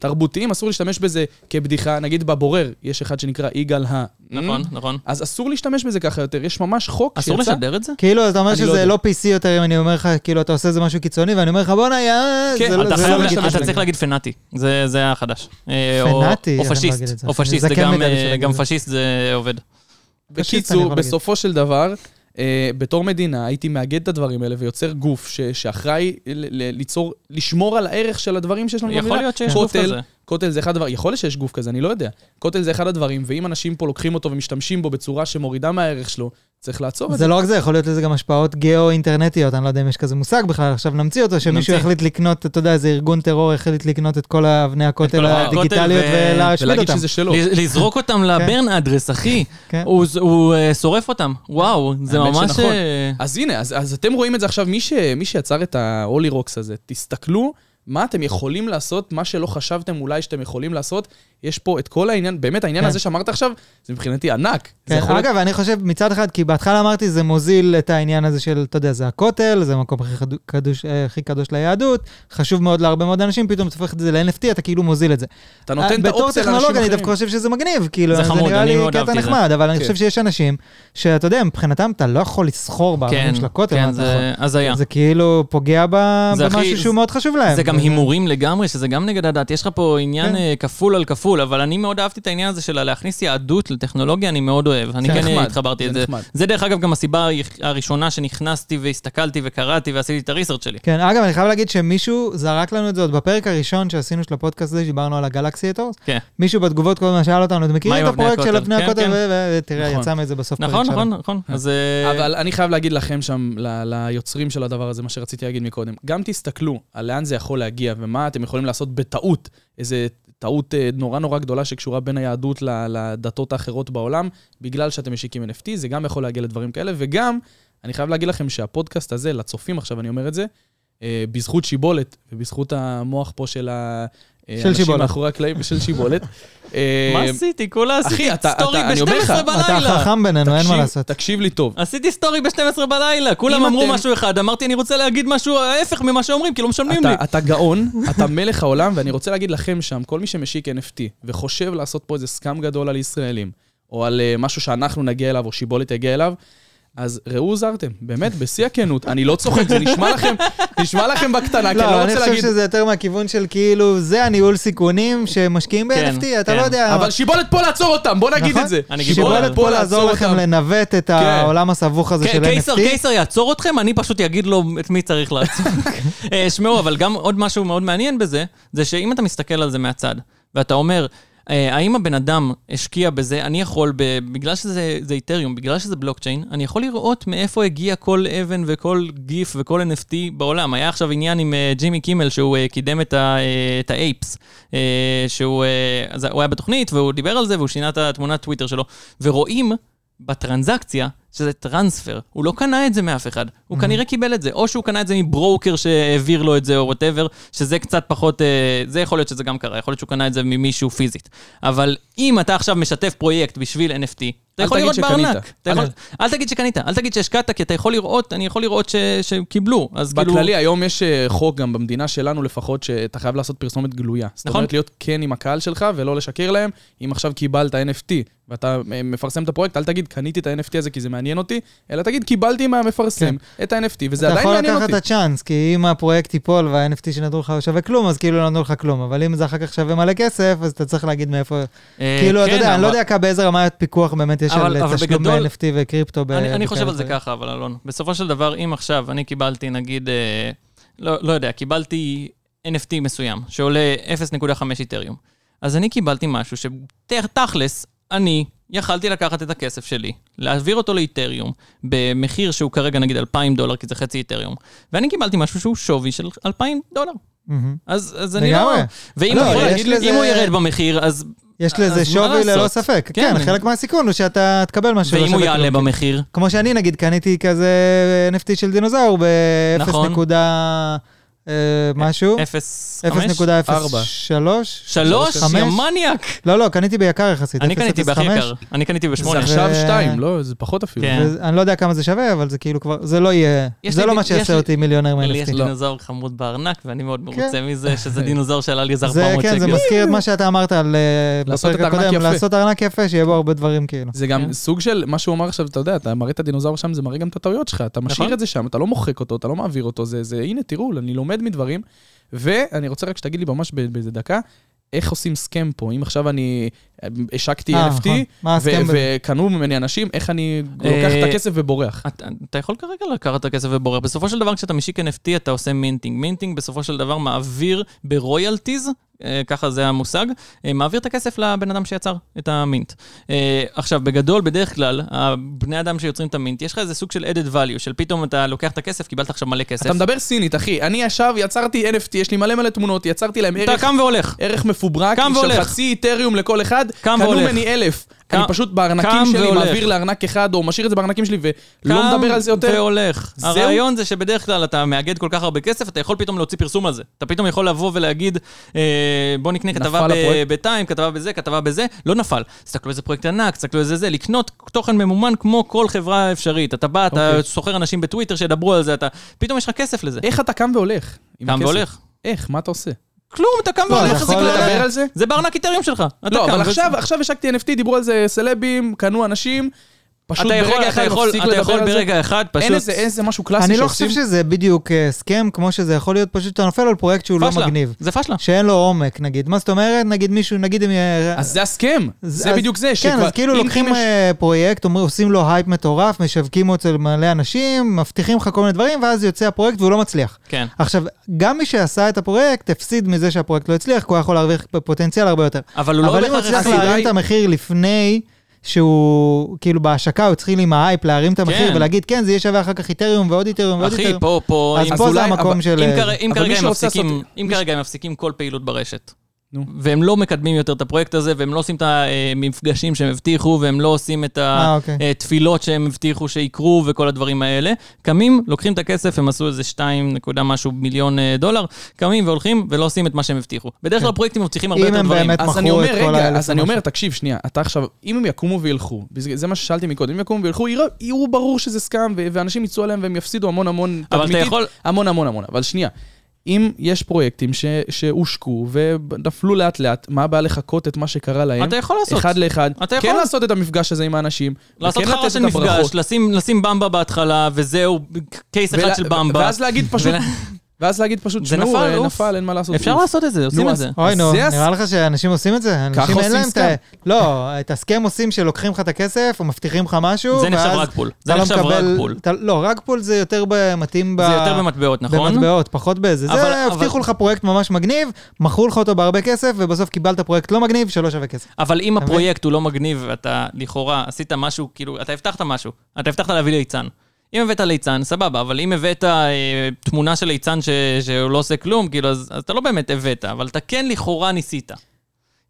Speaker 2: תרבותיים, אסור להשתמש בזה כבדיחה. נגיד בבורר, יש אחד שנקרא יגאל ה...
Speaker 1: נכון, נכון.
Speaker 2: אז אסור להשתמש בזה ככה יותר, יש ממש חוק
Speaker 1: אסור לשדר את זה?
Speaker 3: כאילו, אתה אומר
Speaker 2: אני לא
Speaker 3: שזה
Speaker 2: יודע.
Speaker 3: לא PC יותר אם אני אומר לך, כאילו, אתה עושה איזה משהו קיצוני, ואני אומר לך, בואנה, יא...
Speaker 2: כן,
Speaker 3: זה לא-
Speaker 1: אתה
Speaker 3: זה
Speaker 1: חייב
Speaker 3: לא
Speaker 1: להגיד-
Speaker 3: להגיד את
Speaker 1: אתה
Speaker 3: זה.
Speaker 1: צריך להגיד פנאטי, זה זה החדש. אה, או-
Speaker 3: פנאטי,
Speaker 1: או
Speaker 3: איך אני לא אגיד את
Speaker 1: פשיסט,
Speaker 3: זה?
Speaker 1: או פשיסט,
Speaker 3: אני
Speaker 1: זה גם,
Speaker 3: זקן מדי
Speaker 1: אה,
Speaker 3: בשביל
Speaker 1: גם
Speaker 3: להגיד את זה.
Speaker 1: פשיסט זה עובד.
Speaker 3: פשיסט אני
Speaker 2: בקיצור,
Speaker 3: יכול להגיד.
Speaker 2: בסופו של דבר, אה, בתור מדינה הייתי מאגד את הדברים האלה ויוצר גוף ש- שאחראי ל- ל- ליצור, לשמור על הערך של הדברים שיש לנו במדינה.
Speaker 1: יכול להיות שיש גוף
Speaker 2: כותל,
Speaker 1: כזה.
Speaker 2: כותל זה אחד הדברים, יכול להיות שיש גוף כזה, אני לא יודע. כותל זה אחד הדברים, ואם אנשים פה לוקחים אותו ומשתמשים בו בצורה שמורידה מהערך שלו, צריך לעצור את זה.
Speaker 3: זה לא רק זה, יכול להיות לזה גם השפעות גיאו-אינטרנטיות, אני לא יודע אם יש כזה מושג בכלל, עכשיו נמציא אותו, שמישהו
Speaker 1: נמציא.
Speaker 3: יחליט לקנות, אתה יודע, איזה ארגון טרור החליט לקנות את כל אבני הכותל
Speaker 1: כל
Speaker 3: הדיגיטליות
Speaker 1: הכותל ו-
Speaker 3: ולהשמיד
Speaker 2: ולהגיד
Speaker 3: לא- אותם.
Speaker 2: שזה שלו.
Speaker 1: ל- לזרוק אותם לברן אדרס, אחי.
Speaker 3: כן.
Speaker 1: הוא ז- הוא אה, שורף אותם. וואו, זה
Speaker 2: האמת
Speaker 1: ממש...
Speaker 2: שנכון.
Speaker 1: אה,
Speaker 2: אז הנה, אז, אז אתם רואים את זה עכשיו, מי, ש, מי שיצר את ההולי רוקס הזה, תסתכלו מה אתם יכולים לעשות, מה שלא חשבתם אולי שאתם יכולים לעשות. יש פה את כל העניין, באמת העניין
Speaker 3: כן.
Speaker 2: הזה שאמרת עכשיו, זה מבחינתי ענק. זה
Speaker 3: כן,
Speaker 2: יכול להיות-
Speaker 3: אגב, אני חושב מצד אחד, כי בהתחלה אמרתי, זה מוזיל את העניין הזה של, אתה יודע, זה הכותל, זה המקום הכי חדו- קדוש- אה, הכי קדוש ליהדות, חשוב מאוד להרבה מאוד אנשים, פתאום אתה הופך את זה ל-NFT, אתה כאילו מוזיל את זה.
Speaker 2: אתה נותן את
Speaker 3: בתור
Speaker 2: האופציה
Speaker 3: טכנולוג
Speaker 2: לאנשים
Speaker 3: אני
Speaker 2: אחרים.
Speaker 3: דווקא חושב שזה מגניב, כאילו,
Speaker 1: זה
Speaker 3: זה
Speaker 1: חמוד,
Speaker 3: נראה
Speaker 1: אני
Speaker 3: לי
Speaker 1: מאוד
Speaker 3: קטע
Speaker 1: אהבתי את זה.
Speaker 3: נחמד, אבל אני
Speaker 2: כן.
Speaker 3: חושב שיש אנשים שאתה יודע, מבחינתם אתה לא יכול לסחור
Speaker 1: כן,
Speaker 3: באבנים של הכותל, מה
Speaker 1: כן,
Speaker 3: אתה יכול?
Speaker 1: זה הזיה.
Speaker 3: זה נכון? כאילו פוגע ב...
Speaker 1: זה הכי-
Speaker 3: במשהו שהוא
Speaker 1: זה-
Speaker 3: מאוד חשוב
Speaker 2: כן,
Speaker 3: להם. כן.
Speaker 1: זה גם
Speaker 3: וזה-
Speaker 1: הימורים לגמרי, שזה גם נגד הדת. יש לך פה עניין
Speaker 3: כן.
Speaker 1: אה, כפול על כפול, אבל אני מאוד אהבתי את העניין הזה של להכניס יהדות לטכנולוגיה, אני מאוד אוהב. אני
Speaker 3: זה
Speaker 1: כן
Speaker 2: נחמד,
Speaker 1: התחברתי
Speaker 2: זה
Speaker 1: לזה.
Speaker 2: נחמד.
Speaker 1: זה דרך אגב גם הסיבה היח- הראשונה שנכנסתי והסתכלתי וקראתי ועשיתי את הריסרצ' שלי.
Speaker 3: כן, אגב, אני חייב להגיד שמישהו זרק לנו את זה עוד בפרק הראשון שעשינו של הפודקאסט הזה, שדיברנו על הגלקסי אטורס.
Speaker 1: כן.
Speaker 3: מישהו בתגובות כל הזמן שאל אותנו, אתם
Speaker 1: מה
Speaker 3: מכירים
Speaker 1: עם
Speaker 3: את
Speaker 1: אבני
Speaker 3: הפרויקט של
Speaker 1: הכותל?"
Speaker 3: אבני
Speaker 1: כן, כן.
Speaker 3: הכותל? ו- ו- ותראה,
Speaker 2: נכון.
Speaker 3: יצא מזה בסוף פרק
Speaker 1: נכון,
Speaker 3: שלנו.
Speaker 1: נכון, נכון. אז... אה,
Speaker 2: כן. אבל אני חייב להגיד לכם שם, ל- ליוצרים של הדבר הזה, מה שרציתי להגיד מקודם, גם תסתכלו על לאן זה יכול להגיע ומה אתם יכולים לעשות בטעות, איזה טעות אה, נורא נורא גדולה שקשורה בין היהדות ל- לדתות האחרות בעולם, בגלל שאתם משיקים NFT, זה גם יכול להגיע לדברים כאלה, וגם, אני חייב להגיד לכם שהפודקאסט הזה, לצופים עכשיו אני אומר את זה, אה, בזכות שיבולת ובזכות המוח פה של ה... אה,
Speaker 3: של
Speaker 2: אנשים
Speaker 3: שיבולת.
Speaker 2: מאחורי הקלעים, של שיבולת. אה,
Speaker 1: מה עשיתי? כולה עשיתי
Speaker 2: אחי, אתה-
Speaker 1: סטורי
Speaker 2: אתה- אני אומר לך,
Speaker 1: ב-12
Speaker 3: אתה
Speaker 1: בלילה.
Speaker 3: חכם בינינו, אין מה
Speaker 2: תקשיב-
Speaker 3: לעשות.
Speaker 2: תקשיב לי טוב.
Speaker 1: עשיתי סטורי ב-12 בלילה, כולם
Speaker 2: אם
Speaker 1: אמרו
Speaker 2: אתם-
Speaker 1: משהו אחד, אמרתי אני רוצה להגיד משהו ההפך ממה שאומרים, כי לא משלמים לי.
Speaker 2: אתה, אתה גאון, אתה מלך העולם, ואני רוצה להגיד לכם שם, כל מי שמשיק NFT וחושב אה, לעשות פה איזה סקאם גדול על ישראלים, או על uh, משהו שאנחנו נגיע אליו, או שיבולת יגיע אליו, אז ראו הוזהרתם, באמת, בשיא הכנות. אני לא צוחק, זה נשמע לכם, נשמע לכם בקטנה, כי אני
Speaker 3: לא,
Speaker 2: לא
Speaker 3: אני
Speaker 2: רוצה
Speaker 3: חושב
Speaker 2: להגיד...
Speaker 3: שזה יותר מהכיוון של כאילו, זה הניהול סיכונים שמשקיעים
Speaker 1: כן,
Speaker 3: ב-NFT, אתה
Speaker 1: כן.
Speaker 3: לא יודע.
Speaker 2: אבל שיבולת פה לעצור אותם, בוא נגיד
Speaker 3: נכון?
Speaker 2: את זה.
Speaker 1: אני גיבור.
Speaker 3: שיבולת פה לעזור לכם לנווט את העולם הסבוך הזה של
Speaker 1: ק- כן. קיסר,
Speaker 3: NFT.
Speaker 1: קיסר יעצור אתכם, אני פשוט אגיד לו את מי צריך
Speaker 3: <laughs>
Speaker 1: לעצור.
Speaker 3: אוקיי.
Speaker 1: אה, שמעו, אבל גם עוד משהו מאוד מעניין בזה, זה שאם אתה מסתכל על זה מהצד, ואתה אומר, אה, האם הבן אדם השקיע בזה, אני יכול, ב- בגלל שזה זה איתריום, בגלל שזה בלוקצ'יין, אני יכול לראות מאיפה הגיע כל אבן וכל גיף וכל NFT בעולם. היה עכשיו עניין עם אה, ג'ימי קימל, שהוא אה, קידם את ה- אה, את האייפס, אה, שהוא אה, אז הוא היה בתוכנית, והוא דיבר על זה, והוא שינה את התמונת טוויטר שלו, ורואים... בטרנזקציה, שזה טרנספר. הוא לא קנה את זה מאף אחד,
Speaker 3: Mhm.
Speaker 1: הוא כנראה קיבל את זה. או שהוא קנה את זה מברוקר שהעביר לו את זה, או וואטאבר, שזה קצת פחות, אה, זה יכול להיות שזה גם קרה, יכול להיות שהוא קנה את זה ממישהו פיזית. אבל אם אתה עכשיו משתף פרויקט בשביל NFT, אתה
Speaker 2: אל
Speaker 1: יכול
Speaker 2: תגיד
Speaker 1: לראות
Speaker 2: שקנית.
Speaker 1: בארנק. אתה יכול-
Speaker 2: אל-
Speaker 1: אל תגיד שקנית, אל תגיד שהשקעת, כי אתה יכול לראות, אני יכול לראות ש- שקיבלו. אז כאילו...
Speaker 2: בכללי, היום יש אה, חוק גם במדינה שלנו לפחות, שאתה חייב לעשות פרסומת גלויה. זאת
Speaker 1: נכון.
Speaker 2: אומרת, להיות כן עם הקהל שלך ולא לשקר להם. אם עכשיו קיבלת NFT ואתה אה, מפרסם את הפרויקט, אל תגיד, קניתי את ה-NFT הזה כי זה מעניין אותי, אלא תגיד, קיבלתי מהמפרסם
Speaker 1: כן.
Speaker 2: את ה-NFT, וזה
Speaker 3: אתה
Speaker 2: עדיין
Speaker 3: יכול
Speaker 2: מעניין
Speaker 3: לקחת
Speaker 2: אותי.
Speaker 3: את הצ'אנס, כי אם הפרויקט ייפול וה-NFT שנתנו לך לא שווה כלום, אז כאילו לא נתנו לך כלום. אבל אם זה אחר כך שווה מלא כסף, אז אתה צריך להגיד מאיפה...
Speaker 1: אה,
Speaker 3: כאילו, אתה
Speaker 1: כן,
Speaker 3: יודע, אני לא
Speaker 1: אבל-
Speaker 3: יודע כ- באיזה רמת פיקוח באמת יש
Speaker 1: אבל-
Speaker 3: על
Speaker 1: אבל
Speaker 3: תשלום
Speaker 1: בגדול-
Speaker 3: ב-NFT וקריפטו. ב-
Speaker 1: אני, אני
Speaker 3: וכאלה
Speaker 1: חושב על זה
Speaker 3: דברים.
Speaker 1: ככה, אבל אלון, בסופו של דבר, אם עכשיו אני קיבלתי, נגיד, אה, לא, לא יודע, קיבלתי NFT מסוים, שעולה 0.5 איתריום, אז אני קיבלתי משהו שתכלס, אני יכלתי לקחת את הכסף שלי, להעביר אותו לאיתריום, במחיר שהוא כרגע נגיד 2,000 דולר, כי זה חצי איתריום, ואני קיבלתי משהו שהוא שווי של 2,000 דולר.
Speaker 3: מהמם.
Speaker 1: אז, אז אני לא...
Speaker 3: לגמרי.
Speaker 1: ואם
Speaker 3: לא,
Speaker 1: הוא יכול
Speaker 3: יש
Speaker 1: להגיד לי,
Speaker 3: לזה-
Speaker 1: אם הוא ירד במחיר, אז...
Speaker 3: יש
Speaker 1: אז מה
Speaker 3: לזה שווי
Speaker 1: לעשות?
Speaker 3: ללא ספק.
Speaker 1: כן,
Speaker 3: כן,
Speaker 1: אני-
Speaker 3: חלק מהסיכון הוא שאתה תקבל משהו. לא
Speaker 1: ואם הוא
Speaker 3: שווה
Speaker 1: יעלה
Speaker 3: כלום.
Speaker 1: במחיר?
Speaker 3: כמו שאני, נגיד, קניתי כזה NFT של דינוזאור ב-0
Speaker 1: נכון.
Speaker 3: נקודה אה, משהו.
Speaker 1: 0.5?
Speaker 3: 0.03?
Speaker 1: שלוש?
Speaker 3: חמש?
Speaker 1: יא מניאק!
Speaker 3: לא, לא, קניתי ביקר יחסית.
Speaker 1: אני קניתי בהכי
Speaker 3: 0.05.
Speaker 1: יקר, אני קניתי
Speaker 2: זה
Speaker 1: בשמונה.
Speaker 3: זה-
Speaker 2: עכשיו שתיים, לא? זה פחות אפילו.
Speaker 1: כן.
Speaker 3: ואני לא יודע כמה זה שווה, אבל זה כאילו כבר, זה לא יהיה,
Speaker 1: יש
Speaker 3: זה
Speaker 1: לי-
Speaker 3: לא מה
Speaker 1: יש
Speaker 3: שיעשה
Speaker 1: לי-
Speaker 3: אותי מיליונר
Speaker 1: לי יש
Speaker 3: מ-NFT.
Speaker 1: דינוזאור חמוד בארנק, ואני מאוד מרוצה
Speaker 3: כן.
Speaker 1: מזה שזה דינוזאור שעלה לי איזה
Speaker 3: זה
Speaker 1: 400
Speaker 3: כן, זה
Speaker 1: שקל.
Speaker 3: מזכיר את מה שאתה אמרת על אה,
Speaker 2: לעשות
Speaker 3: בפרק
Speaker 2: את הארנק
Speaker 3: הקודם,
Speaker 2: יפה.
Speaker 3: לעשות ארנק יפה, שיהיה בו הרבה דברים כאילו.
Speaker 2: זה גם
Speaker 1: כן.
Speaker 2: סוג של, מה שהוא אמר עכשיו, אתה יודע, אתה מראה את הדינוזאור שם, זה מראה גם את הטעויות שלך. אתה
Speaker 1: נכון.
Speaker 2: משאיר את זה שם, אתה לא מוחק אותו, אתה לא מעביר אותו, זה, זה, הנה, תראו, אני לומד מדברים. ואני רוצה רק שתגיד לי ממש ב- באיזה דקה, איך עושים סכם פה? אם עכשיו אני אה, השקתי
Speaker 3: אה,
Speaker 2: NFT,
Speaker 3: נכון. מה
Speaker 2: ו-
Speaker 3: הסכם בזה?
Speaker 2: וקנו ממני אנשים, איך אני
Speaker 1: אה,
Speaker 2: לוקח את הכסף ובורח?
Speaker 1: אתה- אתה יכול כרגע לקחת את הכסף ובורר. בסופו של דבר, כשאתה משיק NFT, אתה עושה מינטינג. מינטינג בסופו של דבר מעביר ברויאלטיז, אה, ככה זה המושג, אה, מעביר את הכסף לבן אדם שיצר את המינט. אה, עכשיו, בגדול, בדרך כלל, הבני אדם שיוצרים את המינט, יש לך איזה סוג של added value, של פתאום אתה לוקח את הכסף, קיבלת עכשיו מלא כסף.
Speaker 2: אתה מדבר סינית, אחי. אני עכשיו יצרתי NFT, יש לי מלא מלא תמונות, יצרתי להם
Speaker 1: אתה
Speaker 2: ערך
Speaker 1: קם והולך.
Speaker 2: ערך מפוברק
Speaker 1: קם
Speaker 2: של
Speaker 1: והולך.
Speaker 2: חצי איתריום לכל אחד,
Speaker 1: קם
Speaker 2: קנו
Speaker 1: והולך.
Speaker 2: ממני אלף.
Speaker 1: קם-
Speaker 2: אני פשוט
Speaker 1: קם
Speaker 2: בארנקים שלי
Speaker 1: והולך.
Speaker 2: מעביר לארנק אחד, או משאיר את זה בארנקים שלי ולא
Speaker 1: קם
Speaker 2: לא מדבר על זה יותר.
Speaker 1: והולך.
Speaker 2: זהו?
Speaker 1: הרעיון זה שבדרך כלל אתה מאגד כל כך הרבה כסף, אתה יכול פתאום להוציא פרסום על זה. אתה פתאום יכול לבוא ולהגיד, אה, בוא נקנה כתבה
Speaker 2: נפל
Speaker 1: ב-
Speaker 2: הפרויקט.
Speaker 1: בטיים, כתבה בזה, כתבה בזה, לא נפל. תסתכלו איזה פרויקט ענק, תסתכלו איזה זה, לקנות תוכן ממומן כמו כל חברה אפשרית. אתה בא, אתה
Speaker 2: אוקיי.
Speaker 1: סוחר אנשים בטוויטר שידברו על זה, אתה... פתאום יש לך כסף לזה.
Speaker 2: איך אתה קם והולך? עם
Speaker 1: קם
Speaker 2: הכסף?
Speaker 1: והולך.
Speaker 2: איך? מה אתה עושה?
Speaker 1: כלום, אתה קם
Speaker 3: לא,
Speaker 1: והולך,
Speaker 3: אתה
Speaker 1: זה
Speaker 3: יכול
Speaker 1: כבר...
Speaker 2: לדבר על זה?
Speaker 1: זה בארנק איתריום שלך. אתה
Speaker 2: לא,
Speaker 1: קם
Speaker 2: אבל
Speaker 1: וזה-
Speaker 2: עכשיו, עכשיו השקתי NFT, דיברו על זה סלבים, קנו אנשים, פשוט
Speaker 1: אתה יכול-
Speaker 2: ברגע
Speaker 1: אתה
Speaker 2: אחד
Speaker 1: יכול-
Speaker 2: מפסיק
Speaker 1: אתה
Speaker 2: לדבר
Speaker 1: יכול
Speaker 2: על זה.
Speaker 1: ברגע אחד פשוט...
Speaker 2: אין איזה- איזה משהו קלאסי
Speaker 3: אני לא חושב
Speaker 2: שעושים.
Speaker 3: שזה בדיוק אה, סכם, כמו שזה יכול להיות פשוט שאתה נופל על פרויקט שהוא לא
Speaker 1: פשלה.
Speaker 3: מגניב.
Speaker 1: זה פשלה.
Speaker 3: שאין לו עומק, נגיד. מה זאת אומרת? נגיד מישהו, נגיד אם... יהיה-
Speaker 2: אז זה הסכם, זה
Speaker 3: אז-
Speaker 2: בדיוק זה.
Speaker 3: כן,
Speaker 2: שכבר-
Speaker 3: אז כאילו
Speaker 2: אם- אם
Speaker 3: לוקחים
Speaker 2: יש-
Speaker 3: אה, פרויקט, אומר- עושים לו הייפ מטורף, משווקים אותו למלא אנשים, מבטיחים לך כל מיני דברים, ואז יוצא הפרויקט והוא לא מצליח.
Speaker 1: כן.
Speaker 3: עכשיו, גם מי שעשה את הפרויקט, הפסיד מזה שהפרויקט לא הצליח, כי הוא היה יכול להרוויח פוטנציאל הרבה יותר.
Speaker 1: אבל הוא לא...
Speaker 3: אבל
Speaker 1: הולך
Speaker 3: אם הוא הצליח
Speaker 1: אחרי-
Speaker 3: להרים
Speaker 2: הסיבה
Speaker 3: את
Speaker 2: היא-
Speaker 3: המחיר לפני שהוא, כאילו בהשקה, הוא התחיל עם ההייפ להרים את
Speaker 1: כן.
Speaker 3: המחיר ולהגיד, כן, זה יהיה שווה אחר כך איתריום ועוד איתריום ועוד
Speaker 1: אחי,
Speaker 3: איתריום.
Speaker 1: פה, פה...
Speaker 3: אז
Speaker 1: אם-
Speaker 3: פה
Speaker 2: אז
Speaker 3: זה
Speaker 2: אולי-
Speaker 3: המקום
Speaker 2: אבל-
Speaker 3: של... אה,
Speaker 1: אם כרגע- אם
Speaker 2: אבל
Speaker 1: כרגע
Speaker 2: מי
Speaker 1: הם
Speaker 2: שרוצה
Speaker 1: מפסיקים-
Speaker 2: לעשות-
Speaker 1: אם
Speaker 2: מי ש-
Speaker 1: כרגע הם מפסיקים כל פעילות ברשת,
Speaker 2: נו.
Speaker 1: והם לא מקדמים יותר את הפרויקט הזה, והם לא עושים את המפגשים שהם הבטיחו, והם לא עושים את
Speaker 3: אה, אוקיי.
Speaker 1: התפילות שהם הבטיחו שיקרו וכל הדברים האלה, קמים, לוקחים את הכסף, הם עשו איזה 2 נקודה משהו מיליון אה, דולר, קמים והולכים ולא עושים את מה שהם הבטיחו. בדרך כלל פרויקטים מבטיחים הרבה
Speaker 3: כן. אם
Speaker 1: יותר
Speaker 3: הם
Speaker 1: דברים.
Speaker 3: באמת-
Speaker 2: אז
Speaker 3: מכרו
Speaker 2: אני
Speaker 3: את
Speaker 2: אומר,
Speaker 3: כל
Speaker 2: רגע,
Speaker 3: האלף
Speaker 2: אז אני
Speaker 3: ומשהו.
Speaker 2: אומר, תקשיב, שנייה, אתה עכשיו, אם הם יקומו וילכו, בזה- זה מה ששאלתי מקודם, אם יקומו וילכו, יראו- יראו ברור שזה סקאם, ו- ואנשים יצאו עליהם והם יפסידו המון המון
Speaker 1: אבל אתה
Speaker 2: תדמיתית,
Speaker 1: יכול-
Speaker 2: המון המון המון, אבל שנייה. אם יש פרויקטים ש, שהושקו ונפלו לאט לאט, מה הבעיה לחכות את מה שקרה להם?
Speaker 1: אתה יכול לעשות.
Speaker 2: כן. אחד לאחד.
Speaker 1: אתה
Speaker 2: כן
Speaker 1: יכול.
Speaker 2: לעשות את המפגש הזה עם האנשים.
Speaker 1: לעשות
Speaker 2: וכן לתת
Speaker 1: חרא
Speaker 2: את
Speaker 1: של מפגש,
Speaker 2: הברכות.
Speaker 1: לשים, לשים במבה בהתחלה, וזהו, קייס אחד
Speaker 2: ולה-
Speaker 1: של במבה.
Speaker 2: ואז להגיד פשוט, ואז להגיד פשוט,
Speaker 1: זה
Speaker 2: שמעו,
Speaker 1: נפל,
Speaker 2: אה,
Speaker 1: אוף."
Speaker 2: נפל, אין מה לעשות.
Speaker 1: אפשר
Speaker 2: אוף.
Speaker 1: לעשות את זה, עושים
Speaker 2: נו,
Speaker 1: את
Speaker 2: אז-
Speaker 1: זה.
Speaker 3: אוי
Speaker 2: אז
Speaker 3: נו,
Speaker 2: זה הס-
Speaker 3: נראה לך שאנשים עושים את זה? אנשים
Speaker 2: ככה
Speaker 3: אין
Speaker 2: עושים
Speaker 3: להם את ה- לא, את הסכם עושים שלוקחים לך את הכסף, או מבטיחים לך משהו,
Speaker 1: זה נחשב
Speaker 3: ואז
Speaker 1: רק פול. זה
Speaker 3: אתה לא
Speaker 1: נחשב רק
Speaker 3: מקבל-
Speaker 1: פול.
Speaker 3: אתה- לא, רק פול זה יותר ב- מתאים ב...
Speaker 1: זה יותר במטבעות, נכון?
Speaker 3: במטבעות, פחות באיזה.
Speaker 1: אבל-
Speaker 3: זה, הבטיחו
Speaker 1: אבל-
Speaker 3: לך פרויקט ממש מגניב, מכרו לך אותו בהרבה כסף, ובסוף קיבלת פרויקט לא מגניב שלא שווה כסף.
Speaker 1: אבל אם
Speaker 3: אתה מבין?
Speaker 1: הפרויקט הוא לא מגניב ואתה לכאורה עשית משהו, כאילו, אתה הבטחת משהו, אתה הבטחת להביא ליצן. אם הבאת ליצן, סבבה, אבל אם הבאת אה, תמונה של ליצן ש... שהוא לא עושה כלום, כאילו, אז, אז אתה לא באמת הבאת, אבל אתה כן לכאורה ניסית.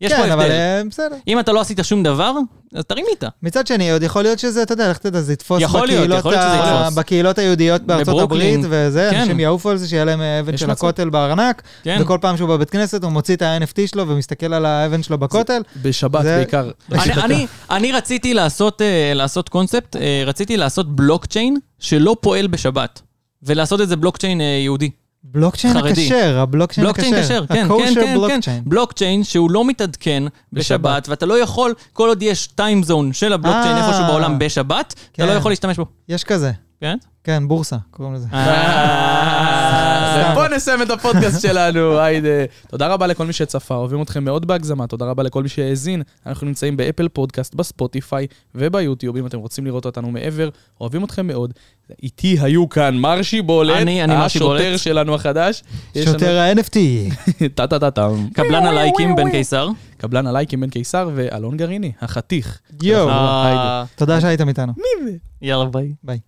Speaker 1: יש פה
Speaker 3: כן, אבל
Speaker 1: הבדל.
Speaker 3: אה, בסדר.
Speaker 1: אם אתה לא עשית שום דבר, אז תרימית.
Speaker 3: <laughs> מצד שני, עוד יכול להיות שזה, אתה יודע, לך תדע, זה יתפוס
Speaker 1: יכול להיות,
Speaker 3: בקהילות
Speaker 1: יכול להיות שזה
Speaker 3: ה-
Speaker 1: יתפוס.
Speaker 3: בקהילות היהודיות בארצות
Speaker 1: בברוקלין.
Speaker 3: הברית, וזה,
Speaker 1: כן.
Speaker 3: אנשים יעופו על זה, שיהיה להם אה, אבן
Speaker 1: יש
Speaker 3: של
Speaker 1: מצב.
Speaker 3: הכותל בארנק,
Speaker 1: כן.
Speaker 3: וכל פעם שהוא בבית כנסת הוא מוציא את ה-NFT שלו ומסתכל על האבן שלו בכותל.
Speaker 2: בשבת
Speaker 3: זה-
Speaker 2: בעיקר.
Speaker 1: אני, אני, אני רציתי לעשות, אה, לעשות קונספט, אה, רציתי לעשות בלוקצ'יין שלא פועל בשבת, ולעשות את זה בלוקצ'יין אה, יהודי.
Speaker 3: בלוקצ'יין
Speaker 1: חרדי.
Speaker 3: הכשר, הבלוקצ'יין הכשר.
Speaker 1: בלוקצ'יין כשר, כן, כן,
Speaker 3: ה-kosher
Speaker 1: כן,
Speaker 3: בלוקצ'יין.
Speaker 1: כן. בלוקצ'יין שהוא לא מתעדכן בשבת,
Speaker 3: בשבת.
Speaker 1: ואתה לא יכול, כל עוד יש טיים זון של הבלוקצ'יין
Speaker 3: אה.
Speaker 1: איפשהו בעולם בשבת, אתה
Speaker 3: כן.
Speaker 1: לא יכול להשתמש בו.
Speaker 3: יש כזה,
Speaker 1: כן?
Speaker 3: כן, בורסה, קוראים לזה.
Speaker 1: אה.
Speaker 2: בואו נסיים את הפודקאסט שלנו, היידה. תודה רבה לכל מי שצפה, אוהבים אתכם מאוד בהגזמה, תודה רבה לכל מי שהאזין. אנחנו נמצאים באפל פודקאסט, בספוטיפיי וביוטיוב, אם אתם רוצים לראות אותנו מעבר, אוהבים אתכם מאוד. איתי היו כאן מר שיבולת,
Speaker 1: אני- אני מר
Speaker 2: השוטר
Speaker 1: שיבולת.
Speaker 2: שלנו החדש. יש לנו-
Speaker 3: שוטר
Speaker 1: <laughs>
Speaker 3: ה-NFT.
Speaker 2: <laughs> טה טה טה טם.
Speaker 1: קבלן הלייקים בן קיסר.
Speaker 2: קבלן הלייקים בן קיסר ואלון גרעיני, החתיך.
Speaker 3: יואו,
Speaker 1: אה,
Speaker 2: היידה.
Speaker 3: תודה שהייתם איתנו.
Speaker 1: יאללה ביי.
Speaker 3: ביי.